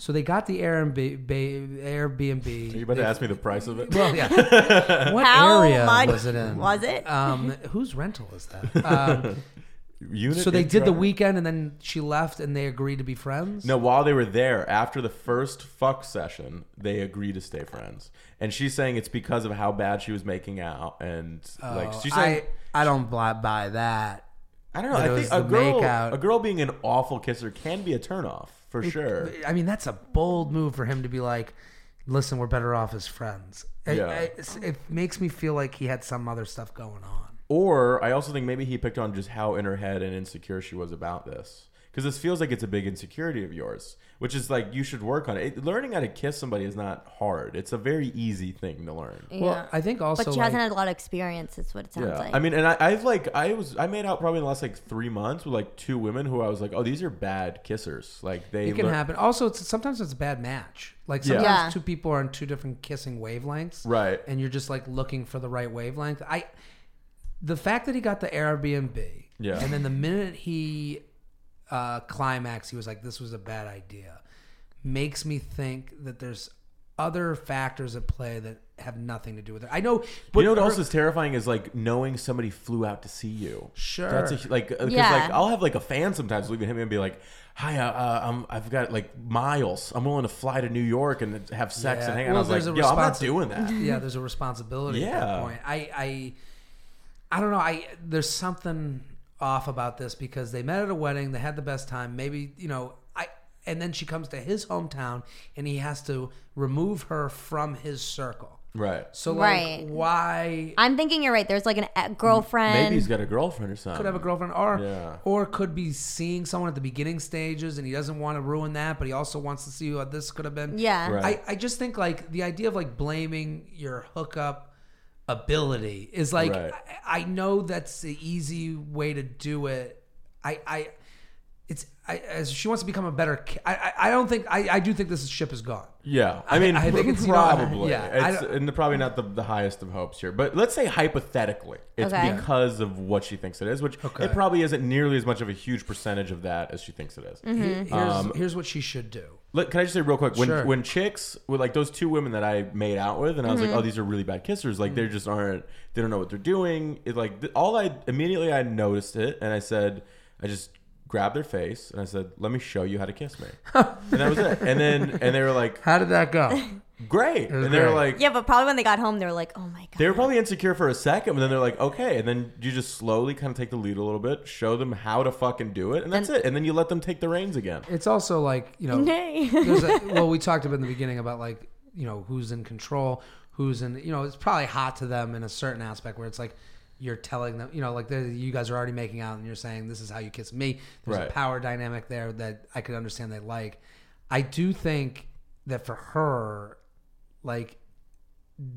[SPEAKER 3] So they got the Airbnb. Airbnb.
[SPEAKER 2] Are you about to ask me the price of it?
[SPEAKER 3] Well, yeah. what
[SPEAKER 4] How
[SPEAKER 3] area
[SPEAKER 4] much
[SPEAKER 3] was it in?
[SPEAKER 4] was it?
[SPEAKER 3] Um, whose rental is that? Um,
[SPEAKER 2] Unit
[SPEAKER 3] so they
[SPEAKER 2] and
[SPEAKER 3] did the
[SPEAKER 2] driver.
[SPEAKER 3] weekend, and then she left, and they agreed to be friends.
[SPEAKER 2] No, while they were there, after the first fuck session, they agree to stay friends. And she's saying it's because of how bad she was making out, and like
[SPEAKER 3] Oh,
[SPEAKER 2] she's saying,
[SPEAKER 3] I, I don't buy, buy that.
[SPEAKER 2] I, don't know.
[SPEAKER 3] that it
[SPEAKER 2] I think
[SPEAKER 3] was
[SPEAKER 2] a
[SPEAKER 3] the
[SPEAKER 2] girl,
[SPEAKER 3] makeout.
[SPEAKER 2] a girl being an awful kisser can be a turnoff for sure.
[SPEAKER 3] I mean, that's a bold move for him to be like, "Listen, we're better off as friends." It,
[SPEAKER 2] Yeah.
[SPEAKER 3] it's- it makes me feel like he had some other stuff going on.
[SPEAKER 2] Or I also think maybe he picked on just how in her head and insecure she was about this. Because this feels like it's a big insecurity of yours, which is like you should work on it. It- Learning how to kiss somebody is not hard. It's a very easy thing to learn.
[SPEAKER 4] yeah.
[SPEAKER 3] Well, I think also,
[SPEAKER 4] but she
[SPEAKER 3] like,
[SPEAKER 4] hasn't had a lot of experience. That's what it sounds
[SPEAKER 2] Yeah,
[SPEAKER 4] like.
[SPEAKER 2] I mean, and I, I've like I was I made out probably in the last like three months with like two women who I was like, oh, these are bad kissers. Like they
[SPEAKER 3] it can
[SPEAKER 2] learn-
[SPEAKER 3] happen. Also, it's, sometimes it's a bad match. Like
[SPEAKER 2] Yeah.
[SPEAKER 3] sometimes
[SPEAKER 4] Yeah.
[SPEAKER 3] two people are on two different kissing wavelengths,
[SPEAKER 2] Right.
[SPEAKER 3] And you're just like looking for the right wavelength. I, the fact that he got the Airbnb,
[SPEAKER 2] Yeah.
[SPEAKER 3] and then the minute he uh, climaxed, he was like, "This was a bad idea," makes me think that there's other factors at play that have nothing to do with it. I know, but
[SPEAKER 2] You know what
[SPEAKER 3] her-
[SPEAKER 2] else is terrifying is like knowing somebody flew out to see you.
[SPEAKER 3] Sure.
[SPEAKER 2] that's a, like because
[SPEAKER 4] Yeah.
[SPEAKER 2] like I'll have like a fan sometimes leaving him and be like, hi, uh, uh, I'm I've got like miles. I'm willing to fly to New York and have sex
[SPEAKER 3] Yeah.
[SPEAKER 2] and hang out.
[SPEAKER 3] Well,
[SPEAKER 2] I was
[SPEAKER 3] there's
[SPEAKER 2] like,
[SPEAKER 3] a
[SPEAKER 2] yo, I'm not
[SPEAKER 3] responsi-
[SPEAKER 2] doing that.
[SPEAKER 3] yeah, there's a responsibility at
[SPEAKER 2] Yeah.
[SPEAKER 3] that point. I, I, I don't know. I there's something off about this because they met at a wedding, they had the best time. Maybe you know, I and then she comes to his hometown and he has to remove her from his circle.
[SPEAKER 2] right.
[SPEAKER 3] So like,
[SPEAKER 4] Right.
[SPEAKER 3] why
[SPEAKER 4] I'm thinking you're right. There's like an e- girlfriend.
[SPEAKER 2] Maybe he's got a girlfriend or something.
[SPEAKER 3] could have a girlfriend or
[SPEAKER 2] Yeah.
[SPEAKER 3] or could be seeing someone at the beginning stages and he doesn't want to ruin that, but he also wants to see what this could have been.
[SPEAKER 4] yeah.
[SPEAKER 2] Right.
[SPEAKER 3] I, I just think like the idea of like blaming your hookup ability is like
[SPEAKER 2] Right.
[SPEAKER 3] I, I know that's the easy way to do it. I I it's I as she wants to become a better. ki- I I, I don't think I I do think this ship is gone.
[SPEAKER 2] Yeah, I mean,
[SPEAKER 3] I think it's, you know,
[SPEAKER 2] probably.
[SPEAKER 3] yeah, I
[SPEAKER 2] it's
[SPEAKER 3] don't-
[SPEAKER 2] and probably not the, the highest of hopes here, but let's say hypothetically, it's
[SPEAKER 4] Okay.
[SPEAKER 2] because of what she thinks it is, which it probably isn't nearly as much of a huge percentage of that as she thinks it is.
[SPEAKER 3] Here's
[SPEAKER 2] Um,
[SPEAKER 3] here's what she should do.
[SPEAKER 2] Look, can I just say real quick? When
[SPEAKER 3] Sure.
[SPEAKER 2] when chicks with like those two women that I made out with, and I was like, oh, these are really bad kissers. Like they
[SPEAKER 3] Mm.
[SPEAKER 2] just aren't. They don't know what they're doing. It like th- all I immediately I noticed it, and I said, I just grabbed their face and I said, let me show you how to kiss me, and that was it. And then and they were like,
[SPEAKER 3] How did that go?
[SPEAKER 2] great,
[SPEAKER 3] was
[SPEAKER 2] and they were
[SPEAKER 3] great.
[SPEAKER 2] like.
[SPEAKER 4] Yeah, but probably when they got home, they were like, "Oh my god."
[SPEAKER 2] They were probably insecure for a second, but then they're like, okay. And then you just slowly kind of take the lead a little bit, show them how to fucking do it, and that's it. And then you let them take the reins again.
[SPEAKER 3] it's also like you know.
[SPEAKER 4] Nay.
[SPEAKER 3] there's a, well, we talked about in the beginning about like you know who's in control, who's in you know it's probably hot to them in a certain aspect where it's like you're telling them you know like they're- you guys are already making out and you're saying this is how you kiss me. There's
[SPEAKER 2] Right.
[SPEAKER 3] a power dynamic there that I could understand they like. I do think that for her, like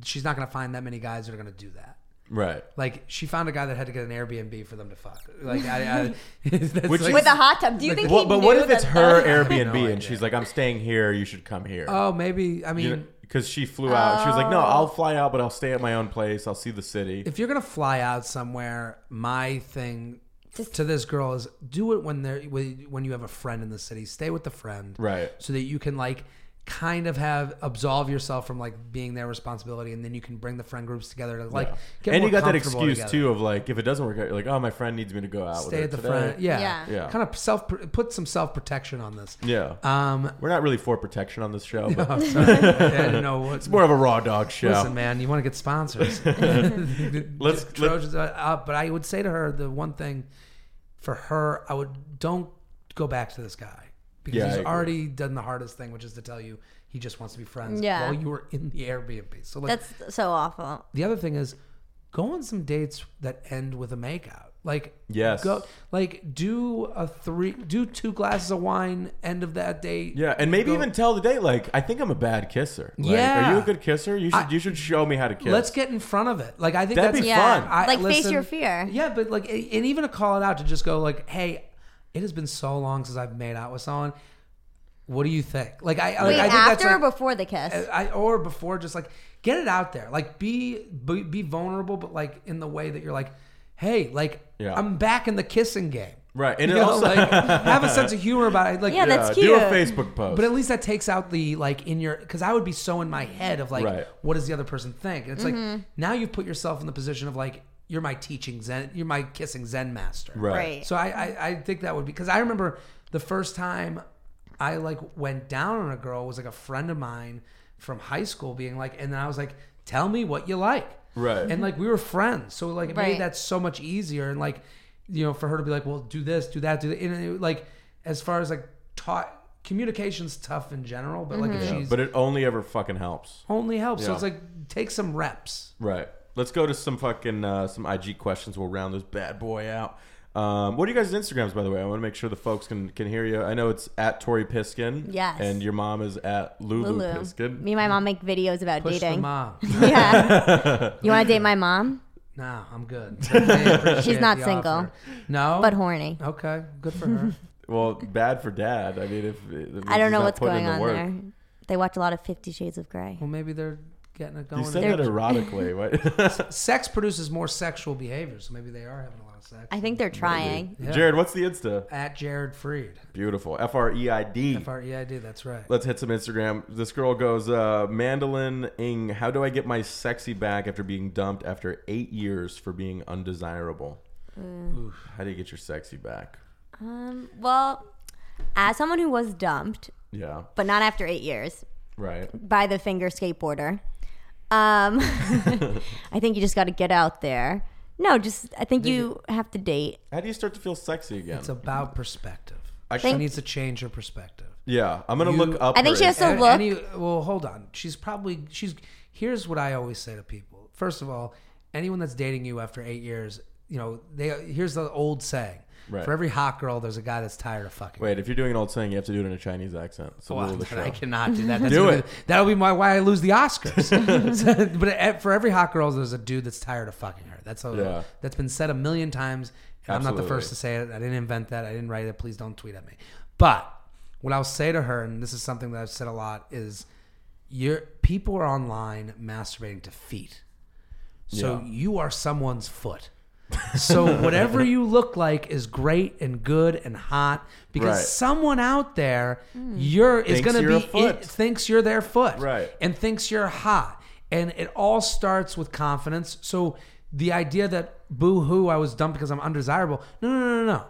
[SPEAKER 3] she's not going to find that many guys that are going to do that.
[SPEAKER 2] Right.
[SPEAKER 3] Like she found a guy that had to get an Airbnb for them to fuck. Like I, I that's
[SPEAKER 2] Which
[SPEAKER 3] like-
[SPEAKER 2] is-
[SPEAKER 4] with a hot tub. Do you think?
[SPEAKER 2] Well,
[SPEAKER 4] he
[SPEAKER 2] but what
[SPEAKER 4] knew
[SPEAKER 2] if it's
[SPEAKER 4] that
[SPEAKER 2] her
[SPEAKER 4] that-
[SPEAKER 2] Airbnb
[SPEAKER 3] No
[SPEAKER 2] and
[SPEAKER 3] idea.
[SPEAKER 2] she's like, I'm staying here. You should come here.
[SPEAKER 3] oh maybe I mean
[SPEAKER 2] Because she flew out. She was like, no, I'll fly out, but I'll stay at my own place. I'll see the city.
[SPEAKER 3] if you're gonna fly out somewhere, my thing
[SPEAKER 4] Just-
[SPEAKER 3] to this girl is do it when there when when you have a friend in the city. Stay with the friend,
[SPEAKER 2] Right.
[SPEAKER 3] So that you can like kind of have absolve yourself from like being their responsibility, and then you can bring the friend groups together to like get
[SPEAKER 2] and
[SPEAKER 3] more
[SPEAKER 2] you got that
[SPEAKER 3] comfortable
[SPEAKER 2] excuse,
[SPEAKER 3] together.
[SPEAKER 2] too, of like, if it doesn't work out, you're like, oh, my friend needs me to go out. with
[SPEAKER 3] Stay
[SPEAKER 2] her
[SPEAKER 3] at the
[SPEAKER 2] today.
[SPEAKER 3] friend, yeah,
[SPEAKER 4] Yeah.
[SPEAKER 2] Yeah.
[SPEAKER 3] Kind of self put some self protection on this.
[SPEAKER 2] Yeah.
[SPEAKER 3] Um,
[SPEAKER 2] We're not really for protection on this show, but
[SPEAKER 3] oh, sorry. I didn't know what.
[SPEAKER 2] it's more of a raw dog show.
[SPEAKER 3] Listen, man, you want to get sponsors.
[SPEAKER 2] Let's-
[SPEAKER 3] let's Trojans are up, but I would say to her the one thing for her, I would don't go back to this guy because
[SPEAKER 2] Yeah, I
[SPEAKER 3] he's
[SPEAKER 2] agree.
[SPEAKER 3] already done the hardest thing, which is to tell you he just wants to be friends
[SPEAKER 4] Yeah.
[SPEAKER 3] while you were in the Airbnb. So like
[SPEAKER 4] That's so awful.
[SPEAKER 3] the other thing is go on some dates that end with a makeout. Like
[SPEAKER 2] Yes.
[SPEAKER 3] go like do a three, do two glasses of wine end of that date.
[SPEAKER 2] yeah, and maybe
[SPEAKER 3] Go-
[SPEAKER 2] even tell the date, like, I think I'm a bad kisser. Like,
[SPEAKER 3] Yeah.
[SPEAKER 2] Are you a good kisser? You should you should show me how to kiss.
[SPEAKER 3] Let's get in front of it. Like I think
[SPEAKER 2] That'd
[SPEAKER 3] that's
[SPEAKER 2] be
[SPEAKER 4] Yeah,
[SPEAKER 2] fun.
[SPEAKER 3] I-
[SPEAKER 4] like face
[SPEAKER 3] listen,
[SPEAKER 4] your fear.
[SPEAKER 3] Yeah, but like, a- and even to call it out to just go like, "Hey, it has been so long since I've made out with someone. What do you think?" Like, I, like,
[SPEAKER 4] Wait,
[SPEAKER 3] I think
[SPEAKER 4] after
[SPEAKER 3] that's
[SPEAKER 4] or
[SPEAKER 3] like,
[SPEAKER 4] before the kiss?
[SPEAKER 3] I, or before, just like get it out there. Like, be, be be vulnerable, but like in the way that you're like, "Hey, like,
[SPEAKER 2] Yeah.
[SPEAKER 3] I'm back in the kissing game."
[SPEAKER 2] right. And
[SPEAKER 3] You
[SPEAKER 2] it
[SPEAKER 3] know,
[SPEAKER 2] also,
[SPEAKER 3] like have a sense of humor about it. Like,
[SPEAKER 4] Yeah, that's
[SPEAKER 2] uh, do a
[SPEAKER 4] cute.
[SPEAKER 2] Facebook post.
[SPEAKER 3] but at least that takes out the like in your because I would be so in my head of like
[SPEAKER 2] Right.
[SPEAKER 3] what does the other person think? And it's like now you've put yourself in the position of like you're my teaching zen, you're my kissing zen master.
[SPEAKER 2] right.
[SPEAKER 4] Right.
[SPEAKER 3] So I I, I think that would be because I remember the first time I like went down on a girl was like a friend of mine from high school being like, and then I was like, tell me what you like.
[SPEAKER 2] Right.
[SPEAKER 3] And like we were friends, so like it
[SPEAKER 4] Right.
[SPEAKER 3] made that so much easier. And like, you know, for her to be like, well, do this, do that, do that. And it, like, as far as like taught communication's tough in general, but like if
[SPEAKER 4] Mm-hmm.
[SPEAKER 2] Yeah,
[SPEAKER 3] she's
[SPEAKER 2] but it only ever fucking helps.
[SPEAKER 3] only helps, so
[SPEAKER 2] Yeah.
[SPEAKER 3] it's like take some reps.
[SPEAKER 2] Right. Let's go to some fucking uh, some IG questions. We'll round this bad boy out. Um, what are you guys' Instagrams, by the way? I want to make sure the folks can can hear you. I know it's at Tori Piskin.
[SPEAKER 4] Yes.
[SPEAKER 2] And your mom is at Lulu,
[SPEAKER 4] Lulu.
[SPEAKER 2] Piskin.
[SPEAKER 4] Me and my mom make videos about
[SPEAKER 3] Push the
[SPEAKER 4] dating.
[SPEAKER 3] mom.
[SPEAKER 4] Yeah. you want to date my mom?
[SPEAKER 3] no, I'm good. I appreciate
[SPEAKER 4] She's not
[SPEAKER 3] the
[SPEAKER 4] single,
[SPEAKER 3] offer. No,
[SPEAKER 4] But horny.
[SPEAKER 3] okay, good for her.
[SPEAKER 2] Well, bad for dad. I mean, if, if
[SPEAKER 4] I don't
[SPEAKER 2] he's
[SPEAKER 4] know
[SPEAKER 2] not
[SPEAKER 4] what's
[SPEAKER 2] putting
[SPEAKER 4] going
[SPEAKER 2] in the
[SPEAKER 4] on
[SPEAKER 2] work.
[SPEAKER 4] there. They watch a lot of Fifty Shades of Grey.
[SPEAKER 3] Well, maybe they're getting it going.
[SPEAKER 2] You said
[SPEAKER 4] They're-
[SPEAKER 2] that erotically. What?
[SPEAKER 3] sex produces more sexual behavior, so maybe they are having a lot of sex.
[SPEAKER 4] I think they're trying.
[SPEAKER 3] Yeah.
[SPEAKER 2] Jared, what's the Insta?
[SPEAKER 3] At Jared Freed,
[SPEAKER 2] Beautiful. F R E I D.
[SPEAKER 3] F R E I D. That's right.
[SPEAKER 2] Let's hit some Instagram. This girl goes, uh, Mandolin Ing, how do I get my sexy back after being dumped after eight years for being undesirable?
[SPEAKER 3] Mm.
[SPEAKER 2] How do you get your sexy back?
[SPEAKER 4] Um, well, as someone who was dumped,
[SPEAKER 2] Yeah,
[SPEAKER 4] but not after eight years,
[SPEAKER 2] right.
[SPEAKER 4] by the finger skateboarder. Um, I think you just got to get out there. No, just I think you have to date.
[SPEAKER 2] How do you start to feel sexy again?
[SPEAKER 3] It's about perspective.
[SPEAKER 2] I
[SPEAKER 3] She
[SPEAKER 4] Thank-
[SPEAKER 3] needs to change her perspective.
[SPEAKER 2] yeah, I'm gonna
[SPEAKER 3] You-
[SPEAKER 2] look up.
[SPEAKER 4] I think
[SPEAKER 2] her
[SPEAKER 4] she has
[SPEAKER 2] Insta-
[SPEAKER 4] So
[SPEAKER 3] And-
[SPEAKER 4] look-
[SPEAKER 3] and you- well, hold on. She's probably she's. Here's what I always say to people. First of all, anyone that's dating you after eight years, you know, they here's the old saying.
[SPEAKER 2] Right.
[SPEAKER 3] For every hot girl, there's a guy that's tired of fucking.
[SPEAKER 2] Wait, if you're doing an old saying, you have to do it in a Chinese accent. So
[SPEAKER 3] Well,
[SPEAKER 2] rule of the show.
[SPEAKER 3] Oh, I cannot do that. That's
[SPEAKER 2] Do
[SPEAKER 3] gonna
[SPEAKER 2] it.
[SPEAKER 3] Be, that'll be my why I lose the Oscars. but at- for every hot girl, there's a dude that's tired of fucking her. That's all.
[SPEAKER 2] Yeah.
[SPEAKER 3] That's been said a million times. And I'm not the
[SPEAKER 2] Absolutely.
[SPEAKER 3] first to say it. I didn't invent that. I didn't write it. Please don't tweet at me. But what I'll say to her, and this is something that I've said a lot, is your people are online masturbating to feet. So
[SPEAKER 2] Yeah.
[SPEAKER 3] you are someone's foot. So whatever you look like is great and good and hot because
[SPEAKER 2] Right.
[SPEAKER 3] someone out there you're is
[SPEAKER 2] Thinks
[SPEAKER 3] going to
[SPEAKER 2] you're a
[SPEAKER 3] be
[SPEAKER 2] foot.
[SPEAKER 3] it thinks you're their foot
[SPEAKER 2] Right.
[SPEAKER 3] and thinks you're hot and it all starts with confidence. So the idea that boo hoo I was dumped because I'm undesirable. No no no no no.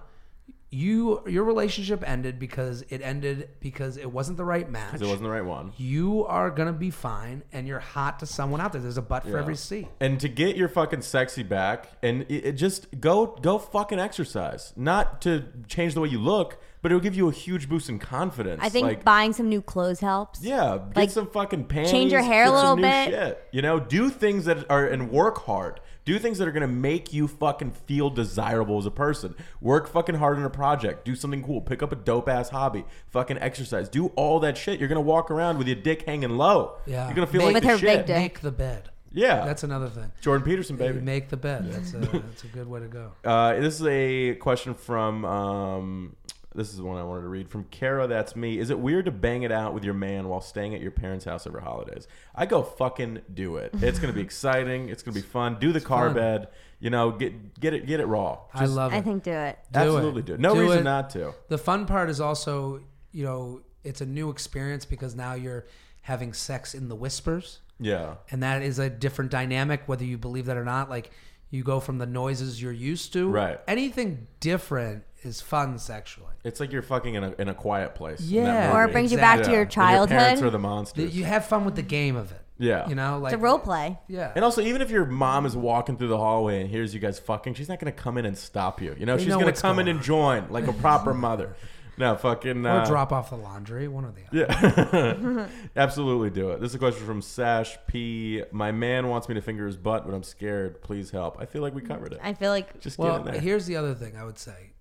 [SPEAKER 3] You your relationship ended because it ended because it wasn't the right match.
[SPEAKER 2] It wasn't the right one.
[SPEAKER 3] You are gonna be fine, and you're hot to someone out there. There's a butt for every seat.
[SPEAKER 2] And to get your fucking sexy back, and it, it just go go fucking exercise. Not to change the way you look, but it'll give you a huge boost in confidence.
[SPEAKER 4] I think
[SPEAKER 2] like,
[SPEAKER 4] buying some new clothes helps.
[SPEAKER 2] yeah, get
[SPEAKER 4] like,
[SPEAKER 2] some fucking panties.
[SPEAKER 4] your hair a
[SPEAKER 2] get some
[SPEAKER 4] little
[SPEAKER 2] new
[SPEAKER 4] bit.
[SPEAKER 2] Shit. You know, do things that are and work hard. Do things that are gonna make you fucking feel desirable as a person. Work fucking hard on a project. Do something cool. Pick up a dope ass hobby. Fucking exercise. Do all that shit. You're gonna walk around with your dick hanging low.
[SPEAKER 3] Yeah.
[SPEAKER 2] You're gonna feel
[SPEAKER 3] With
[SPEAKER 2] like the
[SPEAKER 4] her big
[SPEAKER 2] shit.
[SPEAKER 4] dick.
[SPEAKER 3] Make the bed.
[SPEAKER 2] Yeah.
[SPEAKER 3] That's another thing.
[SPEAKER 2] Jordan Peterson, baby.
[SPEAKER 3] Make the bed. That's a that's a good way to go.
[SPEAKER 2] Uh, this is a question from. Um, this is one I wanted to read from Kara. That's me. Is it weird to bang it out with your man while staying at your parents' house over holidays? I go fucking do it. It's gonna be exciting. It's gonna be fun. Do the car
[SPEAKER 3] fun.
[SPEAKER 2] bed. You know, get get it get it raw.
[SPEAKER 3] I love it.
[SPEAKER 4] I think do it.
[SPEAKER 3] Do it.
[SPEAKER 2] Absolutely do it. No reason not to.
[SPEAKER 3] The fun part is also, you know, it's a new experience because now you're having sex in the whispers,
[SPEAKER 2] Yeah.
[SPEAKER 3] and that is a different dynamic, whether you believe that or not. Like you go from the noises you're used to.
[SPEAKER 2] Right.
[SPEAKER 3] Anything different is fun sexually.
[SPEAKER 2] It's like you're fucking in a in a quiet place. in that
[SPEAKER 3] Yeah.
[SPEAKER 4] Or it
[SPEAKER 2] movie.
[SPEAKER 4] brings you
[SPEAKER 3] Exactly.
[SPEAKER 4] back to
[SPEAKER 2] Yeah.
[SPEAKER 4] your
[SPEAKER 2] And parents
[SPEAKER 4] childhood.
[SPEAKER 2] are the
[SPEAKER 3] The-
[SPEAKER 2] monsters.
[SPEAKER 3] You have fun with the game of it.
[SPEAKER 2] Yeah.
[SPEAKER 3] You know, like
[SPEAKER 4] it's a role play.
[SPEAKER 3] Yeah.
[SPEAKER 2] And also, even if your mom is walking through the hallway and hears you guys fucking, she's not gonna come in and stop you. You know, she's
[SPEAKER 3] know
[SPEAKER 2] gonna
[SPEAKER 3] what's
[SPEAKER 2] come in
[SPEAKER 3] going
[SPEAKER 2] and join like a proper mother. No fucking.
[SPEAKER 3] or
[SPEAKER 2] Uh,
[SPEAKER 3] drop off the laundry, one or the other.
[SPEAKER 2] Yeah, absolutely do it. This is a question from Sash P. My man wants me to finger his butt, but I'm scared. Please help. I feel like we covered it.
[SPEAKER 4] I feel like
[SPEAKER 2] Just get
[SPEAKER 3] Well,
[SPEAKER 2] in there.
[SPEAKER 3] here's the other thing I would say: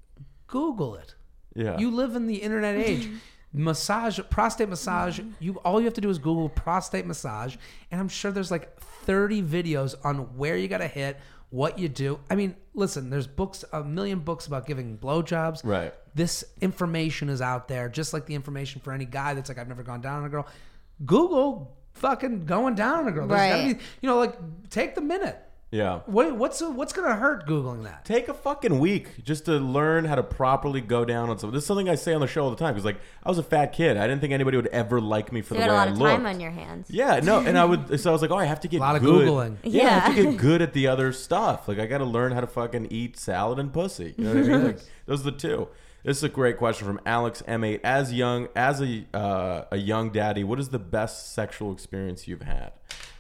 [SPEAKER 3] Google it.
[SPEAKER 2] yeah,
[SPEAKER 3] You live in the internet age. massage, prostate massage. You all you have to do is Google prostate massage, and I'm sure there's like 30 videos on where you gotta hit, what you do. I mean, listen, there's books, a million books about giving blowjobs.
[SPEAKER 2] Right.
[SPEAKER 3] This information is out there, just like the information for any guy that's like, I've never gone down on a girl. Google fucking going down on a girl. There's gotta
[SPEAKER 4] Right.
[SPEAKER 3] be- you know, like take the minute.
[SPEAKER 2] yeah.
[SPEAKER 3] What, what's what's gonna hurt googling that?
[SPEAKER 2] Take a fucking week just to learn how to properly go down on something. This is something I say on the show all the time because, like, I was a fat kid. I didn't think anybody would ever like me for
[SPEAKER 4] you
[SPEAKER 2] the
[SPEAKER 4] got a
[SPEAKER 2] way
[SPEAKER 4] lot
[SPEAKER 2] I
[SPEAKER 4] of
[SPEAKER 2] looked.
[SPEAKER 4] time on your hands.
[SPEAKER 2] Yeah, no, and I would. So I was like, oh, I have to get a
[SPEAKER 3] Lot of
[SPEAKER 2] good.
[SPEAKER 3] Googling.
[SPEAKER 2] Yeah, I have to
[SPEAKER 4] Yeah.
[SPEAKER 2] get good at the other stuff. Like I got to learn how to fucking eat salad and pussy. You know what I mean? Like, those are the two. This is a great question from Alex M8. As young as a uh, a young daddy, what is the best sexual experience you've had?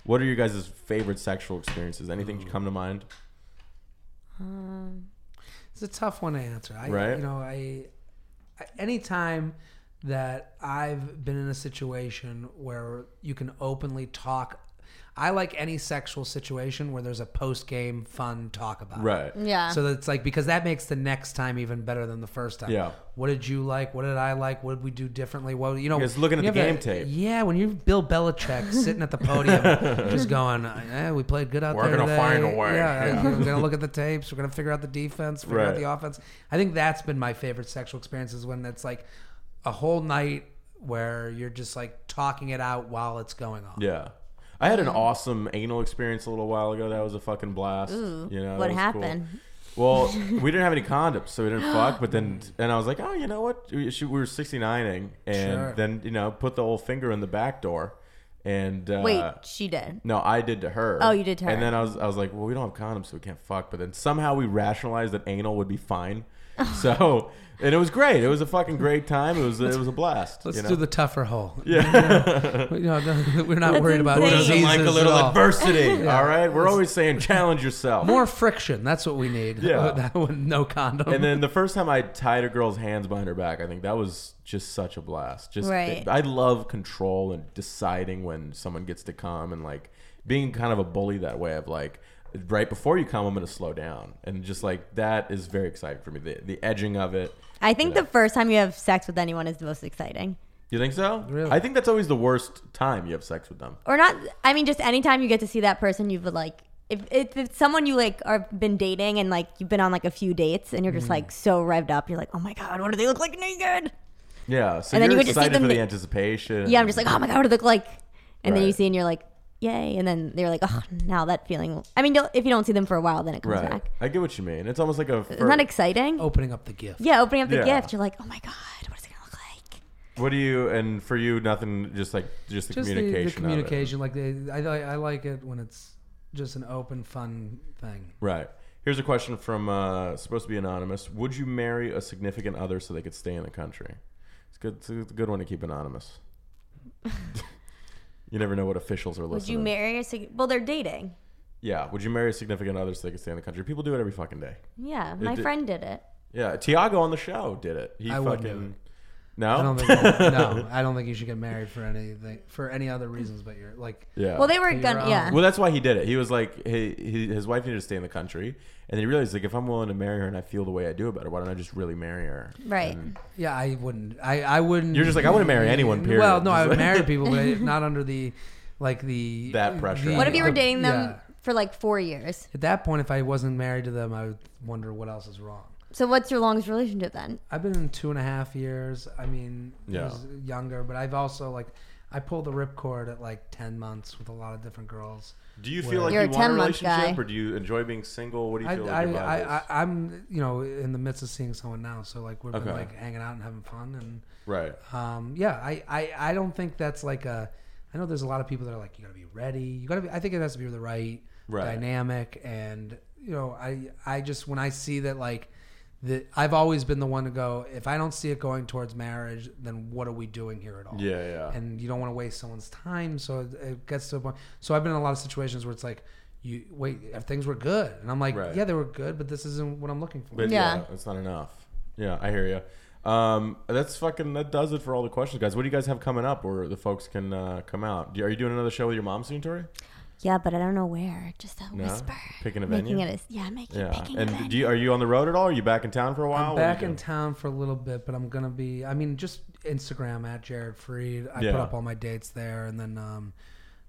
[SPEAKER 2] What are your guys' favorite sexual experiences? Anything
[SPEAKER 3] Mm.
[SPEAKER 2] come to mind?
[SPEAKER 3] It's a tough one to answer. I,
[SPEAKER 2] Right.
[SPEAKER 3] You know, I, I anytime that I've been in a situation where you can openly talk, I like any sexual situation where there's a post game fun talk about. it.
[SPEAKER 2] Right.
[SPEAKER 4] Uh, Yeah.
[SPEAKER 3] So that's like because that makes the next time even better than the first time.
[SPEAKER 2] Yeah.
[SPEAKER 3] What did you like? What did I like? What did we do differently? Well, you know,
[SPEAKER 2] It's looking at
[SPEAKER 3] you
[SPEAKER 2] the
[SPEAKER 3] have
[SPEAKER 2] game
[SPEAKER 3] that-
[SPEAKER 2] tape.
[SPEAKER 3] Yeah, when you're Bill Belichick sitting at the podium, just going, eh, "We played good out
[SPEAKER 2] We're
[SPEAKER 3] there
[SPEAKER 2] gonna
[SPEAKER 3] today.
[SPEAKER 2] find a way."
[SPEAKER 3] Yeah,
[SPEAKER 2] Yeah.
[SPEAKER 3] we're gonna look at the tapes. We're gonna figure out the defense. Figure
[SPEAKER 2] Right.
[SPEAKER 3] out the offense. I think that's been my favorite sexual experience is when it's like a whole night where you're just like talking it out while it's going on.
[SPEAKER 2] Yeah. I had an awesome anal experience a little while ago. That was a fucking blast.
[SPEAKER 4] Ooh,
[SPEAKER 2] you know that was
[SPEAKER 4] what
[SPEAKER 2] cool.
[SPEAKER 4] happened?
[SPEAKER 2] Well, we didn't have any condoms, so we didn't fuck. But then, and I was like, oh, you know what? We she- we were 69ing, and
[SPEAKER 3] Sure.
[SPEAKER 2] then, you know, put the old finger in the back door. And uh,
[SPEAKER 4] Wait, she did.
[SPEAKER 2] no, I did to her.
[SPEAKER 4] Oh, you did to her.
[SPEAKER 2] And then I was, I was like, well, we don't have condoms, so we can't fuck. But then somehow we rationalized that anal would be fine. so, and it was great. It was a fucking great time. It was, it was a blast.
[SPEAKER 3] Let's
[SPEAKER 2] you know?
[SPEAKER 3] do the tougher hole. Yeah, you know, no, we're not
[SPEAKER 4] That's
[SPEAKER 3] worried about
[SPEAKER 4] insane.
[SPEAKER 2] Who doesn't like a
[SPEAKER 3] diseases
[SPEAKER 2] little
[SPEAKER 3] at all.
[SPEAKER 2] adversity? All right, we're always saying challenge yourself.
[SPEAKER 3] More friction. That's what we need.
[SPEAKER 2] Yeah.
[SPEAKER 3] that one, no condom.
[SPEAKER 2] And then the first time I tied a girl's hands behind her back, I think that was just such a blast. Just
[SPEAKER 4] Right.
[SPEAKER 2] I love control and deciding when someone gets to come and like being kind of a bully that way of like right before you come I'm going to slow down. And just like that is very exciting for me. The the edging of it.
[SPEAKER 4] I think
[SPEAKER 2] Yeah.
[SPEAKER 4] the first time you have sex with anyone is the most exciting.
[SPEAKER 2] You think so?
[SPEAKER 3] Really?
[SPEAKER 2] I think that's always the worst time you have sex with them.
[SPEAKER 4] Or not I mean just anytime you get to see that person you've like if, if it's someone you like are been dating and like you've been on like a few dates and you're
[SPEAKER 2] Mm.
[SPEAKER 4] just like so revved up, you're like, Oh my god, what do they look like naked?
[SPEAKER 2] Yeah. So
[SPEAKER 4] And then
[SPEAKER 2] you're
[SPEAKER 4] you get to see
[SPEAKER 2] excited
[SPEAKER 4] them
[SPEAKER 2] for the
[SPEAKER 4] be-
[SPEAKER 2] anticipation.
[SPEAKER 4] Yeah, I'm just like, Oh my god, what do they look like? And then you
[SPEAKER 2] Right.
[SPEAKER 4] see and you're like, Yay and then they're like, Oh now that feeling I mean don't- if you don't see them for a while then it comes
[SPEAKER 2] Right.
[SPEAKER 4] back.
[SPEAKER 2] I get what you mean. It's almost like a
[SPEAKER 4] Isn't that exciting?
[SPEAKER 3] opening up the gift.
[SPEAKER 4] Yeah, opening up the
[SPEAKER 2] Yeah.
[SPEAKER 4] gift, you're like, Oh my god, what is it gonna look like?
[SPEAKER 2] What do you and for you nothing just like just the
[SPEAKER 3] just
[SPEAKER 2] communication
[SPEAKER 3] the, the
[SPEAKER 2] of it.
[SPEAKER 3] communication like the, I, I I like it when it's just an open fun thing
[SPEAKER 2] Right. Here's a question from uh, supposed to be anonymous. Would you marry a significant other so they could stay in the country? It's good. It's a good one to keep anonymous. you never know what officials are
[SPEAKER 4] Would
[SPEAKER 2] listening.
[SPEAKER 4] you marry a sig- well they're dating.
[SPEAKER 2] Yeah. Would you marry a significant other so they could stay in the country? People do it every fucking day.
[SPEAKER 4] Yeah. My
[SPEAKER 2] did-
[SPEAKER 4] friend did it.
[SPEAKER 2] Yeah. Tiago on the show did it. He
[SPEAKER 3] I wouldn't
[SPEAKER 2] fucking.
[SPEAKER 3] do
[SPEAKER 2] No.
[SPEAKER 3] i don't think
[SPEAKER 2] Oh.
[SPEAKER 3] no i don't think you should get married for anything for any other reasons but you're like
[SPEAKER 2] yeah.
[SPEAKER 4] Well, they were
[SPEAKER 3] You're
[SPEAKER 4] gonna,
[SPEAKER 3] wrong.
[SPEAKER 4] yeah.
[SPEAKER 2] Well, that's why he did it. He was like, he, he, his wife needed to stay in the country, and he realized like, if I'm willing to marry her and I feel the way I do about her, why don't I just really marry her?
[SPEAKER 4] Right.
[SPEAKER 3] yeah i wouldn't i i wouldn't
[SPEAKER 2] You're just like, I wouldn't marry anyone, period.
[SPEAKER 3] well no
[SPEAKER 2] Just
[SPEAKER 3] i would
[SPEAKER 2] like-
[SPEAKER 3] marry people but not under the like the
[SPEAKER 2] That pressure.
[SPEAKER 3] the-
[SPEAKER 4] What if you were
[SPEAKER 3] the-
[SPEAKER 4] dating them
[SPEAKER 3] yeah.
[SPEAKER 4] for like four years?
[SPEAKER 3] At that point, if I wasn't married to them, I would wonder what else is wrong.
[SPEAKER 4] So what's your longest relationship then?
[SPEAKER 3] I've been in two and a half years. I mean, I
[SPEAKER 2] Yeah.
[SPEAKER 3] was younger, but I've also like I pulled the ripcord at like ten months with a lot of different girls.
[SPEAKER 2] Do you feel like
[SPEAKER 4] You're
[SPEAKER 2] you
[SPEAKER 4] a
[SPEAKER 2] want a
[SPEAKER 4] 10-month
[SPEAKER 2] relationship,
[SPEAKER 4] guy.
[SPEAKER 2] or do you enjoy being single? What do you
[SPEAKER 3] I,
[SPEAKER 2] feel like
[SPEAKER 3] I,
[SPEAKER 2] your vibe is?
[SPEAKER 3] I, I, am you know in the midst of seeing someone now, so like we've
[SPEAKER 2] Okay.
[SPEAKER 3] been like hanging out and having fun, and
[SPEAKER 2] right.
[SPEAKER 3] um, yeah, I, I I don't think that's like a. I know there's a lot of people that are like you gotta be ready. You gotta be. I think it has to be the right,
[SPEAKER 2] Right.
[SPEAKER 3] dynamic, and you know I I just when I see that like. The, I've always been the one to go. If I don't see it going towards marriage, then what are we doing here at all?
[SPEAKER 2] Yeah, yeah.
[SPEAKER 3] and you don't want to waste someone's time. So it, it gets to a point. So I've been in a lot of situations where it's like, you wait, if things were good, and I'm like,
[SPEAKER 2] Right.
[SPEAKER 3] yeah, they were good, but this isn't what I'm looking for.
[SPEAKER 2] But
[SPEAKER 4] Yeah.
[SPEAKER 2] yeah. it's not enough. Yeah, I hear you. Um, that's fucking. That does it for all the questions, guys. What do you guys have coming up where the folks can uh, come out? Do, are you doing another show with your mom soon, Tori?
[SPEAKER 4] Yeah, but I don't know where. Just a whisper.
[SPEAKER 2] Picking a
[SPEAKER 4] Making
[SPEAKER 2] venue?
[SPEAKER 4] it a yeah, making
[SPEAKER 2] Yeah.
[SPEAKER 4] picking a
[SPEAKER 2] And do
[SPEAKER 4] venue.
[SPEAKER 2] you, are you on the road at all? Are you back in town for a while?
[SPEAKER 3] I'm
[SPEAKER 2] What are you
[SPEAKER 3] back in
[SPEAKER 2] doing?
[SPEAKER 3] town for a little bit, but I'm gonna be. I mean, just Instagram at Jared Freed. I
[SPEAKER 2] Yeah.
[SPEAKER 3] put up all my dates there, and then um,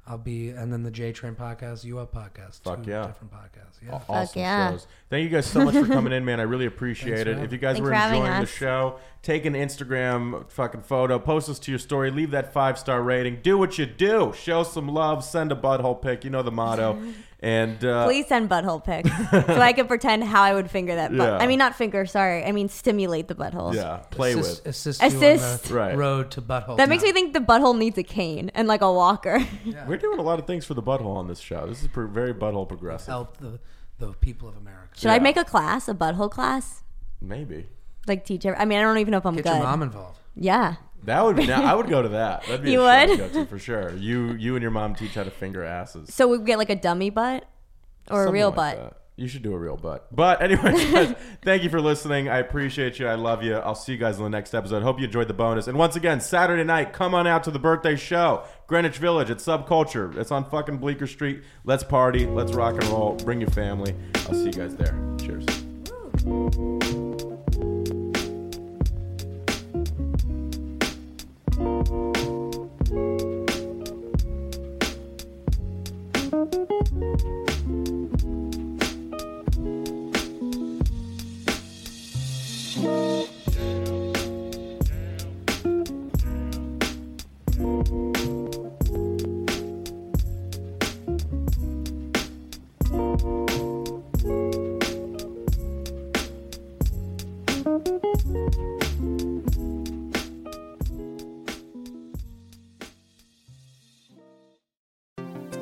[SPEAKER 3] I'll be, and then the J Train podcast, U Up podcast,
[SPEAKER 2] Fuck
[SPEAKER 3] two
[SPEAKER 2] yeah.
[SPEAKER 3] different podcasts. Yeah,
[SPEAKER 2] Awesome
[SPEAKER 4] yeah.
[SPEAKER 2] shows. Thank you guys so much for coming in, man. I really appreciate
[SPEAKER 3] Thanks for
[SPEAKER 2] it.
[SPEAKER 3] having
[SPEAKER 2] If you guys
[SPEAKER 4] Thanks
[SPEAKER 2] were
[SPEAKER 4] for having
[SPEAKER 2] enjoying the
[SPEAKER 4] us.
[SPEAKER 2] show, take an Instagram fucking photo, post us to your story, leave that five star rating, do what you do, show some love, send a butthole pic. You know the motto. And uh,
[SPEAKER 4] Please send butthole pics so I can pretend how I would finger that. Butt.
[SPEAKER 2] Yeah.
[SPEAKER 4] I mean, not finger. Sorry. I mean, stimulate the buttholes.
[SPEAKER 2] yeah, play
[SPEAKER 3] assist,
[SPEAKER 2] with.
[SPEAKER 3] assist, you on the
[SPEAKER 4] Assist.
[SPEAKER 2] Right.
[SPEAKER 3] road to butthole.
[SPEAKER 4] That makes
[SPEAKER 3] town.
[SPEAKER 4] me think the butthole needs a cane and like a walker.
[SPEAKER 2] We're doing a lot of things for the butthole on this show. This is pr- very butthole progressive.
[SPEAKER 3] help the the people of America.
[SPEAKER 4] Should I make a class, a butthole class?
[SPEAKER 2] Maybe
[SPEAKER 4] Like teach every- I mean, I don't even know if I'm
[SPEAKER 3] Get
[SPEAKER 4] good.
[SPEAKER 3] your mom involved.
[SPEAKER 4] Yeah.
[SPEAKER 2] that would. Be, now, I would go to that. That'd be
[SPEAKER 4] You
[SPEAKER 2] a show
[SPEAKER 4] would?
[SPEAKER 2] to go to for sure. You you and your mom teach how to finger asses.
[SPEAKER 4] So we get like a dummy butt or a
[SPEAKER 2] Something
[SPEAKER 4] real
[SPEAKER 2] like
[SPEAKER 4] butt.
[SPEAKER 2] that. You should do a real butt. But anyway, guys, thank you for listening. I appreciate you. I love you. I'll see you guys in the next episode. Hope you enjoyed the bonus. And once again, Saturday night, come on out to the birthday show. Greenwich Village at Subculture. It's on fucking Bleecker Street. Let's party. Let's rock and roll. Bring your family. I'll see you guys there. Cheers.